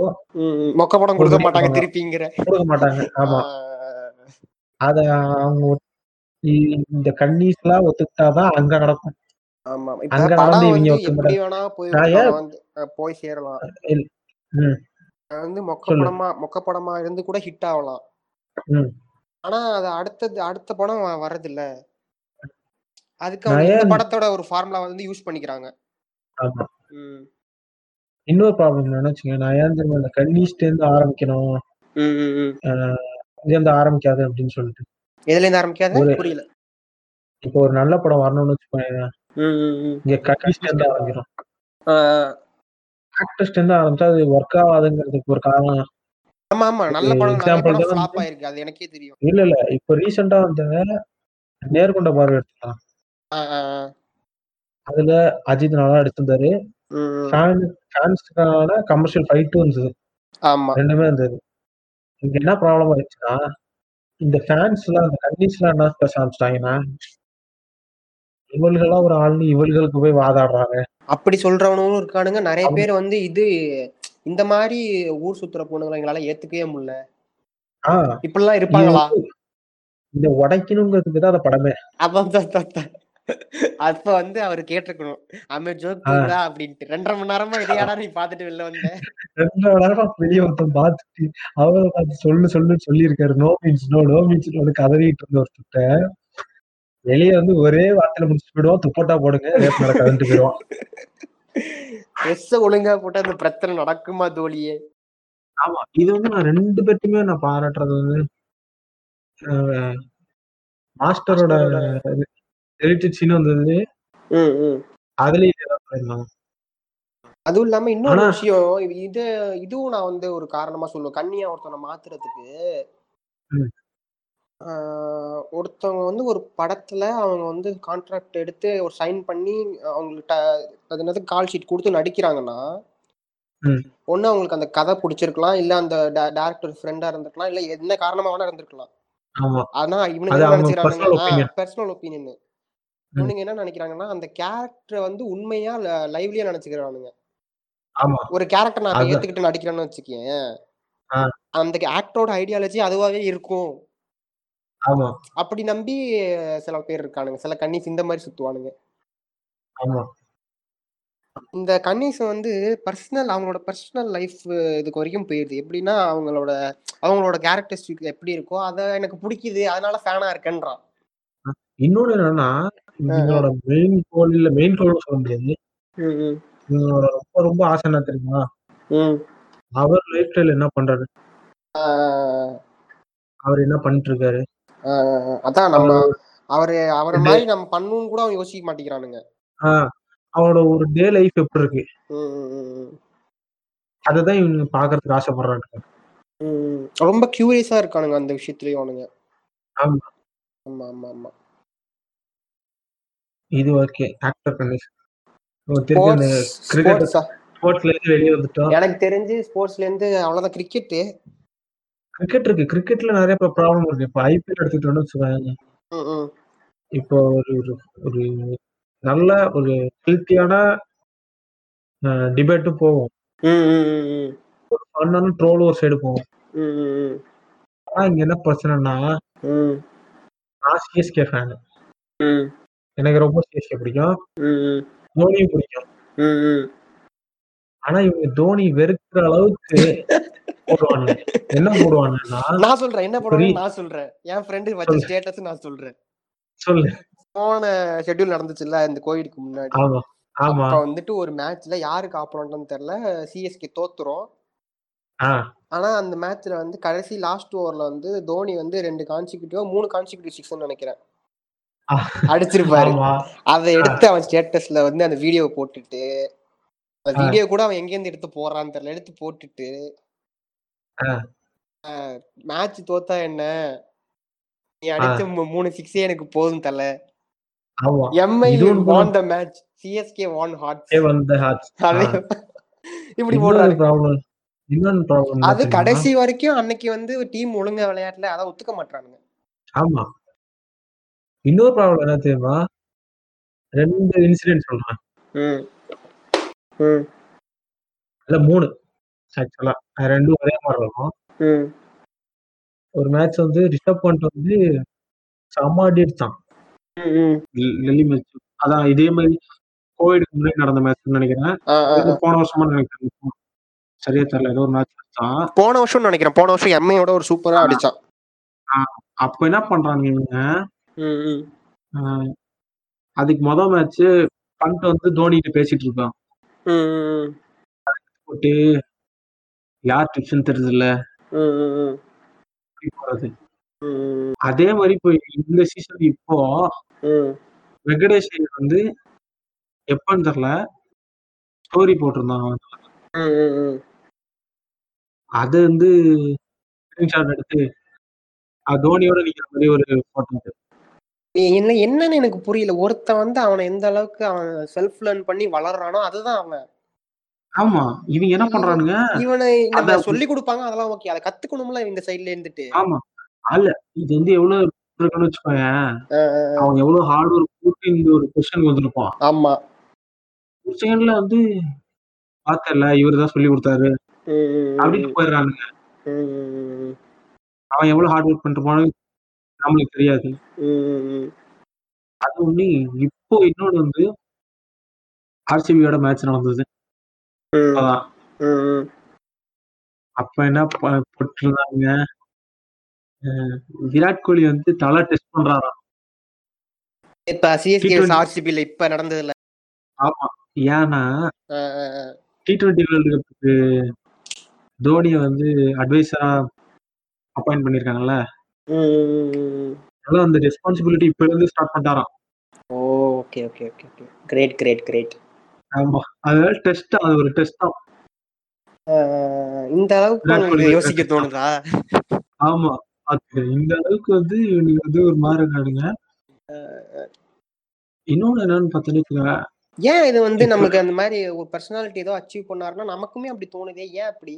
Speaker 2: மொக்க படம் கொடுக்க மாட்டாங்க திருப்பிங்கிற
Speaker 1: கொடுக்க மாட்டாங்க ஆமா அத அவங்க இந்த கண்ணீஸ் எல்லாம் ஒத்துக்கிட்டாதான் அங்க நடக்கும்
Speaker 2: ஆமா இப்ப படம் வந்து எப்படி வேணா போய் போய் சேரலாம் வந்து மொக்க படமா மொக்க படமா இருந்து கூட ஹிட் ஆகலாம் ஆனா அது அடுத்தது அடுத்த படம் வர்றது இல்ல அதுக்கு அவங்க இந்த படத்தோட ஒரு ஃபார்முலா வந்து யூஸ் பண்ணிக்கிறாங்க
Speaker 1: ஆமா இன்னொரு ப்ராப்ளம் என்னன்னு வச்சுக்கோங்க நான் ஏன் தெரியுமா அந்த கன்னிஸ்ட் இருந்து ஆரம்பிக்கணும் இருந்து ஆரம்பிக்காது அப்படின்னு சொல்லிட்டு
Speaker 2: எதுல இருந்து ஆரம்பிக்காது புரியல
Speaker 1: இப்போ ஒரு நல்ல படம் வரணும்னு வச்சுக்கோங்க இங்க கன்னிஸ்ட் இருந்து ஆரம்பிக்கிறோம் ஆக்டர்ஸ்ட் இருந்து ஆரம்பிச்சா அது ஒர்க் ஆகாதுங்கிறதுக்கு ஒரு காரணம்
Speaker 2: ஆமா ஆமா நல்ல படம் எக்ஸாம்பிள் ஃப்ளாப் ஆயிருக்கு அது எனக்கே தெரியும்
Speaker 1: இல்ல இல்ல இப்போ ரீசன்ட்டா வந்து நேர்கொண்ட பார்வை எடுத்துக்கலாம் அதுல அஜித் நல்லா எடுத்திருந்தாரு ஃபேன்ஸ்க்கான கமர்ஷியல் ஃபைட்டும் இருந்தது
Speaker 2: ஆமா
Speaker 1: ரெண்டுமே இருந்தது இங்க என்ன ப்ராப்ளம் ஆயிடுச்சுன்னா இந்த ஃபேன்ஸ்லாம் அந்த கண்டிஷன்லாம் என்ன பேச ஆரம்பிச்சிட்டாங்கன்னா இவள்கெல்லாம் ஒரு ஆள்னு இவள்களுக்கு போய் வாதாடுறாங்க
Speaker 2: அப்படி சொல்றவனும் இருக்கானுங்க நிறைய பேர் வந்து இது இந்த மாதிரி ஊர் சுத்துற பொண்ணுங்களை எங்களால ஏத்துக்கவே முடியல இப்படிலாம் இருப்பாங்களா
Speaker 1: இந்த உடைக்கணுங்கிறதுக்கு தான் அந்த படமே
Speaker 2: அதான் அப்ப வந்து அவர் கேட்டிருக்கணும் அம்மே ஜோக் அப்படின்ட்டு ரெண்டரை மணி நேரமா இதையாடா நீ பாத்துட்டு வெளில வந்த
Speaker 1: ரெண்டரை மணி நேரமா வெளிய ஒருத்தன் பாத்துட்டு அவரை பார்த்து சொல்லு சொல்லு சொல்லி இருக்காரு no means no no means நோனு கதறிட்டு இருந்த ஒருத்தட்ட வெளிய வந்து ஒரே வார்த்தையில முடிச்சு போயிடுவோம் துப்பட்டா போடுங்க ரேப் நடக்காதுன்ட்டு போயிடுவான்
Speaker 2: ட்ரெஸ் ஒழுங்கா போட்டு அந்த பிரச்சனை நடக்குமா தோழியே
Speaker 1: ஆமா இது வந்து நான் ரெண்டு பேர்ட்டுமே நான் பாராட்டுறது வந்து மாஸ்டரோட ஹெரிட்டேஜ் சீன் வந்தது அதுலயும்
Speaker 2: அதுவும் இல்லாம இன்னொரு விஷயம் இது இதுவும் நான் வந்து ஒரு காரணமா சொல்லுவேன் கண்ணியா ஒருத்தனை மாத்துறதுக்கு ஒருத்தவங்க வந்து ஒரு படத்துல அவங்க வந்து கான்ட்ராக்ட் எடுத்து ஒரு சைன் பண்ணி அவங்கள்ட்ட அது என்னது கால் ஷீட் கொடுத்து நடிக்கிறாங்கன்னா ஒண்ணு அவங்களுக்கு அந்த கதை பிடிச்சிருக்கலாம் இல்ல அந்த டேரக்டர் ஃப்ரெண்டா இருந்திருக்கலாம் இல்ல என்ன காரணமா வேணா இருந்திருக்கலாம் ஆனா இவனுங்க என்ன நினைச்சுக்கிறாங்க பர்சனல் ஒப்பீனியன் இவனுங்க என்ன நினைக்கிறாங்கன்னா அந்த கேரக்டரை வந்து உண்மையா லைவ்லியா நினைச்சுக்கிறானுங்க ஒரு கேரக்டர் நான் ஏத்துக்கிட்டு நடிக்கிறேன்னு வச்சுக்கேன் அந்த ஆக்டரோட ஐடியாலஜி அதுவாவே இருக்கும் அப்படி நம்பி சில பேர் இருக்கானுங்க சில கன்னிஸ் இந்த மாதிரி சுத்துவானுங்க இந்த கன்னிஸ் வந்து பர்சனல் அவங்களோட பர்சனல் லைஃப் இதுக்கு வரைக்கும் போயிடுது எப்படின்னா அவங்களோட அவங்களோட கேரக்டரிஸ்டிக் எப்படி இருக்கோ அதை எனக்கு பிடிக்குது அதனால ஃபேனா இருக்கேன்றான்
Speaker 1: இன்னொன்னு என்னன்னா இவங்களோட மெயின் கோல் இல்ல மெயின் கோல் சொல்ல முடியாது இவங்களோட ரொம்ப ரொம்ப ஆசை என்ன தெரியுமா அவர் லைஃப் ஸ்டைல் என்ன பண்றாரு அவர் என்ன பண்ணிட்டு இருக்காரு
Speaker 2: அதான் நம்ம அவரு அவரை மாதிரி நம்ம பண்ணணும்னு கூட அவன் யோசிக்க மாட்டேங்கிறானுங்க
Speaker 1: அவனோட ஒரு டே லைஃப் எப்படி இருக்கு அததான் இவங்க பாக்குறதுக்கு ஆசைப்படுறாங்க
Speaker 2: ரொம்ப கியூரியஸா இருக்கானுங்க அந்த விஷயத்துலயும் அவனுங்க
Speaker 1: ஆமா
Speaker 2: ஆமா ஆமா ஆமா
Speaker 1: இது ஓகே ஆக்டர் கண்டிஷன் திருப்பி அந்த கிரிக்கெட் ஸ்போர்ட்ஸ்ல இருந்து வெளிய வந்துட்டோம்
Speaker 2: எனக்கு தெரிஞ்சு ஸ்போர்ட்ஸ்ல இருந்து அவ்வளவுதான் கிரிக்கெட்
Speaker 1: கிரிக்கெட் இருக்கு கிரிக்கெட்ல நிறைய ப்ராப்ளம் இருக்கு இப்போ ஐபிஎல் எடுத்துக்கிட்டோம்னு வச்சுக்கோங்க இப்போ ஒரு ஒரு நல்ல ஒரு ஹெல்த்தியான டிபேட்டும் போகும் ட்ரோல் ஒரு சைடு போகும்
Speaker 4: ஆனா இங்க என்ன பிரச்சனைனா நான் சிஎஸ்கே ஃபேன் எனக்கு ரொம்ப சிஎஸ்கே பிடிக்கும் தோனியும் பிடிக்கும் ஆனா இவங்க தோனி வெறுக்கிற அளவுக்கு போடுவாங்க என்ன போடுவாங்கன்னா
Speaker 2: நான் சொல்றேன் என்ன போடுறேன் நான் சொல்றேன் என் ஃப்ரெண்டு வச்ச ஸ்டேட்டஸ் நான் சொல்றேன்
Speaker 4: சொல்லு
Speaker 2: போன ஷெட்யூல் நடந்துச்சுல்ல இந்த கோவிடுக்கு முன்னாடி
Speaker 4: ஆமா ஆமா
Speaker 2: அப்ப வந்துட்டு ஒரு மேட்ச்ல யாருக்கு ஆப்போனன்ட்னு தெரியல சிஎஸ்கே தோத்துரும்
Speaker 4: ஆ
Speaker 2: ஆனா அந்த மேட்ச்ல வந்து கடைசி லாஸ்ட் ஓவர்ல வந்து தோனி வந்து ரெண்டு கான்சிக்யூட்டிவ் மூணு கான்சிக்யூட்டிவ் சிக்ஸ் நினைக்கிறேன் அடிச்சிருப்பாரு
Speaker 4: ஆமா
Speaker 2: அதை எடுத்து அவன் ஸ்டேட்டஸ்ல வந்து அந்த வீடியோ போட்டுட்டு அந்த வீடியோ கூட அவன் எங்கேருந்து எடுத்து போறான்னு தெரியல எடுத்து போட்டுட்டு
Speaker 4: ஆ.
Speaker 2: மேட்ச் தோத்தா என்ன நீ அடிச்ச மூ- மூணு சிக்ஸே எனக்கு போதும் தல
Speaker 4: ஆமா
Speaker 2: எம்ஐ
Speaker 4: இதுவும்
Speaker 2: won the match CSK won heart
Speaker 4: a வந்த ஹார்ட்ஸ்
Speaker 2: அதே இப்படி
Speaker 4: இன்னொரு
Speaker 2: போடுறாரு
Speaker 4: ப்ராப்ளம் இன்னொரு ப்ராப்ளம்
Speaker 2: அது கடைசி வரைக்கும் அன்னைக்கு வந்து டீம் ஒழுங்கா விளையாட்டுல அதை ஒத்துக்க மாட்டானுங்க
Speaker 4: ஆமா இன்னொரு ப்ராப்ளம் என்ன தெரியுமா ரெண்டு இன்சிடென்ட் சொல்றேன்
Speaker 2: ம். ம்.
Speaker 4: இல்ல மூணு ஆக்சுவலா ரெண்டும் ஒரே மாதிரி இருக்கும்
Speaker 2: ம்.
Speaker 4: ஒரு மேட்ச் வந்து ரிஷப் பண்ட் வந்து செம்ம அடி அடிச்சான்
Speaker 2: ம். ம்.
Speaker 1: டெல்லி மேட்ச் அதான் இதே மாதிரி கோவிடுக்கு முன்னாடி நடந்த மேட்ச் நினைக்கிறேன்
Speaker 2: ஆ, ஆ, ஆ.
Speaker 1: இது போன வருஷமா நினைக்கிறேன் சரியா தெரியல ஏதோ ஒரு மேட்ச் அடிச்சான்
Speaker 2: போன வருஷம் நினைக்கிறேன் போன வருஷம் எம்ஐயோட ஒரு சூப்பரா அடிச்சான்
Speaker 1: அப்ப என்ன பண்றாங்க இவங்க
Speaker 2: ம், ம்.
Speaker 1: ஆஹ், அதுக்கு மொத மேட்ச் பண்ட் வந்து தோனிட்டு பேசிட்டு இருக்கான்
Speaker 2: ம், ம்,
Speaker 1: போட்டு யார் டிப்ஸ்ன்னு தெரியல
Speaker 2: ம், ம், ம்,
Speaker 1: எப்படி போறது
Speaker 2: ம்,
Speaker 1: அதே மாதிரி போய் இந்த சீசன் இப்போ
Speaker 2: ம்,
Speaker 1: வெங்கடேஷ் ஐயர் வந்து எப்பன்னு தெரியல ஸ்டோரி போட்டிருந்தான் அவன்.
Speaker 2: ம், ம், ம்.
Speaker 1: அது வந்து ஸ்கிரீன்ஷாட் எடுத்து அது தோனியோட நிக்கிற மாதிரி ஒரு போட்டோ
Speaker 2: என்ன என்னன்னு எனக்கு புரியல ஒருத்தன் வந்து அவனை எந்த அளவுக்கு அவன் செல்ஃப் லேர்ன் பண்ணி வளர்றானோ அதுதான் அவன்
Speaker 1: ஆமா இவங்க என்ன பண்றானுங்க
Speaker 2: இவனை நம்ம
Speaker 1: அதான்.
Speaker 2: சொல்லி கொடுப்பாங்க அதெல்லாம் ஓகே அதை கத்துக்கணும்ல இந்த சைடுல இருந்துட்டு
Speaker 1: ஆமா அல்ல இது வந்து எவ்வளவு இருக்குன்னு வச்சுக்கோங்க
Speaker 2: ஆ, ஆ, ஆ.
Speaker 1: அவன் எவ்வளவு ஹார்ட் ஒர்க் போட்டு இந்த ஒரு கொஸ்டின் வந்திருப்பான்
Speaker 2: ஆமா
Speaker 1: ஒரு செகண்ட்ல வந்து பார்த்தல இவரு தான் சொல்லி கொடுத்தாரு
Speaker 2: ம், ம், ம்,
Speaker 1: அப்படின்னு போயிடுறானுங்க
Speaker 2: ம், ம், ம்,
Speaker 1: அவன் எவ்வளவு ஹார்ட் ஒர்க் பண்றான்னு நம்மளுக்கு தெரியாது
Speaker 2: ம், ம்.
Speaker 1: அது ஒண்ணு இப்போ இன்னொன்னு வந்து ஆர்சிபியோட மேட்ச் நடந்தது
Speaker 2: ம்,
Speaker 1: அதான்
Speaker 2: ம், ம்.
Speaker 1: அப்ப என்ன ப- போட்டிருந்தாங்க அஹ் விராட் கோலி வந்து தலை டெஸ்ட் பண்றாராம்
Speaker 2: இப்ப சிஎஸ்கே
Speaker 1: T20
Speaker 2: ஆர்சிபில இப்ப நடந்ததுல
Speaker 1: ஆமா ஏன்னா
Speaker 2: ஆ, ஆ, ஆ.
Speaker 1: டி டுவெண்ட்டி வேர்ல்டு கப்புக்கு தோனியை வந்து அட்வைசரா அப்பாயிண்ட் பண்ணிருக்காங்கல்ல
Speaker 2: ம், ம், ம், ம்.
Speaker 1: அதனால அந்த ரெஸ்பான்சிபிலிட்டி இப்ப இருந்து ஸ்டார்ட் பண்ணிட்டாராம்
Speaker 2: oh okay okay okay okay great great great
Speaker 1: ஆமா அதனால டெஸ்ட் அது ஒரு டெஸ்ட் தான்
Speaker 2: இந்த அளவுக்கு
Speaker 1: விராட்
Speaker 2: உங்களுக்கு
Speaker 1: கோலி
Speaker 2: யோசிக்க
Speaker 1: விராட்
Speaker 2: தோணுதா
Speaker 1: ஆமா அது இந்த அளவுக்கு வந்து இவனுக்கு வந்து ஒரு மாதிரி இருக்கானுங்க இன்னொன்னு என்னன்னு பார்த்தீங்கன்னா
Speaker 2: ஏன் இது [LAUGHS] வந்து
Speaker 1: இப்ப-
Speaker 2: நமக்கு அந்த மாதிரி ஒரு பர்சனாலிட்டி ஏதோ அச்சீவ் பண்ணாருன்னா நமக்குமே அப்படி தோணுதே ஏன் அப்படி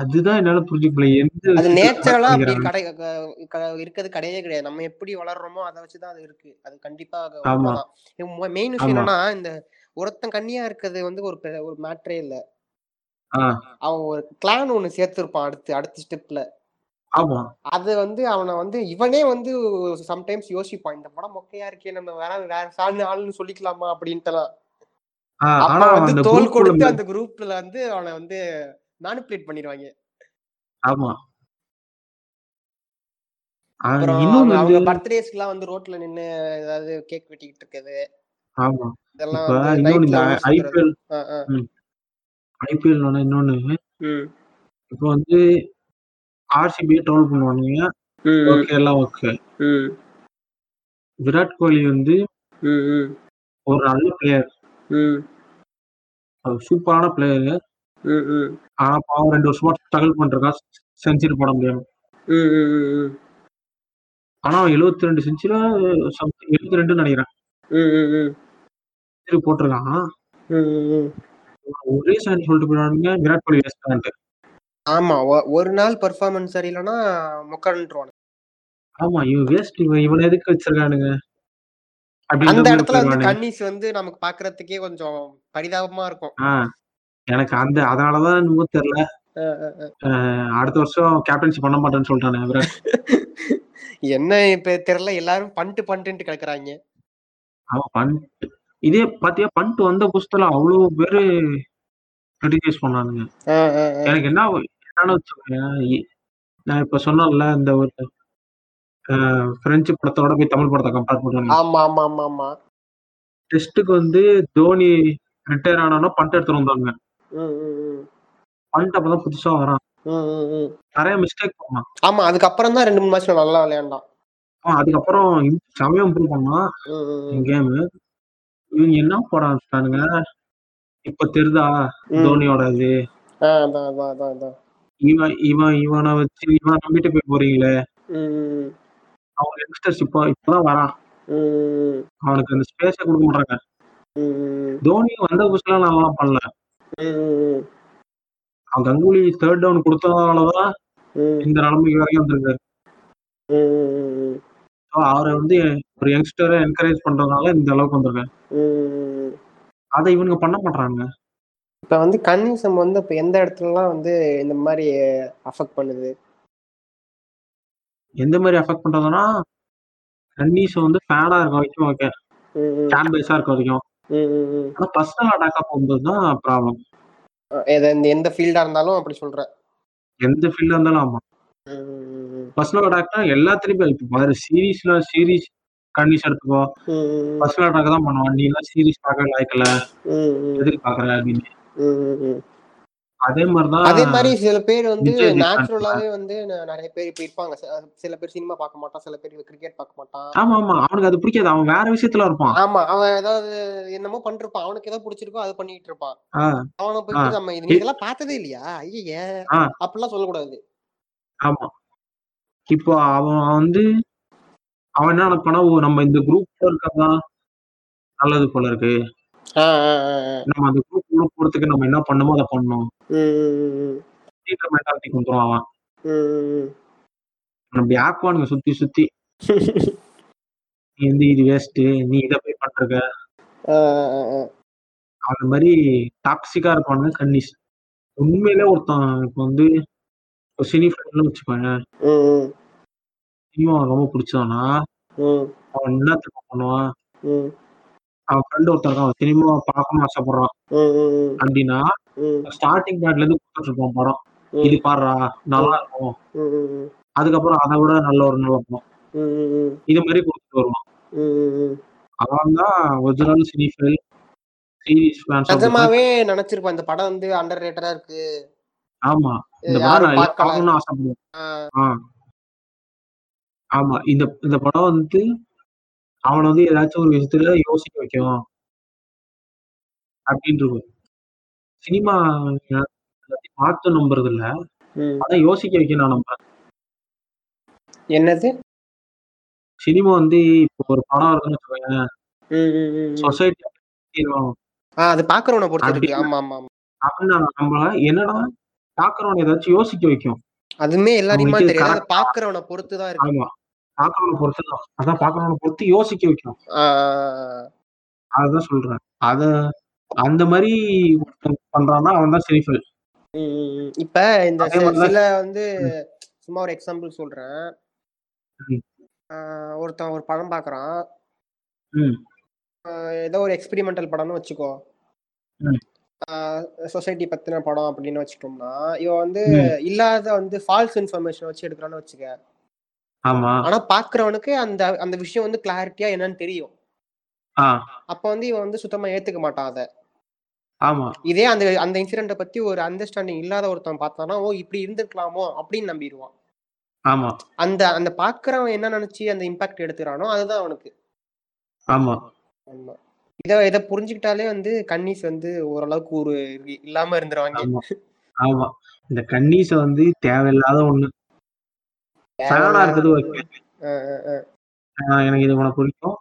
Speaker 1: அதுதான் என்னால புரிஞ்சுக்க முடியல எந்த
Speaker 2: [LAUGHS] அது
Speaker 1: விஷயத்துல start
Speaker 2: நேச்சுரலா அப்படி
Speaker 1: பண்ணிக்கிறாங்க.
Speaker 2: கடை க- க- இருக்கிறது கிடையவே கிடையாது நம்ம எப்படி வளர்றோமோ அதை வச்சுதான் அது இருக்கு அது
Speaker 1: ஆமா.
Speaker 2: கண்டிப்பா மெயின் விஷயம்
Speaker 1: ஆமா.
Speaker 2: என்னன்னா இந்த ஒருத்தன் கண்ணியா இருக்கிறது வந்து ஒரு பெ- ஒரு மேட்டரே இல்ல
Speaker 1: ஆ,
Speaker 2: அவன் ஒரு கிளான் ஒண்ணு சேர்த்திருப்பான் அடுத்து அடுத்த ஸ்டெப்ல
Speaker 1: ஆமா
Speaker 2: அது வந்து அவனை வந்து இவனே வந்து சம்டைம்ஸ் யோசிப்பான் இந்த படம் மொக்கையா இருக்கே நம்ம வேற வேற சாணு ஆளுன்னு சொல்லிக்கலாமா அப்படின்ட்டுலாம்
Speaker 1: ஆ,
Speaker 2: அப்ப
Speaker 1: ஆனா அவன்
Speaker 2: வந்து
Speaker 1: அந்த
Speaker 2: தோல்
Speaker 1: group குள்ள
Speaker 2: கொடுத்து
Speaker 1: mem-
Speaker 2: அந்த குரூப்ல வந்து அவனை வந்து மேனிபுலேட் பண்ணிடுவாங்க
Speaker 1: ஆமா ஆ,
Speaker 2: அப்புறம்
Speaker 1: இன்னொன்னு வந்து
Speaker 2: அவங்க- அவங்க பர்த்டேஸ்க்குலாம் வந்து ரோட்ல நின்னு ஏதாவது கேக் வெட்டிக்கிட்டு இருக்குது
Speaker 1: ஆமா
Speaker 2: இதெல்லாம்
Speaker 1: இப்ப
Speaker 2: வந்து
Speaker 1: இன்னொன்னு
Speaker 2: நைட்ல
Speaker 1: இந்த ஐபிஎல்
Speaker 2: ஆ ஆ
Speaker 1: ஐபிஎல் இன்னொன்னு
Speaker 2: ம்
Speaker 1: இப்போ வந்து ஆர்சிபி ட்ரோல் பண்ணுவானுங்க
Speaker 2: ம் ம்
Speaker 1: ஓகே எல்லாம் ஓகே
Speaker 2: ம்
Speaker 1: விராட் கோலி வந்து
Speaker 2: ம் ம்
Speaker 1: ஒரு நல்ல பிளேயர்
Speaker 2: ம்
Speaker 1: சூப்பரான பிளேயர்
Speaker 2: ம் ம்
Speaker 1: ஆனா பாவம் ரெண்டு வருஷமா ஸ்ட்ரகிள் பண்றான் செஞ்சுட்டு போட முடியாது
Speaker 2: ம் ம்
Speaker 1: ஆனா அவன் எழுபத்தி ரெண்டு செஞ்சுல சம்திங் எழுபத்தி ரெண்டுன்னு நினைக்கிறேன்
Speaker 2: ம் ம்
Speaker 1: century போட்டிருக்கான்
Speaker 2: ம் ம்
Speaker 1: ஒரே சாணி சொல்லிட்டு போயிடுவானுங்க விராட் கோலி வேஸ்ட் பண்ணிட்டு
Speaker 2: ஆமா ஒ- ஒரு நாள் பெர்ஃபார்மன்ஸ் சரியில்லைன்னா மொக்கன்றுவான்
Speaker 1: ஆமா இவன் வேஸ்ட் இவன் இவனை எதுக்கு வச்சிருக்கானுங்க அப்படின்ற
Speaker 2: அந்த
Speaker 1: மாதிரி
Speaker 2: இடத்துல வந்து
Speaker 1: போயிடுவானுங்க.
Speaker 2: கன்னிஸ் வந்து நமக்கு பாக்குறதுக்கே கொஞ்சம் பரிதாபமா இருக்கும்
Speaker 1: ஆ, எனக்கு அந்த அதனாலதான் என்னமோ தெரியல அடுத்த வருஷம் கேப்டன்ஷிப் பண்ண மாட்டேன்னு சொல்லிட்டானே விராட்
Speaker 2: [LAUGHS] என்ன இப்ப தெரியல எல்லாரும் பண்ட்டு பண்ட்டுன்ட்டு கிடக்குறாங்க
Speaker 1: ஆமா பண்ட் இதே பாத்தியா பண்ட் வந்த புதுசுல அவ்வளவு பேரு கிரிட்டிசைஸ் பண்ணானுங்க எனக்கு என்ன என்னன்னு வச்சுக்கோங்க நான் இப்ப சொன்னேன்ல இந்த ஒரு பிரெஞ்சு படத்தோட போய் தமிழ் படத்தை கம்பேர் பண்ணுவாங்க
Speaker 2: ஆமா ஆமா ஆமா ஆமா
Speaker 1: டெஸ்ட்டுக்கு வந்து தோனி ரிட்டையர் ஆனானோ பண்ட் எடுத்து வந்தாங்க பண்ட் அப்பதான் புதுசா வரான் நிறைய மிஸ்டேக் பண்ணான்
Speaker 2: ஆமா அதுக்கப்புறம் தான் ரெண்டு மூணு மேட்ச் நல்லா விளையாண்டான்
Speaker 1: அதுக்கப்புறம் செமையா இம்ப்ரூவ் பண்ணான் கேம் இவங்க என்ன போட ஆரம்பிச்சிட்டானுங்க இப்ப தெரிதா தோனியோட இது இவன் இவன் இவனை வச்சு இவன் நம்பிட்டு போய் போறீங்களே அவங்க யங்ஸ்டர்ஸ் இப்போ இப்பதான் வரான் அவனுக்கு அந்த ஸ்பேஸ கொடுக்க மாட்டாங்க தோனி வந்த புதுசுல நல்லா பண்ணல அவன் கங்குலி தேர்ட் டவுன் கொடுத்ததாலதான் இந்த நிலைமைக்கு வரைக்கும் வந்திருக்காரு அவரை வந்து ஒரு யங்ஸ்டரை என்கரேஜ் பண்றதுனால இந்த அளவுக்கு வந்திருக்காரு அதை இவனுங்க பண்ண மாட்டாங்க
Speaker 2: இப்ப வந்து கன்னிசம் வந்து இப்ப எந்த இடத்துலலாம் வந்து இந்த மாதிரி அஃபெக்ட் பண்ணுது
Speaker 1: எந்த மாதிரி அஃபெக்ட் பண்றதுன்னா ரன்னிஸ் வந்து ஃபேனா இருக்க வரைக்கும் ஓகே ஃபேன் பேஸா இருக்க வரைக்கும் ஆனா பர்சனல் அட்டாக்கா போகும்போது தான் ப்ராப்ளம்
Speaker 2: எந்த ஃபீல்டா இருந்தாலும் அப்படி சொல்ற
Speaker 1: எந்த ஃபீல்டா இருந்தாலும் ஆமா பர்சனல் அட்டாக்னா எல்லாத்துலயும் இப்போ வேற சீரீஸ்ல சீரீஸ் கண்டிஷன் எடுத்துக்கோ பர்சனல் அட்டாக் தான் பண்ணுவான் நீ எல்லாம் சீரீஸ் பார்க்க லாய்க்கல எதுக்கு பாக்குற அப்படின்னு அதே மாதிரிதான்
Speaker 2: அதே மாதிரி சில பேர் வந்து நேச்சுரலாவே வந்து நிறைய பேர் இப்ப இருப்பாங்க சில பேர் சினிமா பார்க்க மாட்டான் சில பேர் கிரிக்கெட் பார்க்க மாட்டான்
Speaker 1: ஆமா ஆமா அவனுக்கு அது பிடிக்காது அவன் வேற விஷயத்துல இருப்பான்
Speaker 2: ஆமா அவன் ஏதாவது என்னமோ பண்ணிருப்பான் அவனுக்கு ஏதாவது பிடிச்சிருக்கோ அதை பண்ணிட்டு இருப்பான் அவனை போயிட்டு நம்ம இதெல்லாம் பார்த்ததே இல்லையா ஐயே அப்படிலாம் சொல்லக்கூடாது
Speaker 1: ஆமா இப்போ அவன் வந்து அவன் என்ன நினைப்பானா ஓ நம்ம இந்த குரூப்ல இருக்கதான் நல்லது போல இருக்கு நம்ம அந்த குரூப் உள்ள போறதுக்கு நம்ம என்ன பண்ணுமோ அதை பண்ணணும் மென்டாலிட்டி கொண்டுரும் அவன் அப்படி ஆக்குவானுங்க சுத்தி
Speaker 2: [LAUGHS]
Speaker 1: சுத்தி நீ வந்து இது வேஸ்ட் நீ இதை போய் பண்றக அந்த மாதிரி டாக்ஸிக்கா இருப்பானுங்க கன்னிஸ் உண்மையிலே ஒருத்தன் இப்போ வந்து இப்போ சினி ஃபிலிம்னு வச்சுக்கோங்க சினிமா ரொம்ப பிடிச்சவனா அவன் என்ன திரும்ப பண்ணுவான் அவன் ஃப்ரெண்ட் ஒருத்தர் அவன் சினிமா பார்க்கணும்னு ஆசைப்படுறான் அப்படின்னா ஸ்டார்டிங் பேட்ல இருந்து கொடுத்துட்டு இருப்போம் படம் இது பாடுறா நல்லா இருக்கும் அதுக்கப்புறம் அதை விட நல்ல ஒரு நல்லா இருக்கும் இது மாதிரி கொடுத்துட்டு வருவான் அவன் தான் original cinephile series fans
Speaker 2: நிஜமாவே நினைச்சிருப்பான் இந்த படம் வந்து அண்டர் ரேட்டடா இருக்கு
Speaker 1: ஆமா இந்த படம் பார்க்கணும்னு ஆசைப்படுவேன் ஆமா இந்த இந்த படம் வந்து அவனை வந்து ஏதாச்சும் ஒரு விஷயத்துல யோசிக்க வைக்கும் அப்படின்னு இருக்கும் சினிமா பார்த்து நம்புறது இல்ல ஆனா யோசிக்க வைக்க நான் நம்புறேன்
Speaker 2: என்னது
Speaker 1: சினிமா வந்து இப்போ ஒரு படம் இருக்குன்னு வச்சுக்கோங்க சொசைட்டி
Speaker 2: அது பாக்குறவனை பொறுத்து இருக்கு ஆமா ஆமா
Speaker 1: அப்படின்னு நம்மள என்னடா பாக்குறவனை ஏதாச்சும் யோசிக்க வைக்கும்
Speaker 2: அதுமே எல்லாரையுமே தெரியாது அதை பாக்குறவனை பொறுத்து தான் இருக்கு
Speaker 1: ஆமா பாக்குறவனை பொறுத்து தான் அதான் பாக்குறவனை பொறுத்து யோசிக்க வைக்கும் அதுதான் சொல்றேன் அத அந்த மாதிரி பண்றான்னா அவன் தான் செல்ஃபல்
Speaker 2: இப்ப இந்த சில வந்து சும்மா ஒரு எக்ஸாம்பிள் சொல்றேன் ஒருத்தன் ஒரு படம் பாக்குறான் ஏதோ ஒரு எக்ஸ்பெரிமெண்டல் படம்னு வச்சுக்கோ சொசைட்டி பத்தின படம் அப்படின்னு வச்சுட்டோம்னா இவன் வந்து இல்லாத வந்து ஃபால்ஸ் இன்ஃபர்மேஷன் வச்சு எடுக்கிறான்னு வச்சுக்க ஆனா பாக்குறவனுக்கு அந்த அந்த விஷயம் வந்து கிளாரிட்டியா என்னன்னு தெரியும் அப்ப வந்து இவன் வந்து சுத்தமா ஏத்துக்க மாட்டான் அத
Speaker 1: ஆமா
Speaker 2: இதே அந்த அந்த இன்சிடென்ட பத்தி ஒரு அண்டர்ஸ்டாண்டிங் இல்லாத ஒருத்தன் பார்த்தானா ஓ இப்படி இருந்திருக்கலாமோ அப்படின்னு நம்பிடுவான்
Speaker 1: ஆமா
Speaker 2: அந்த அந்த பாக்குறவன் என்ன நினைச்சு அந்த இம்பாக்ட் எடுத்துறானோ அதுதான் அவனுக்கு
Speaker 1: ஆமா
Speaker 2: ஆமா இதை இதை புரிஞ்சுக்கிட்டாலே வந்து கன்னிஸ் வந்து ஓரளவுக்கு ஒரு இல்லாம இருந்துருவாங்க
Speaker 1: ஆமா இந்த கன்னிஸ வந்து தேவையில்லாத ஒண்ணு ஃபேனா இருக்குது ஓகே எனக்கு இது உனக்கு பிடிக்கும்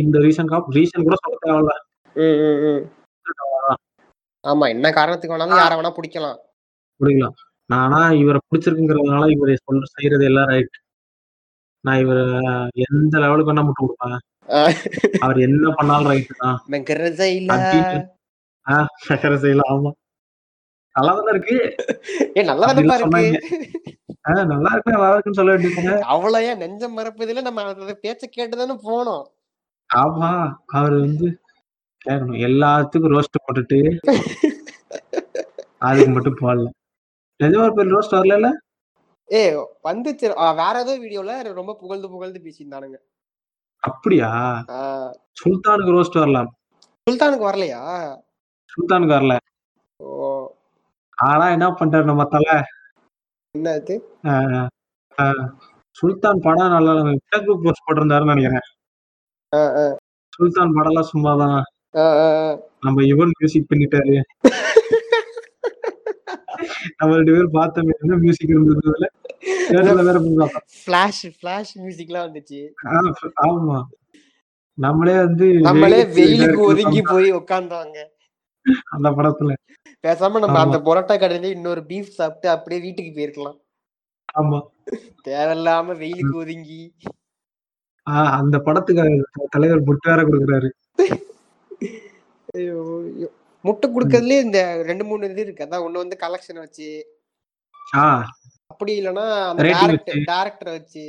Speaker 1: இந்த ரீசன் காப் ரீசன் கூட சொல்ல தேவையில்ல
Speaker 2: ஆமா என்ன காரணத்துக்கு வேணாலும் யார வேணா பிடிக்கலாம்
Speaker 1: பிடிக்கலாம் நானா இவரை பிடிச்சிருக்குங்கிறதுனால இவரை சொல்ற செய்யறது எல்லாம் ரைட் நான் இவர எந்த லெவலுக்கு வேணா முட்டு கொடுப்பேன் அவர் என்ன பண்ணாலும் ரைட் தான்
Speaker 2: மெகரசைல
Speaker 1: ஆமா நல்லா தானே இருக்கு
Speaker 2: ஏ நல்லா தான்
Speaker 1: சொன்னாங்க. ஆ, நல்லா இருக்கு நல்லா இருக்குன்னு சொல்ல வேண்டியது
Speaker 2: அவ்வளவு ஏன் நெஞ்சம் மறப்பதுல நம்ம அந்த பேச்ச கேட்டுதானே போனோம்
Speaker 1: ஆமா அவர் வந்து கேட்கணும் எல்லாத்துக்கும் ரோஸ்ட்
Speaker 2: [LAUGHS]
Speaker 1: போட்டுட்டு அதுக்கு மட்டும் போடல நிஜமா ஒரு பேர் ரோஸ்ட் வரல
Speaker 2: ஏ வந்துச்சு ஆ, வேற ஏதோ வீடியோல ரொம்ப புகழ்ந்து புகழ்ந்து பேசியிருந்தானுங்க
Speaker 1: அப்படியா
Speaker 2: ஆ,
Speaker 1: சுல்தானுக்கு ரோஸ்ட் வரலாம்
Speaker 2: சுல்தானுக்கு வரலையா
Speaker 1: சுல்தானுக்கு வரல
Speaker 2: ஓ
Speaker 1: ஆனா என்ன பண்றாரு நம்ம தலை
Speaker 2: என்ன இது
Speaker 1: ஆ, ஆ, சுல்தான் படம் நல்லா ஃபேஸ்புக் போஸ்ட் போட்டிருந்தாருன்னு நினைக்கிறேன்
Speaker 2: ஆ, ஆ,
Speaker 1: சுல்தான் படம்லாம் சும்மாதான்
Speaker 2: ஆ, ஆ, ஆ.
Speaker 1: நம்ம இவன் மியூசிக் பண்ணிட்டாரு நம்ம ரெண்டு பேரும் பார்த்தோமே என்ன மியூசிக் இருந்ததுல தேட்டர்ல வேற போய் பார்த்தோம்.
Speaker 2: ஃபிளாஷ் ஃபிளாஷ் மியூசிக்லாம் வந்துச்சு
Speaker 1: ஆ, ஆமா நம்மளே வந்து
Speaker 2: நம்மளே
Speaker 1: வெயிலுக்கு
Speaker 2: வெயிலுக்கு
Speaker 1: இதா
Speaker 2: ஒதுங்கி
Speaker 1: இருக்கு
Speaker 2: போய் உட்கார்ந்தாங்க
Speaker 1: அந்த படத்துல
Speaker 2: பேசாம நம்ம
Speaker 1: ஆமா.
Speaker 2: அந்த பரோட்டா கடையில இன்னொரு பீஃப் சாப்பிட்டு அப்படியே வீட்டுக்கு போயிருக்கலாம்
Speaker 1: ஆமா
Speaker 2: தேவையில்லாம வெயிலுக்கு ஒதுங்கி
Speaker 1: ஆ, அந்த படத்துக்கு தலைவர் புட்டு வேற கொடுக்குறாரு
Speaker 2: ஐயோ, ஐயோ. முட்டை கொடுக்கறதுலயே இந்த ரெண்டு மூணு இது இருக்கு அதான் ஒண்ணு வந்து கலெக்ஷன் வச்சு
Speaker 1: ஆ
Speaker 2: அப்படி இல்லனா அந்த
Speaker 1: Rating
Speaker 2: டேரக்டர் டேரக்டரை வச்சு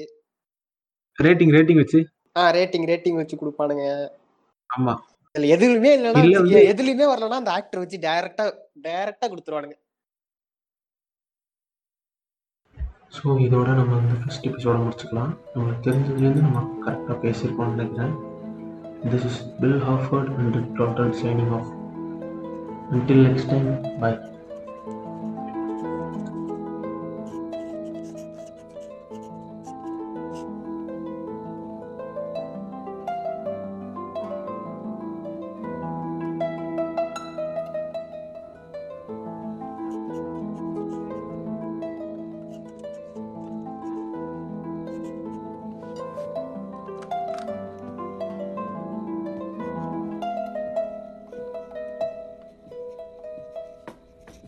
Speaker 1: ரேட்டிங் ரேட்டிங் வச்சு
Speaker 2: ஆ ரேட்டிங் ரேட்டிங் வச்சு கொடுப்பானுங்க
Speaker 1: ஆமா
Speaker 2: இதுல எதுவுமே இல்லனா
Speaker 1: இல்ல வந்து-
Speaker 2: வச்சுக்க, எதுலயுமே வரலனா அந்த ஆக்டர் வச்சு டைரக்டா டைரக்டா கொடுத்துருவானுங்க
Speaker 1: ஸோ இதோட நம்ம வந்து ஃபஸ்ட் எபிசோட முடிச்சுக்கலாம் நம்மளுக்கு தெரிஞ்சதுலேருந்து நம்ம கரெக்டாக பேசியிருக்கோம்னு நினைக்கிறேன் this is Bill Hafford and total signing off until next time bye